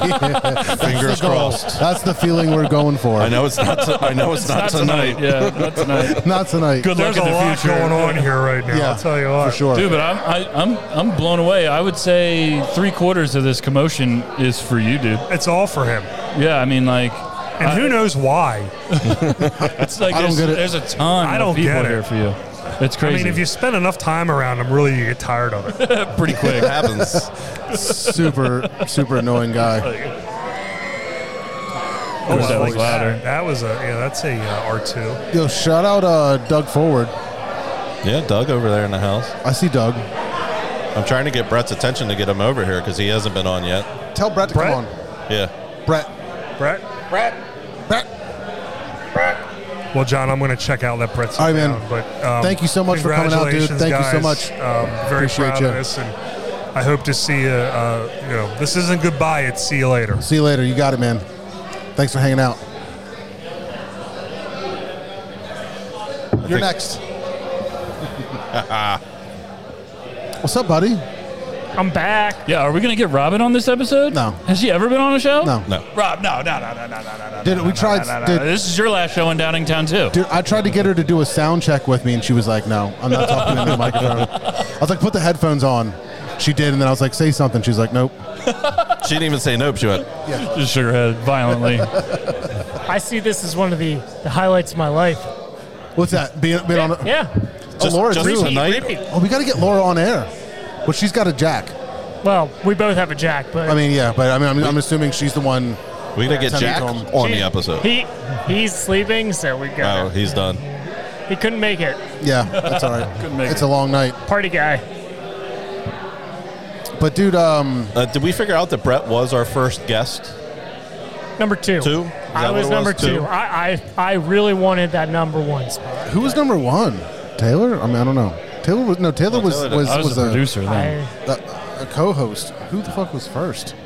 That's the goal. That's the feeling we're going for. I know it's not. to- I know it's, It's not not, tonight. tonight. Yeah, not tonight. Not tonight. Good luck There's in a the lot future. going on here right now. Yeah, I'll tell you what. for sure. Dude, but I'm I, I'm I'm blown away. I would say three quarters of this commotion is for you, dude. It's all for him. Yeah, I mean, like, And who knows why? it's like there's, there's a ton I don't of people get it. here for you. It's I crazy. mean, if you spend enough time around him, really, you get tired of it pretty quick. super, super annoying guy. Oh, Wish that was louder. That was a yeah. That's a uh, R two. Yo, shout out uh, Doug Forward. Yeah, Doug over there in the house. I see Doug. I'm trying to get Brett's attention to get him over here because he hasn't been on yet. Tell Brett to come on. Yeah. Brett. Brett. Brett. Well, John, I'm going to check out that pretzel. All right, man. But um, Thank you so much for coming out, dude. congratulations, Thank you so guys. much. Um, very Appreciate proud you. of this, and I hope to see you. Uh, you know, this isn't goodbye. It's see you later. See you later. You got it, man. Thanks for hanging out. You're next. What's up, buddy? I'm back. Yeah, are we gonna get Robin on this episode? No. Has she ever been on a show? No. No. Rob, no, no, no, no, no, no, no. Did no, we no, tried- No, no, no, did- no. This is your last show in Downingtown too. Dude, I tried to get her to do a sound check with me, and she was like, "No, I'm not talking into the microphone." I was like, "Put the headphones on." She did, and then I was like, "Say something." She's like, "Nope." She didn't even say nope. She went. Just shook her head violently. I see this as one of the, the highlights of my life. What's that? Being, being on. A, Yeah. oh, Laura too. Oh, we got to get Laura on air. Well, she's got a jack. Well, we both have a jack, but I mean, yeah, but I mean, I'm, I'm assuming she's the one. We gotta get Send it Jack to him. on the episode. he he's sleeping, so we got oh, he's done. He couldn't make it. Yeah, that's all right. Couldn't make it's it. a long night. Party guy. But dude, um, Uh, did we figure out that Brett was our first guest? Number two. Two? Is I that what was it number was? two. Two. I, I I really wanted that number one spot. who was number one? Taylor? I mean, I don't know. Taylor was no. Taylor Well, was Taylor- was I was was the producer then. a, a co-host. Who the fuck was first?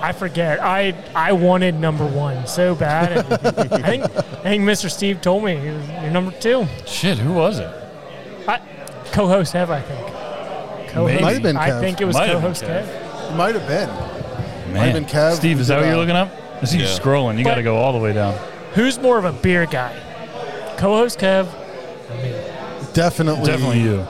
I forget. I I wanted number one so bad. and I think I think Mr. Steve told me he was- you're number two. Shit, who was it? I, co-host Hev, I think. Co-host. Might have been. I Kev. think it was co-host Hev. Might have been. Might have Man. been Kev. uh, Steve, is that what you're looking up? I see Yeah. you scrolling. You got to go all the way down. Who's more of a beer guy? Co-host Kev. Definitely. Definitely you.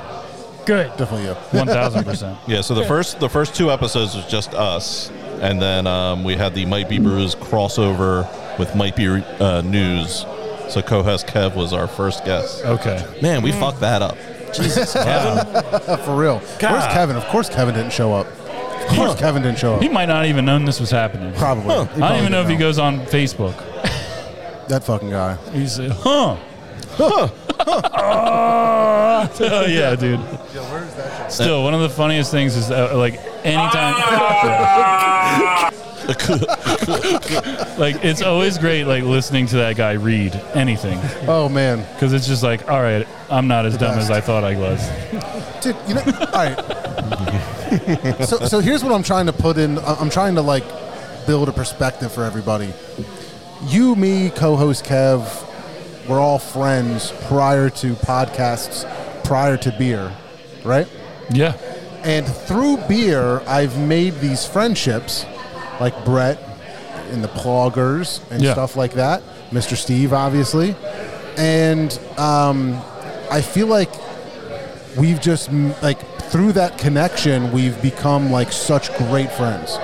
Good. Definitely you. 1000%. Yeah. So the first the first two episodes was just us, and then um, we had the Might Be Brews crossover with Might Be uh, News. So co-host Kev was our first guest. Okay. Man, we fucked that up. Jesus, Kevin. For real. Where's God. Kevin? Of course, Kevin didn't show up. Of course, Kevin didn't show up. He might not even known this was happening. Probably. He I don't probably even know if he didn't goes on Facebook. That fucking guy. He's like, huh. Oh, yeah, dude. where's that? Still, one of the funniest things is uh, like Ah! anytime. like it's always great like listening to that guy read anything Oh man, because it's just like all right i'm not as dumb as i thought i was Dude, you know, all right. so, so here's what I'm trying to put in. I- I'm trying to like build a perspective for everybody. You, me, co-host Kev, we're all friends prior to podcasts, prior to beer, right? Yeah. And through beer, I've made these friendships, like Brett and the Ploggers and Yeah. stuff like that. Mr. Steve, obviously, and um, I feel like we've just m- like through that connection we've become like such great friends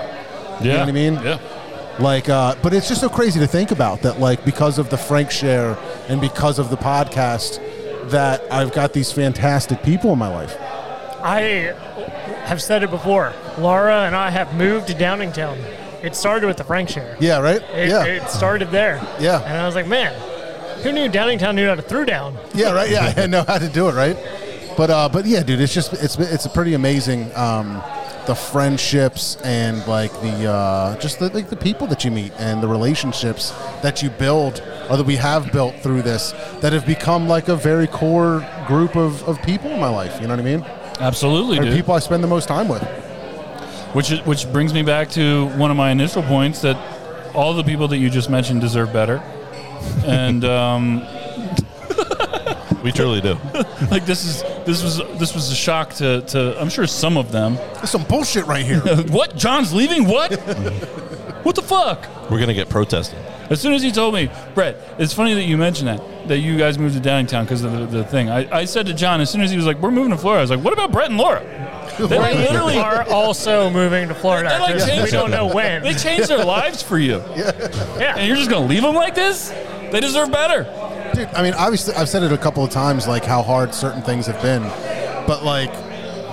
you know Yeah. what i mean yeah like uh, but it's just so crazy to think about that like because of the frank share and because of the podcast that i've got these fantastic people in my life I have said it before. Laura and I have moved to Downingtown. It started with the Frank share. yeah right It, yeah it started there. Yeah. And I was like, man, who knew Downingtown knew how to throw down? yeah right yeah i know how to do it right but uh but yeah dude it's just it's it's a pretty amazing um the friendships and like the uh just the, like the people that you meet and the relationships that you build or that we have built through this that have become like a very core group of of people in my life you know what i mean absolutely They're dude. people i spend the most time with Which is, which brings me back to one of my initial points that all the people that you just mentioned deserve better, and um, We truly do. like this is this was this was a shock to, to I'm sure some of them. There's some bullshit right here. what? John's leaving? What? what the fuck? We're gonna get protested. As soon as he told me, Brett, it's funny that you mentioned that that you guys moved to Downingtown because of the, the thing. I, I said to John as soon as he was like, "We're moving to Florida," I was like, "What about Brett and Laura?" They like, They literally are also moving to Florida. They, like, Just we changed- don't know when. They changed their lives for you. Yeah. And you're just gonna leave them like this? They deserve better. Dude, I mean, obviously, I've said it a couple of times, like how hard certain things have been, but like,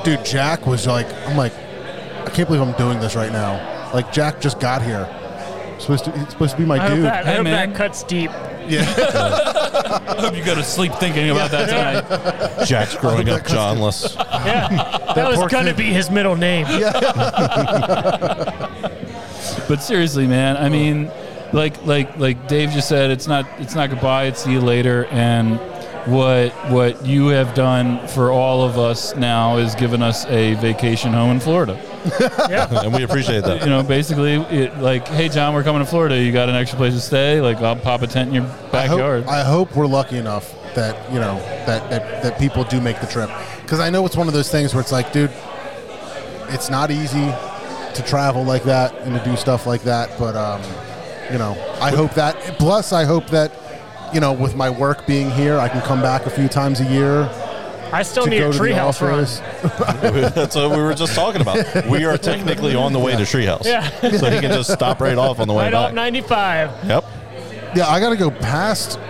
dude, Jack was like, I'm like, I can't believe I'm doing this right now. Like, Jack just got here. Supposed to, he's supposed to be my I hope dude. that, I hope that cuts deep. I hope you go to sleep thinking about that tonight. Jack's growing up Johnless. Yeah, that was poor gonna kid. be his middle name. But seriously, man, I mean, like like like Dave just said, it's not it's not goodbye, it's see you later. And what what you have done for all of us now is given us a vacation home in Florida. yeah. And we appreciate that. You know, basically, it, like, hey, John, we're coming to Florida. You got an extra place to stay? Like, I'll pop a tent in your I hope- backyard. I hope we're lucky enough that you know that that, that people do make the trip because I know it's one of those things where it's like, dude, it's not easy to travel like that and to do stuff like that. But um, you know, I hope that. Plus, I hope that you know, with my work being here, I can come back a few times a year. I still to need a go to the treehouse run. office. That's what we were just talking about. We are technically on the way to Treehouse. Yeah. So he can just stop right off on the way right off back. 95. Yep. Yeah, I got to go past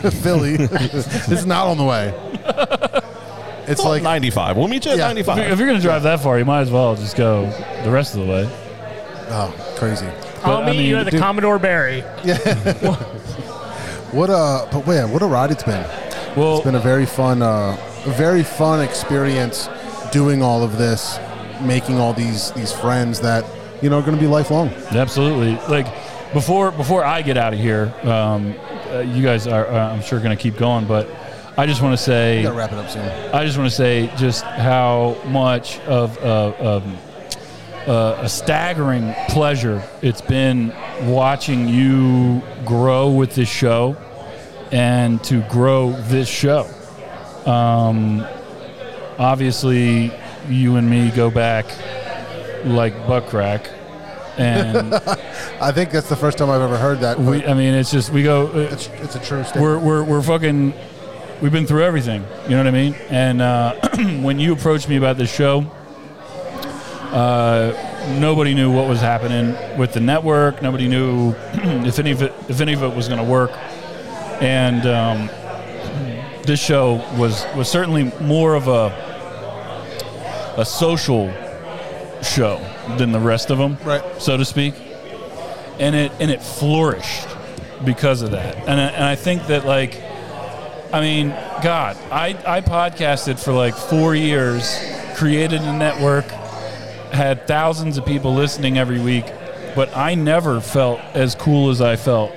Philly. this is not on the way. It's like 95. We'll meet you at Yeah. 95. If you're- if you're going to drive that far, you might as well just go the rest of the way. Oh, crazy. I'll meet you at the Commodore Barry. What a but yeah, what a ride it's been. Well, it's been a very fun, uh, a very fun experience doing all of this, making all these these friends that you know are going to be lifelong. Absolutely. Like before before I get out of here, um, uh, you guys are uh, I'm sure going to keep going, but I just want to say We gotta wrap it up soon. I just want to say just how much of uh, um, uh, a staggering pleasure it's been watching you grow with this show and to grow this show. Um, obviously, you and me go back like butt crack, and I think that's the first time I've ever heard that. we, I mean, it's just we go. It's, it's a true statement. We're, we're we're fucking. We've been through everything. You know what I mean? And uh, when you approached me about this show, uh, nobody knew what was happening with the network. Nobody knew if any of it if any of it was going to work. And um, this show was was certainly more of a a social show than the rest of them, right. so to speak. And it and it flourished because of that. And I, and I think that like, I mean, God, I I podcasted for like four years, created a network, had thousands of people listening every week, but I never felt as cool as I felt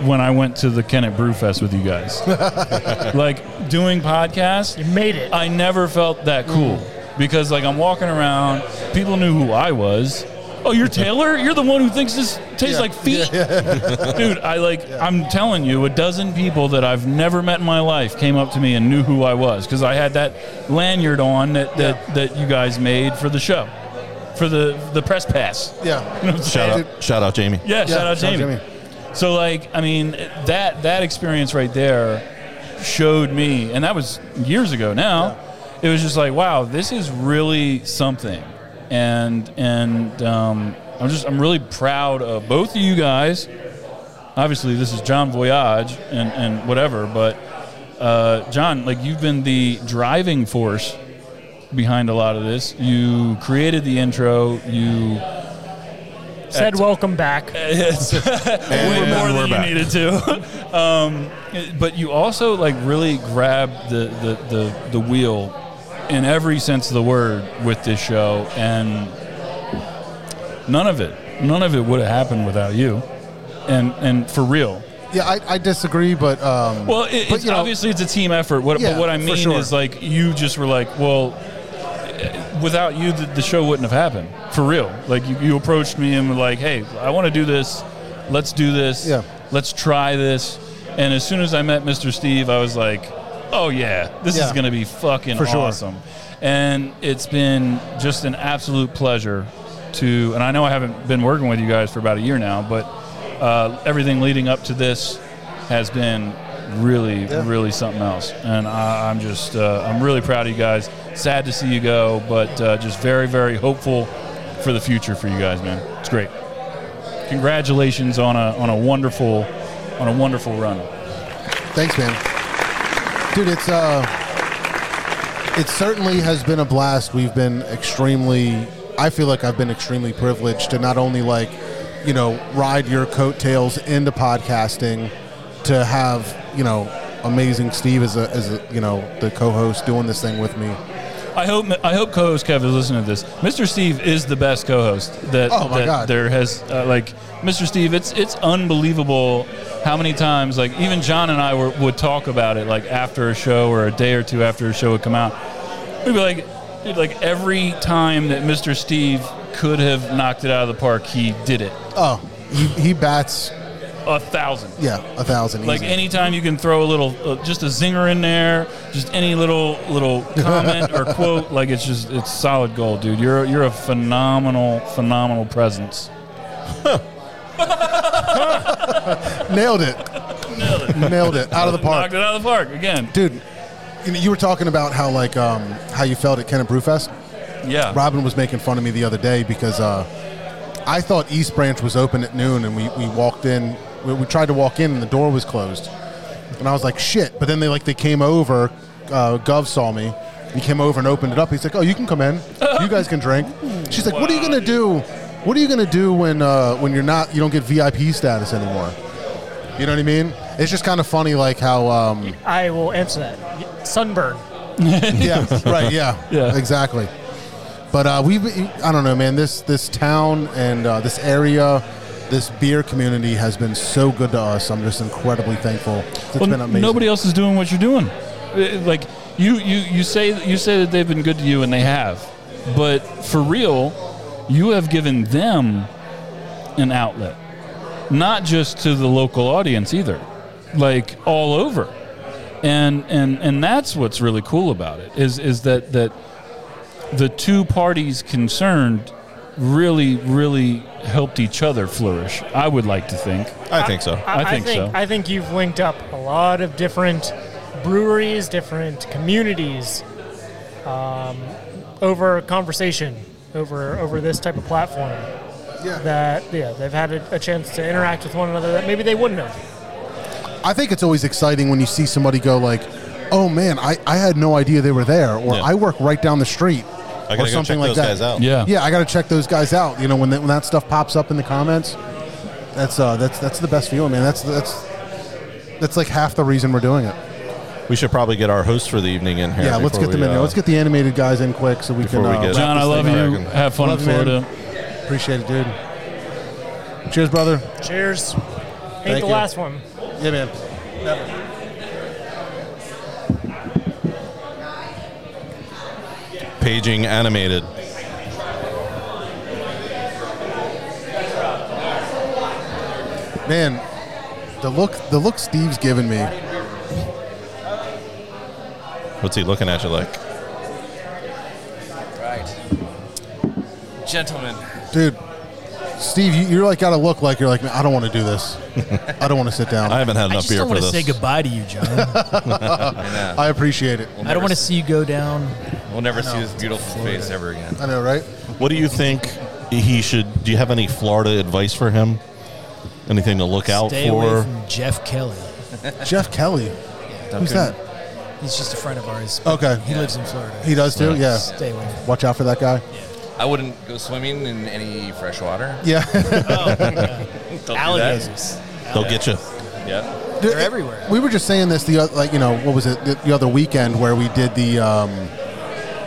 when I went to the Kennet Brewfest with you guys. like doing podcasts, you made it. I never felt that cool because like I'm walking around, people knew who I was. Oh, you're Taylor. You're the one who thinks this tastes like feet, dude. I like. I'm telling you, a dozen people that I've never met in my life came up to me and knew who I was because I had that lanyard on that that, that you guys made for the show, for the the press pass. Yeah. You know what I'm Shout saying? out, shout out, Jamie. Yeah, shout out Jamie. So like, I mean, that that experience right there showed me, and that was years ago now. It was just like, wow, this is really something, and and um, I'm just I'm really proud of both of you guys. Obviously, this is John Voyage and and whatever, but uh, John, like you've been the driving force behind a lot of this. You created the intro. You Said welcome back. Yes. Way more than you needed to. um, but you also like really grabbed the, the, the, the wheel in every sense of the word with this show, and none of it, none of it would have happened without you, and and for real. Yeah, I, I disagree, but um, Well, it, but, it's you know, obviously it's a team effort. What, Yeah, but what I for mean sure. is like you just were like, well, eh, without you, the, the show wouldn't have happened for real. Like you, you approached me and were like, hey, I want to do this. Let's do this. Yeah. Let's try this. And as soon as I met Mr. Steve, I was like, oh yeah, this is Yeah. going to be fucking For sure. awesome. And it's been just an absolute pleasure to, and I know I haven't been working with you guys for about a year now, but uh, everything leading up to this has been really, Yeah. really something else. And I, I'm just, uh, I'm really proud of you guys. Sad to see you go, but uh, just very, very hopeful for the future for you guys, man. It's great. Congratulations on a on a wonderful on a wonderful run. Thanks, man. Dude, it's uh it certainly has been a blast. We've been extremely I feel like I've been extremely privileged to not only like, you know, ride your coattails into podcasting, to have, you know, amazing Steve as a as a, you know, the co-host doing this thing with me. I hope I hope co-host Kev is listening to this. Mr. Steve is the best co-host that, Oh, my that God. there has uh, like Mr. Steve. It's it's unbelievable how many times like even John and I were, would talk about it like after a show or a day or two after a show would come out. We'd be like, dude, like every time that Mr. Steve could have knocked it out of the park, he did it Oh, he, he bats a thousand. yeah, a thousand Like easy. anytime you can throw a little, uh, just a zinger in there, just any little little comment or quote, like it's just it's solid gold, dude. You're you're a phenomenal phenomenal presence. Nailed it. Nailed it. Nailed it. Out of the park. Knocked it out of the park again. Dude, you, know, you were talking about how like um, how you felt at Kennett Brewfest. Yeah. Robin was making fun of me the other day because uh, I thought East Branch was open at noon, and we, we walked in. We, we tried to walk in, and the door was closed. And I was like, shit. But then they like they came over. Uh, Gov saw me. He came over and opened it up. He's like, oh, you can come in. You guys can drink. She's like, what are you gonna do? What are you gonna do when uh, when you're not you don't get VIP status anymore? You know what I mean? It's just kind of funny, like how. Um, I will answer that. Sunburn. yeah, right. Yeah, Yeah. exactly. But uh, we, I don't know, man. This this town and uh, this area, this beer community has been so good to us. I'm just incredibly thankful. It's Well, been amazing. Nobody else is doing what you're doing. Uh, Like you, you, you say you say that they've been good to you, and they have. But for real, you have given them an outlet, not just to the local audience either, like all over. And and and that's what's really cool about it is is that that the two parties concerned really really helped each other flourish. I would like to think. I think so. I, think, so. I think you've linked up a lot of different breweries, different communities, um, over conversation, over over this type of platform. Yeah. That yeah, they've had a, a chance to interact with one another that maybe they wouldn't have. I think it's always exciting when you see somebody go like, "Oh man, I, I had no idea they were there," or "I work right down the street," I gotta or go something check like those that. guys out. Yeah. yeah, I got to check those guys out. You know, when that, when that stuff pops up in the comments, that's uh, that's that's the best feeling, man. That's that's that's like half the reason we're doing it. We should probably get our hosts for the evening in here. Yeah, let's before get them we, in there. uh, Let's get the animated guys in quick so we can. before we uh, get- wrap John, this I love thing you. up. Have fun in Love you, man. Florida. Appreciate it, dude. Cheers, brother. Cheers. Ain't Thank the you. last one. Yeah, man. Paging animated. Man, the look the look Steve's given me. What's he looking at you like? Gentlemen. dude. Steve, you, you're like got to look like you're like, man, I don't want to do this. I don't want to sit down. I haven't had I just don't want to say goodbye to you, John. I, appreciate it. I don't want to see you go down. We'll never see this beautiful face ever again. I know, right? What do you think he should? Do you have any Florida advice for him? Anything to look out Stay for? away from Jeff Kelly. Jeff Kelly. Who's that? He's just a friend of ours. but Okay. He lives in Florida. He does too? Yeah. Stay away. from- Watch out for that guy. I wouldn't go swimming in any fresh water. Yeah. Don't do that. Alligators. They'll get you. Yeah. They're everywhere. We were just saying this the oth- like you know what was it the, the other weekend where we did the um,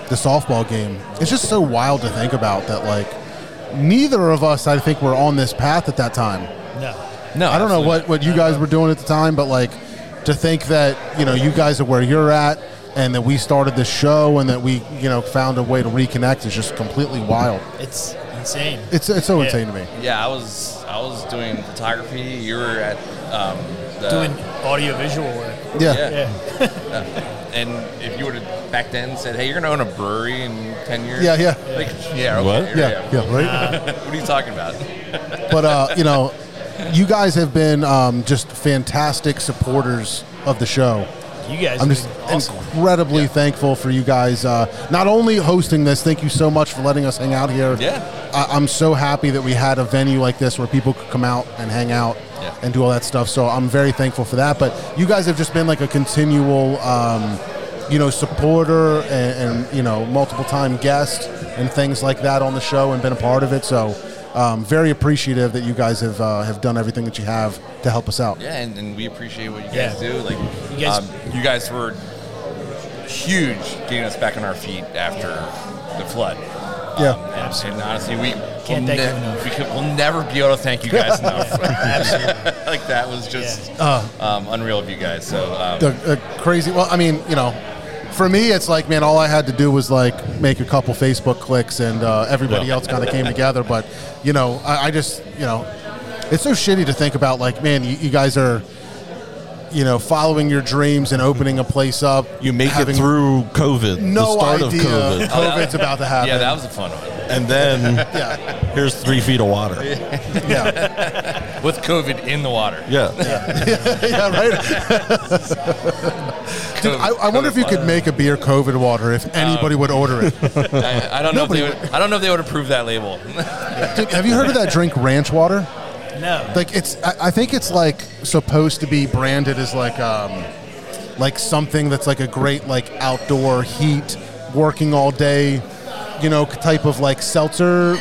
the softball game. It's just so wild to think about that like neither of us I think were on this path at that time. No. No, I don't know what, what you guys were doing at the time, but like to think that you know you guys are where you're at, and that we started this show, and that we you know found a way to reconnect is just completely wild. It's insane. It's it's so insane to me. Yeah, I was I was doing photography. You were at um, the Doing audio visual work. Yeah. yeah. and if you would have back then said, "Hey, you're going to own a brewery in ten years," Yeah, yeah. like, yeah, okay, What? Yeah, yeah, right? what are you talking about? but uh, you know, you guys have been um, just fantastic supporters of the show. You guys I'm have just been awesome. incredibly thankful for you guys. Uh, not only hosting this, thank you so much for letting us hang out here. Yeah. I- I'm so happy that we had a venue like this where people could come out and hang out Yeah. and do all that stuff. So I'm very thankful for that. But you guys have just been like a continual, um, you know, supporter and, and you know, multiple time guest and things like that on the show and been a part of it. So um, very appreciative that you guys have uh, have done everything that you have to help us out. Yeah, and, and we appreciate what you Yeah. guys do. Like You guys- um, you guys were huge getting us back on our feet after the flood. Um, Yeah. and, and honestly, we Can't will thank you ne- enough. We could, we'll never be able to thank you guys enough. Absolutely. like that was just Yeah. um, unreal of you guys. So um, Uh, the, the crazy. Well, I mean, you know, for me, it's like, man, all I had to do was like make a couple Facebook clicks, and uh, everybody Yeah. else kind of came together. But you know, I, I just, you know, it's so shitty to think about. Like, man, you, you guys are, you know, following your dreams and opening a place up. You make having- it through COVID. No the start idea. of COVID. COVID's about to happen. Oh, Yeah, that was a fun one. And then here's three feet of water. yeah, with COVID in the water. Yeah. yeah, right. Dude, I, I wonder if you could make a beer COVID water if anybody would order it. I, I don't know. If Nobody they would, I don't know if they would approve that label. Dude, have you heard of that drink, ranch water? No. Like it's, I, I think it's like supposed to be branded as like, um, like something that's like a great like outdoor heat, working all day, you know, type of like seltzer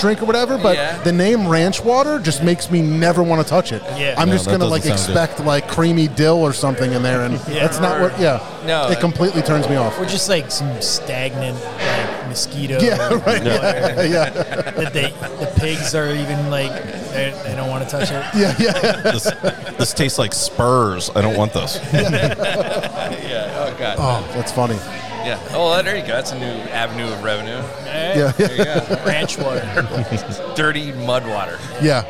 drink or whatever. But Yeah. the name ranch water just makes me never want to touch it. Yeah. I'm No, just that gonna doesn't like sound good. expect like creamy dill or something in there, and Yeah. that's not what. Yeah, No, it completely turns me off. Or just like some stagnant like, mosquito. Yeah, right, water yeah, That they, the pigs are even like, they, they don't want to touch it. Yeah, yeah. this, this tastes like Spurs. I don't want this. yeah. Oh god. Oh, that's funny. Yeah. Oh, well, there you go. That's a new avenue of revenue. Yeah. There you go. Ranch water. Dirty mud water. Yeah.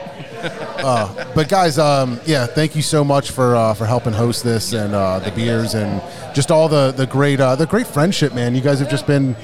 Uh, but guys, um, yeah, thank you so much for uh, for helping host this and uh, the beers and just all the the great uh, the great friendship, man. You guys have just been,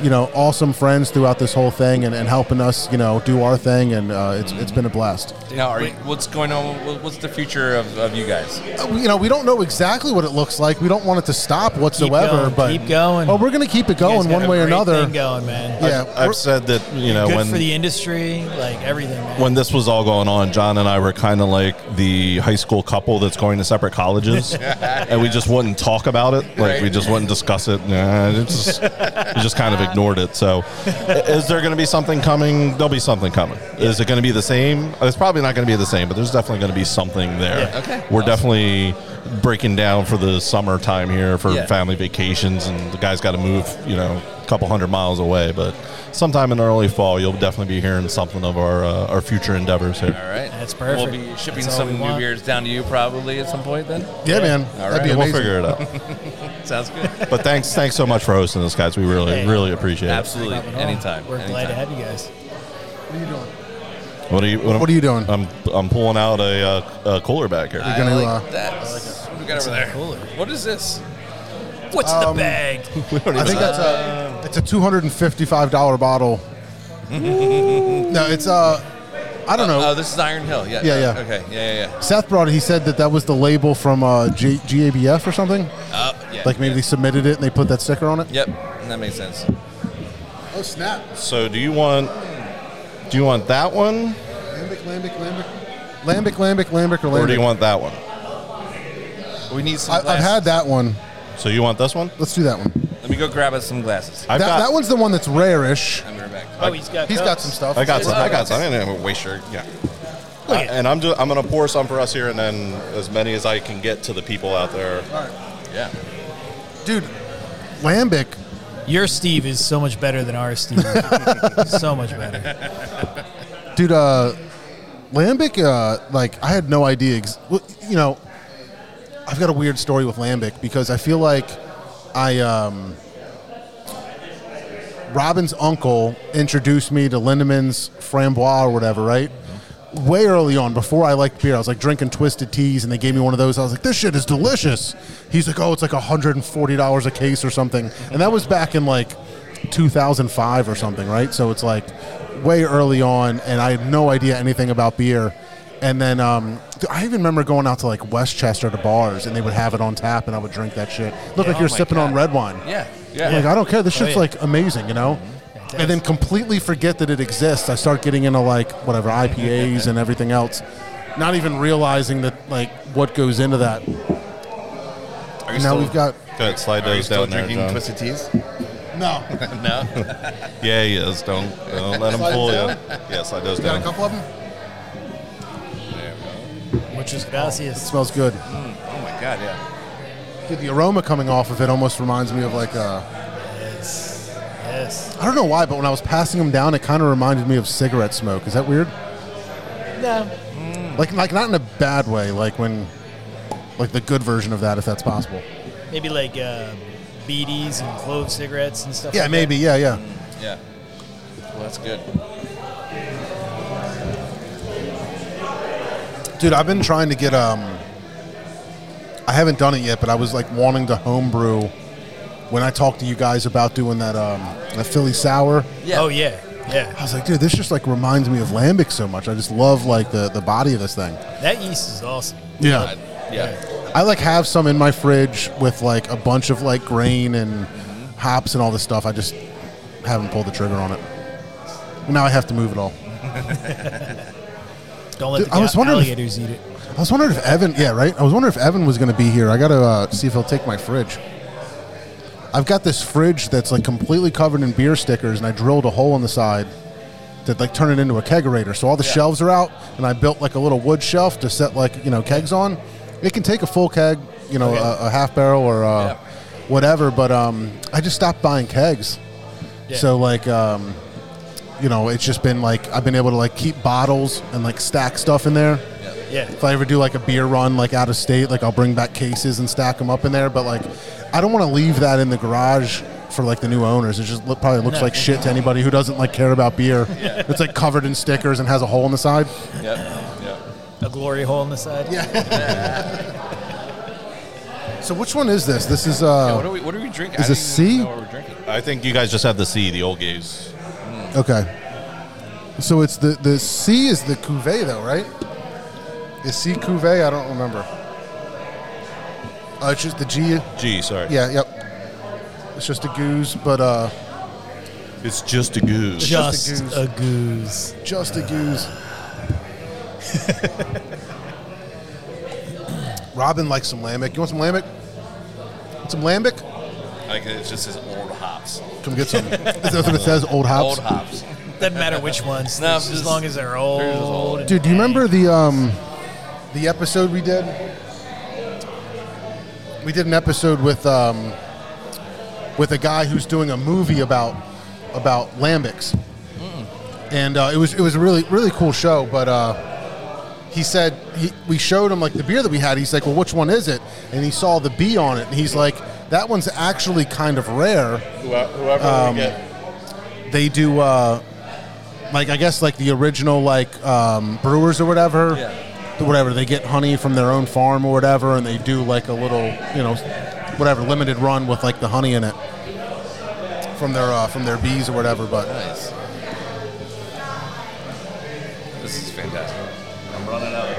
you know, awesome friends throughout this whole thing and, and helping us, you know, do our thing, and uh, it's it's been a blast. Now, are you, what's going on? What- What's the future of, of you guys? Uh, we- You know, we don't know exactly what it looks like. We don't want it to stop whatsoever, going, but keep going. Oh, we're gonna keep it You guys going got one a way or great another. thing going, man. Yeah, I've, I've said that you know Good when for the industry, like everything, man. when this was all going on, John and I were kind of like the high school couple that's going to separate colleges, and we just wouldn't talk about it. Like we Right. just wouldn't discuss it. Nah, it just, we just kind of ignored it. So, i- is there going to be something coming? There'll be something coming. Is it going to be the same? It's probably not going to be the same, but there's definitely going to be something there. Yeah. Okay. We're definitely breaking down for the summertime here for Yeah. family vacations, and the guy's got to move. You know. a Couple hundred miles away, but sometime in the early fall, you'll definitely be hearing something of our uh, our future endeavors here. All right. That's We'll be perfect. shipping That's all some we new want. beers down to you probably at some point then. Yeah, man. All That'd be right. amazing. We'll figure it out. Sounds good. But thanks, thanks so much for hosting us, guys. We really, Hey. really appreciate Absolutely. Anytime. We're glad to have you guys. it. What are you? What are you doing? I'm, I'm pulling out a, uh, a cooler back here. You're gonna, I like uh, That. What we got over there? What is this? What's Um, the bag? I think that's a uh, it's a two hundred and fifty five dollar bottle. Mm-hmm. no, it's uh, I don't know. Oh, this is Iron Hill. Yeah. Yeah, yeah. Okay. Yeah, yeah, yeah. Seth brought it. He said that that was the label from uh, G- GABF or something. Oh, yeah. like maybe they submitted it and they put that sticker on it. Yep. That makes sense. Oh snap! So do you want? Do you want that one, Lambic, lambic, lambic, lambic, lambic, lambic, or lambic. or do you want that one? We need some I, I've glasses. had that one. So you want this one? Let's do that one. Let me go grab us some glasses. That, that one's the one that's rareish. I'm right back. Oh, he's got He's got some stuff. I got some. I got some. I didn't waste your yeah. Uh, and I'm just I'm gonna pour some for us here, and then as many as I can get to the people out there. All right. Yeah. Dude, lambic. Your Steve is so much better than our Steve. so much better. Dude, uh, lambic. Uh, like I had no idea. Ex- well, you know, I've got a weird story with lambic because I feel like I um. Robin's uncle introduced me to Lindemans Frambois or whatever, right? way early on, before I liked beer, I was like drinking twisted teas, and they gave me one of those. I was like, this shit is delicious. He's like, oh, it's like $140 a case or something. And that was back in like 2005 or something, right? So it's like way early on, and I had no idea anything about beer. And then um, dude, I even remember going out to like Westchester to bars, and they would have it on tap, and I would drink that shit. Look Yeah. like you're Oh my sipping on red wine. Yeah, yeah. Like I don't care. This Oh, shit's yeah. Mm-hmm. like amazing, you know. And then completely forget that it exists. I start getting into like whatever IPAs and everything else, not even realizing that like what goes into that. Are now we've got Go ahead, slide Are you those still down there, drinking John. twisted teas? No. no. yeah, he is. Don't, don't let him Slide fool it you. down? Yeah, slide those You got a down. couple of them. Muchas It gracias. Mm, smells good. Oh my god, yeah. Dude, the aroma coming off of it almost reminds me of like uh, Yes. I don't know why, but when I was passing them down, it kind of reminded me of cigarette smoke. Is that weird? No. Mm. Like, like not in a bad way. Like when, like the good version of that, if that's possible. Maybe like uh, BDs and clove cigarettes and stuff. Yeah, like maybe. That. Mm. Yeah, yeah. Yeah. Well, that's good. Dude, I've been trying to get um I haven't done it yet, but I was like wanting to homebrew when I talked to you guys about doing that um that Philly sour. Yeah. Oh yeah. Yeah. I was like, dude, this just like reminds me of Lambic so much. I just love like the the body of this thing. That yeast is awesome. Yeah. Yeah. I like have some in my fridge with like a bunch of like grain and hops and all this stuff. I just haven't pulled the trigger on it. Now I have to move it all. Don't let Dude, the I was ga- wondering if- alligators eat it. I was wondering if Evan, yeah, right. I was wondering if Evan was going to be here. I got to uh, see if he'll take my fridge. I've got this fridge that's like completely covered in beer stickers, and I drilled a hole in the side to like turn it into a kegerator. So all the shelves are out, and I built like a little wood shelf to set like you know kegs on. It can take a full keg, you Oh, know, a, a half barrel or uh, whatever. But um, I just stopped buying kegs, Yeah. so like. Um, you know, it's just been like I've been able to like keep bottles and like stack stuff in there. Yeah. If I ever do like a beer run like out of state, like I'll bring back cases and stack them up in there. But like, I don't want to leave that in the garage for like the new owners. It just look, probably looks No. like shit to anybody who doesn't like care about beer. Yeah. It's like covered in stickers and has a hole in the side. Yep. Yeah. A glory hole in the side. Yeah. So which one is this? This is uh. Yeah, what are we- what are we drinking? Is I this don't even C? know what we're drinking. I think you guys just have the C, the old gaze. Okay. So it's the the C is the cuvee though, right? Is C cuvee? I don't remember. Uh, it's just the G. G, sorry. Yeah. Yep. It's just a goose, but uh. It's just a goose. It's just a goose. a goose. Just a goose. Robin likes some lambic. You want some lambic? Want Some lambic? Like it just says old hops. Come get some. Is that what it says? Old hops? Old hops. Doesn't matter which ones, No, as just- long as they're old. and- Dude, do you remember the um, the episode we did? We did an episode with um, with a guy who's doing a movie about about lambics, Mm. and uh, it was it was a really really cool show. But uh, he said he, we showed him like the beer that we had. He's like, "Well, which one is it?" And he saw the B on it, and he's like, "That one's actually kind of rare." Whoever Um, they do uh, like I guess like the original like um, brewers or whatever, whatever they get honey from their own farm or whatever, and they do like a little you know whatever limited run with like the honey in it from their uh, from their bees or whatever. But This is fantastic. I'm running out.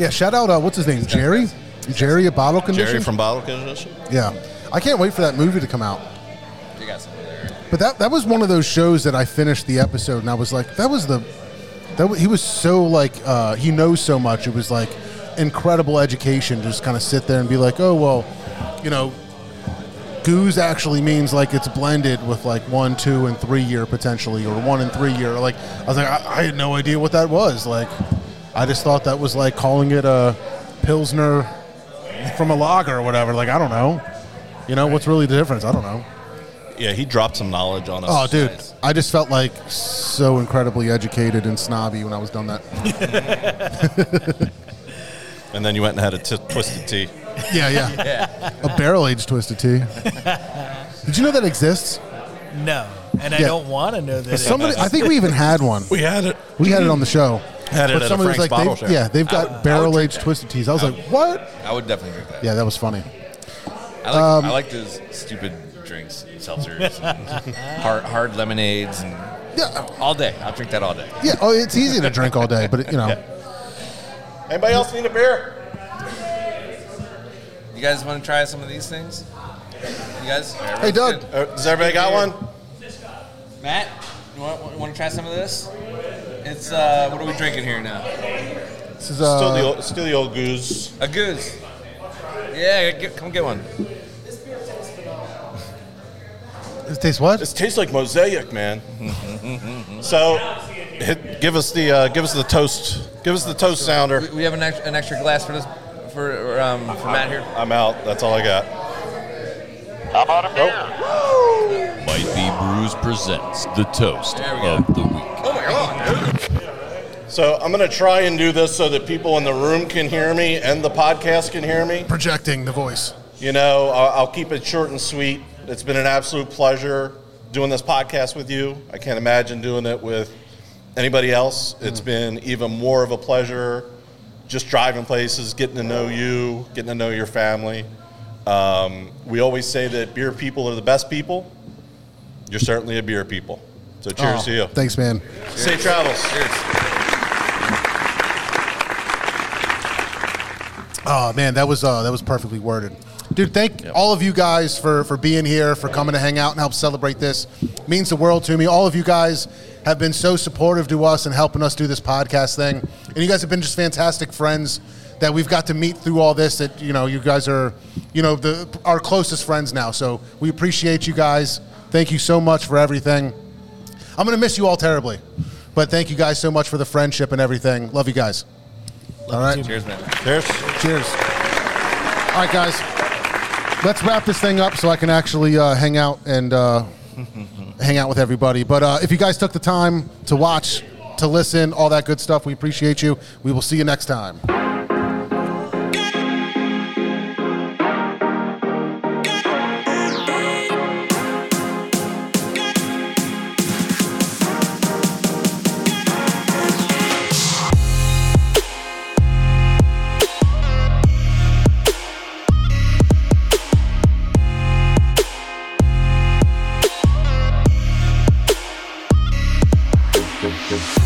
yeah, shout out uh, what's his name Jerry, Jerry a bottle condition Jerry from Bottle Condition. yeah. I can't wait for that movie to come out. You got something there. But that that was one of those shows that I finished the episode and I was like, that was the that wa- he was so like uh, he knows so much. It was like incredible education. Just kind of sit there and be like, oh well, you know, goose actually means like it's blended with like one, two, and three year potentially, or one and three year. Like I was like, I, I had no idea what that was. Like I just thought that was like calling it a pilsner from a lager or whatever. Like I don't know. You know what's really the difference? I don't know. Yeah, he dropped some knowledge on us. Oh, dude, I just felt like so incredibly educated and snobby when I was done that. And then you went and had a t- twisted tea. yeah, yeah, A barrel aged twisted tea. Did you know that exists? No, and I Yeah. don't want to know that. it Somebody, I exists. think we even had one. We had it. We had it on the show. Had it but at a somebody was Frank's like, bottle they've- shop. yeah, they've I got would- I would barrel drink aged that. twisted teas. I was I like, what? I would definitely drink that. Yeah, that was funny. I like, Um, I like those stupid drinks, seltzers, and hard, hard lemonades, and all day. I'll drink that all day. Yeah, oh, it's easy to drink all day, but it, you know, Anybody else need a beer? You guys want to try some of these things? You guys? Hey, Doug. Uh, Good. Has everybody got one? Matt, you want, want to try some of this? It's uh, what are we drinking here now? this is uh, still the old, still the old goose. A goose. Yeah, get, come get one. It tastes what? It tastes like mosaic, man. so, hit, give us the uh, give us the toast. Give us the toast sounder. We, we have an extra, an extra glass for this for um, for Matt here. I'm out. That's all I got. How about a beer? Might Be Brews presents the toast There we go. of the week. Oh my god, So I'm gonna try and do this so that people in the room can hear me and the podcast can hear me. projecting the voice. You know, I- I'll keep it short and sweet. It's been an absolute pleasure doing this podcast with you. I can't imagine doing it with anybody else. It's been even more of a pleasure just driving places, getting to know you, getting to know your family. Um, we always say that beer people are the best people. You're certainly a beer people. So cheers Oh, to you. Thanks, man. Safe travels. Oh man, that was uh, that was perfectly worded, dude. Thank all of you guys for for being here, for coming to hang out and help celebrate this. Means the world to me. All of you guys have been so supportive to us and helping us do this podcast thing, and you guys have been just fantastic friends that we've got to meet through all this. That you know, you guys are, you know, the our closest friends now. So we appreciate you guys. Thank you so much for everything. I'm gonna miss you all terribly, but thank you guys so much for the friendship and everything. Love you guys. all right. Cheers, man. Cheers. Cheers. All right, guys. Let's wrap this thing up so I can actually uh, hang out and uh, hang out with everybody. But uh, if you guys took the time to watch, to listen, all that good stuff, we appreciate you. We will see you next time. Thank you.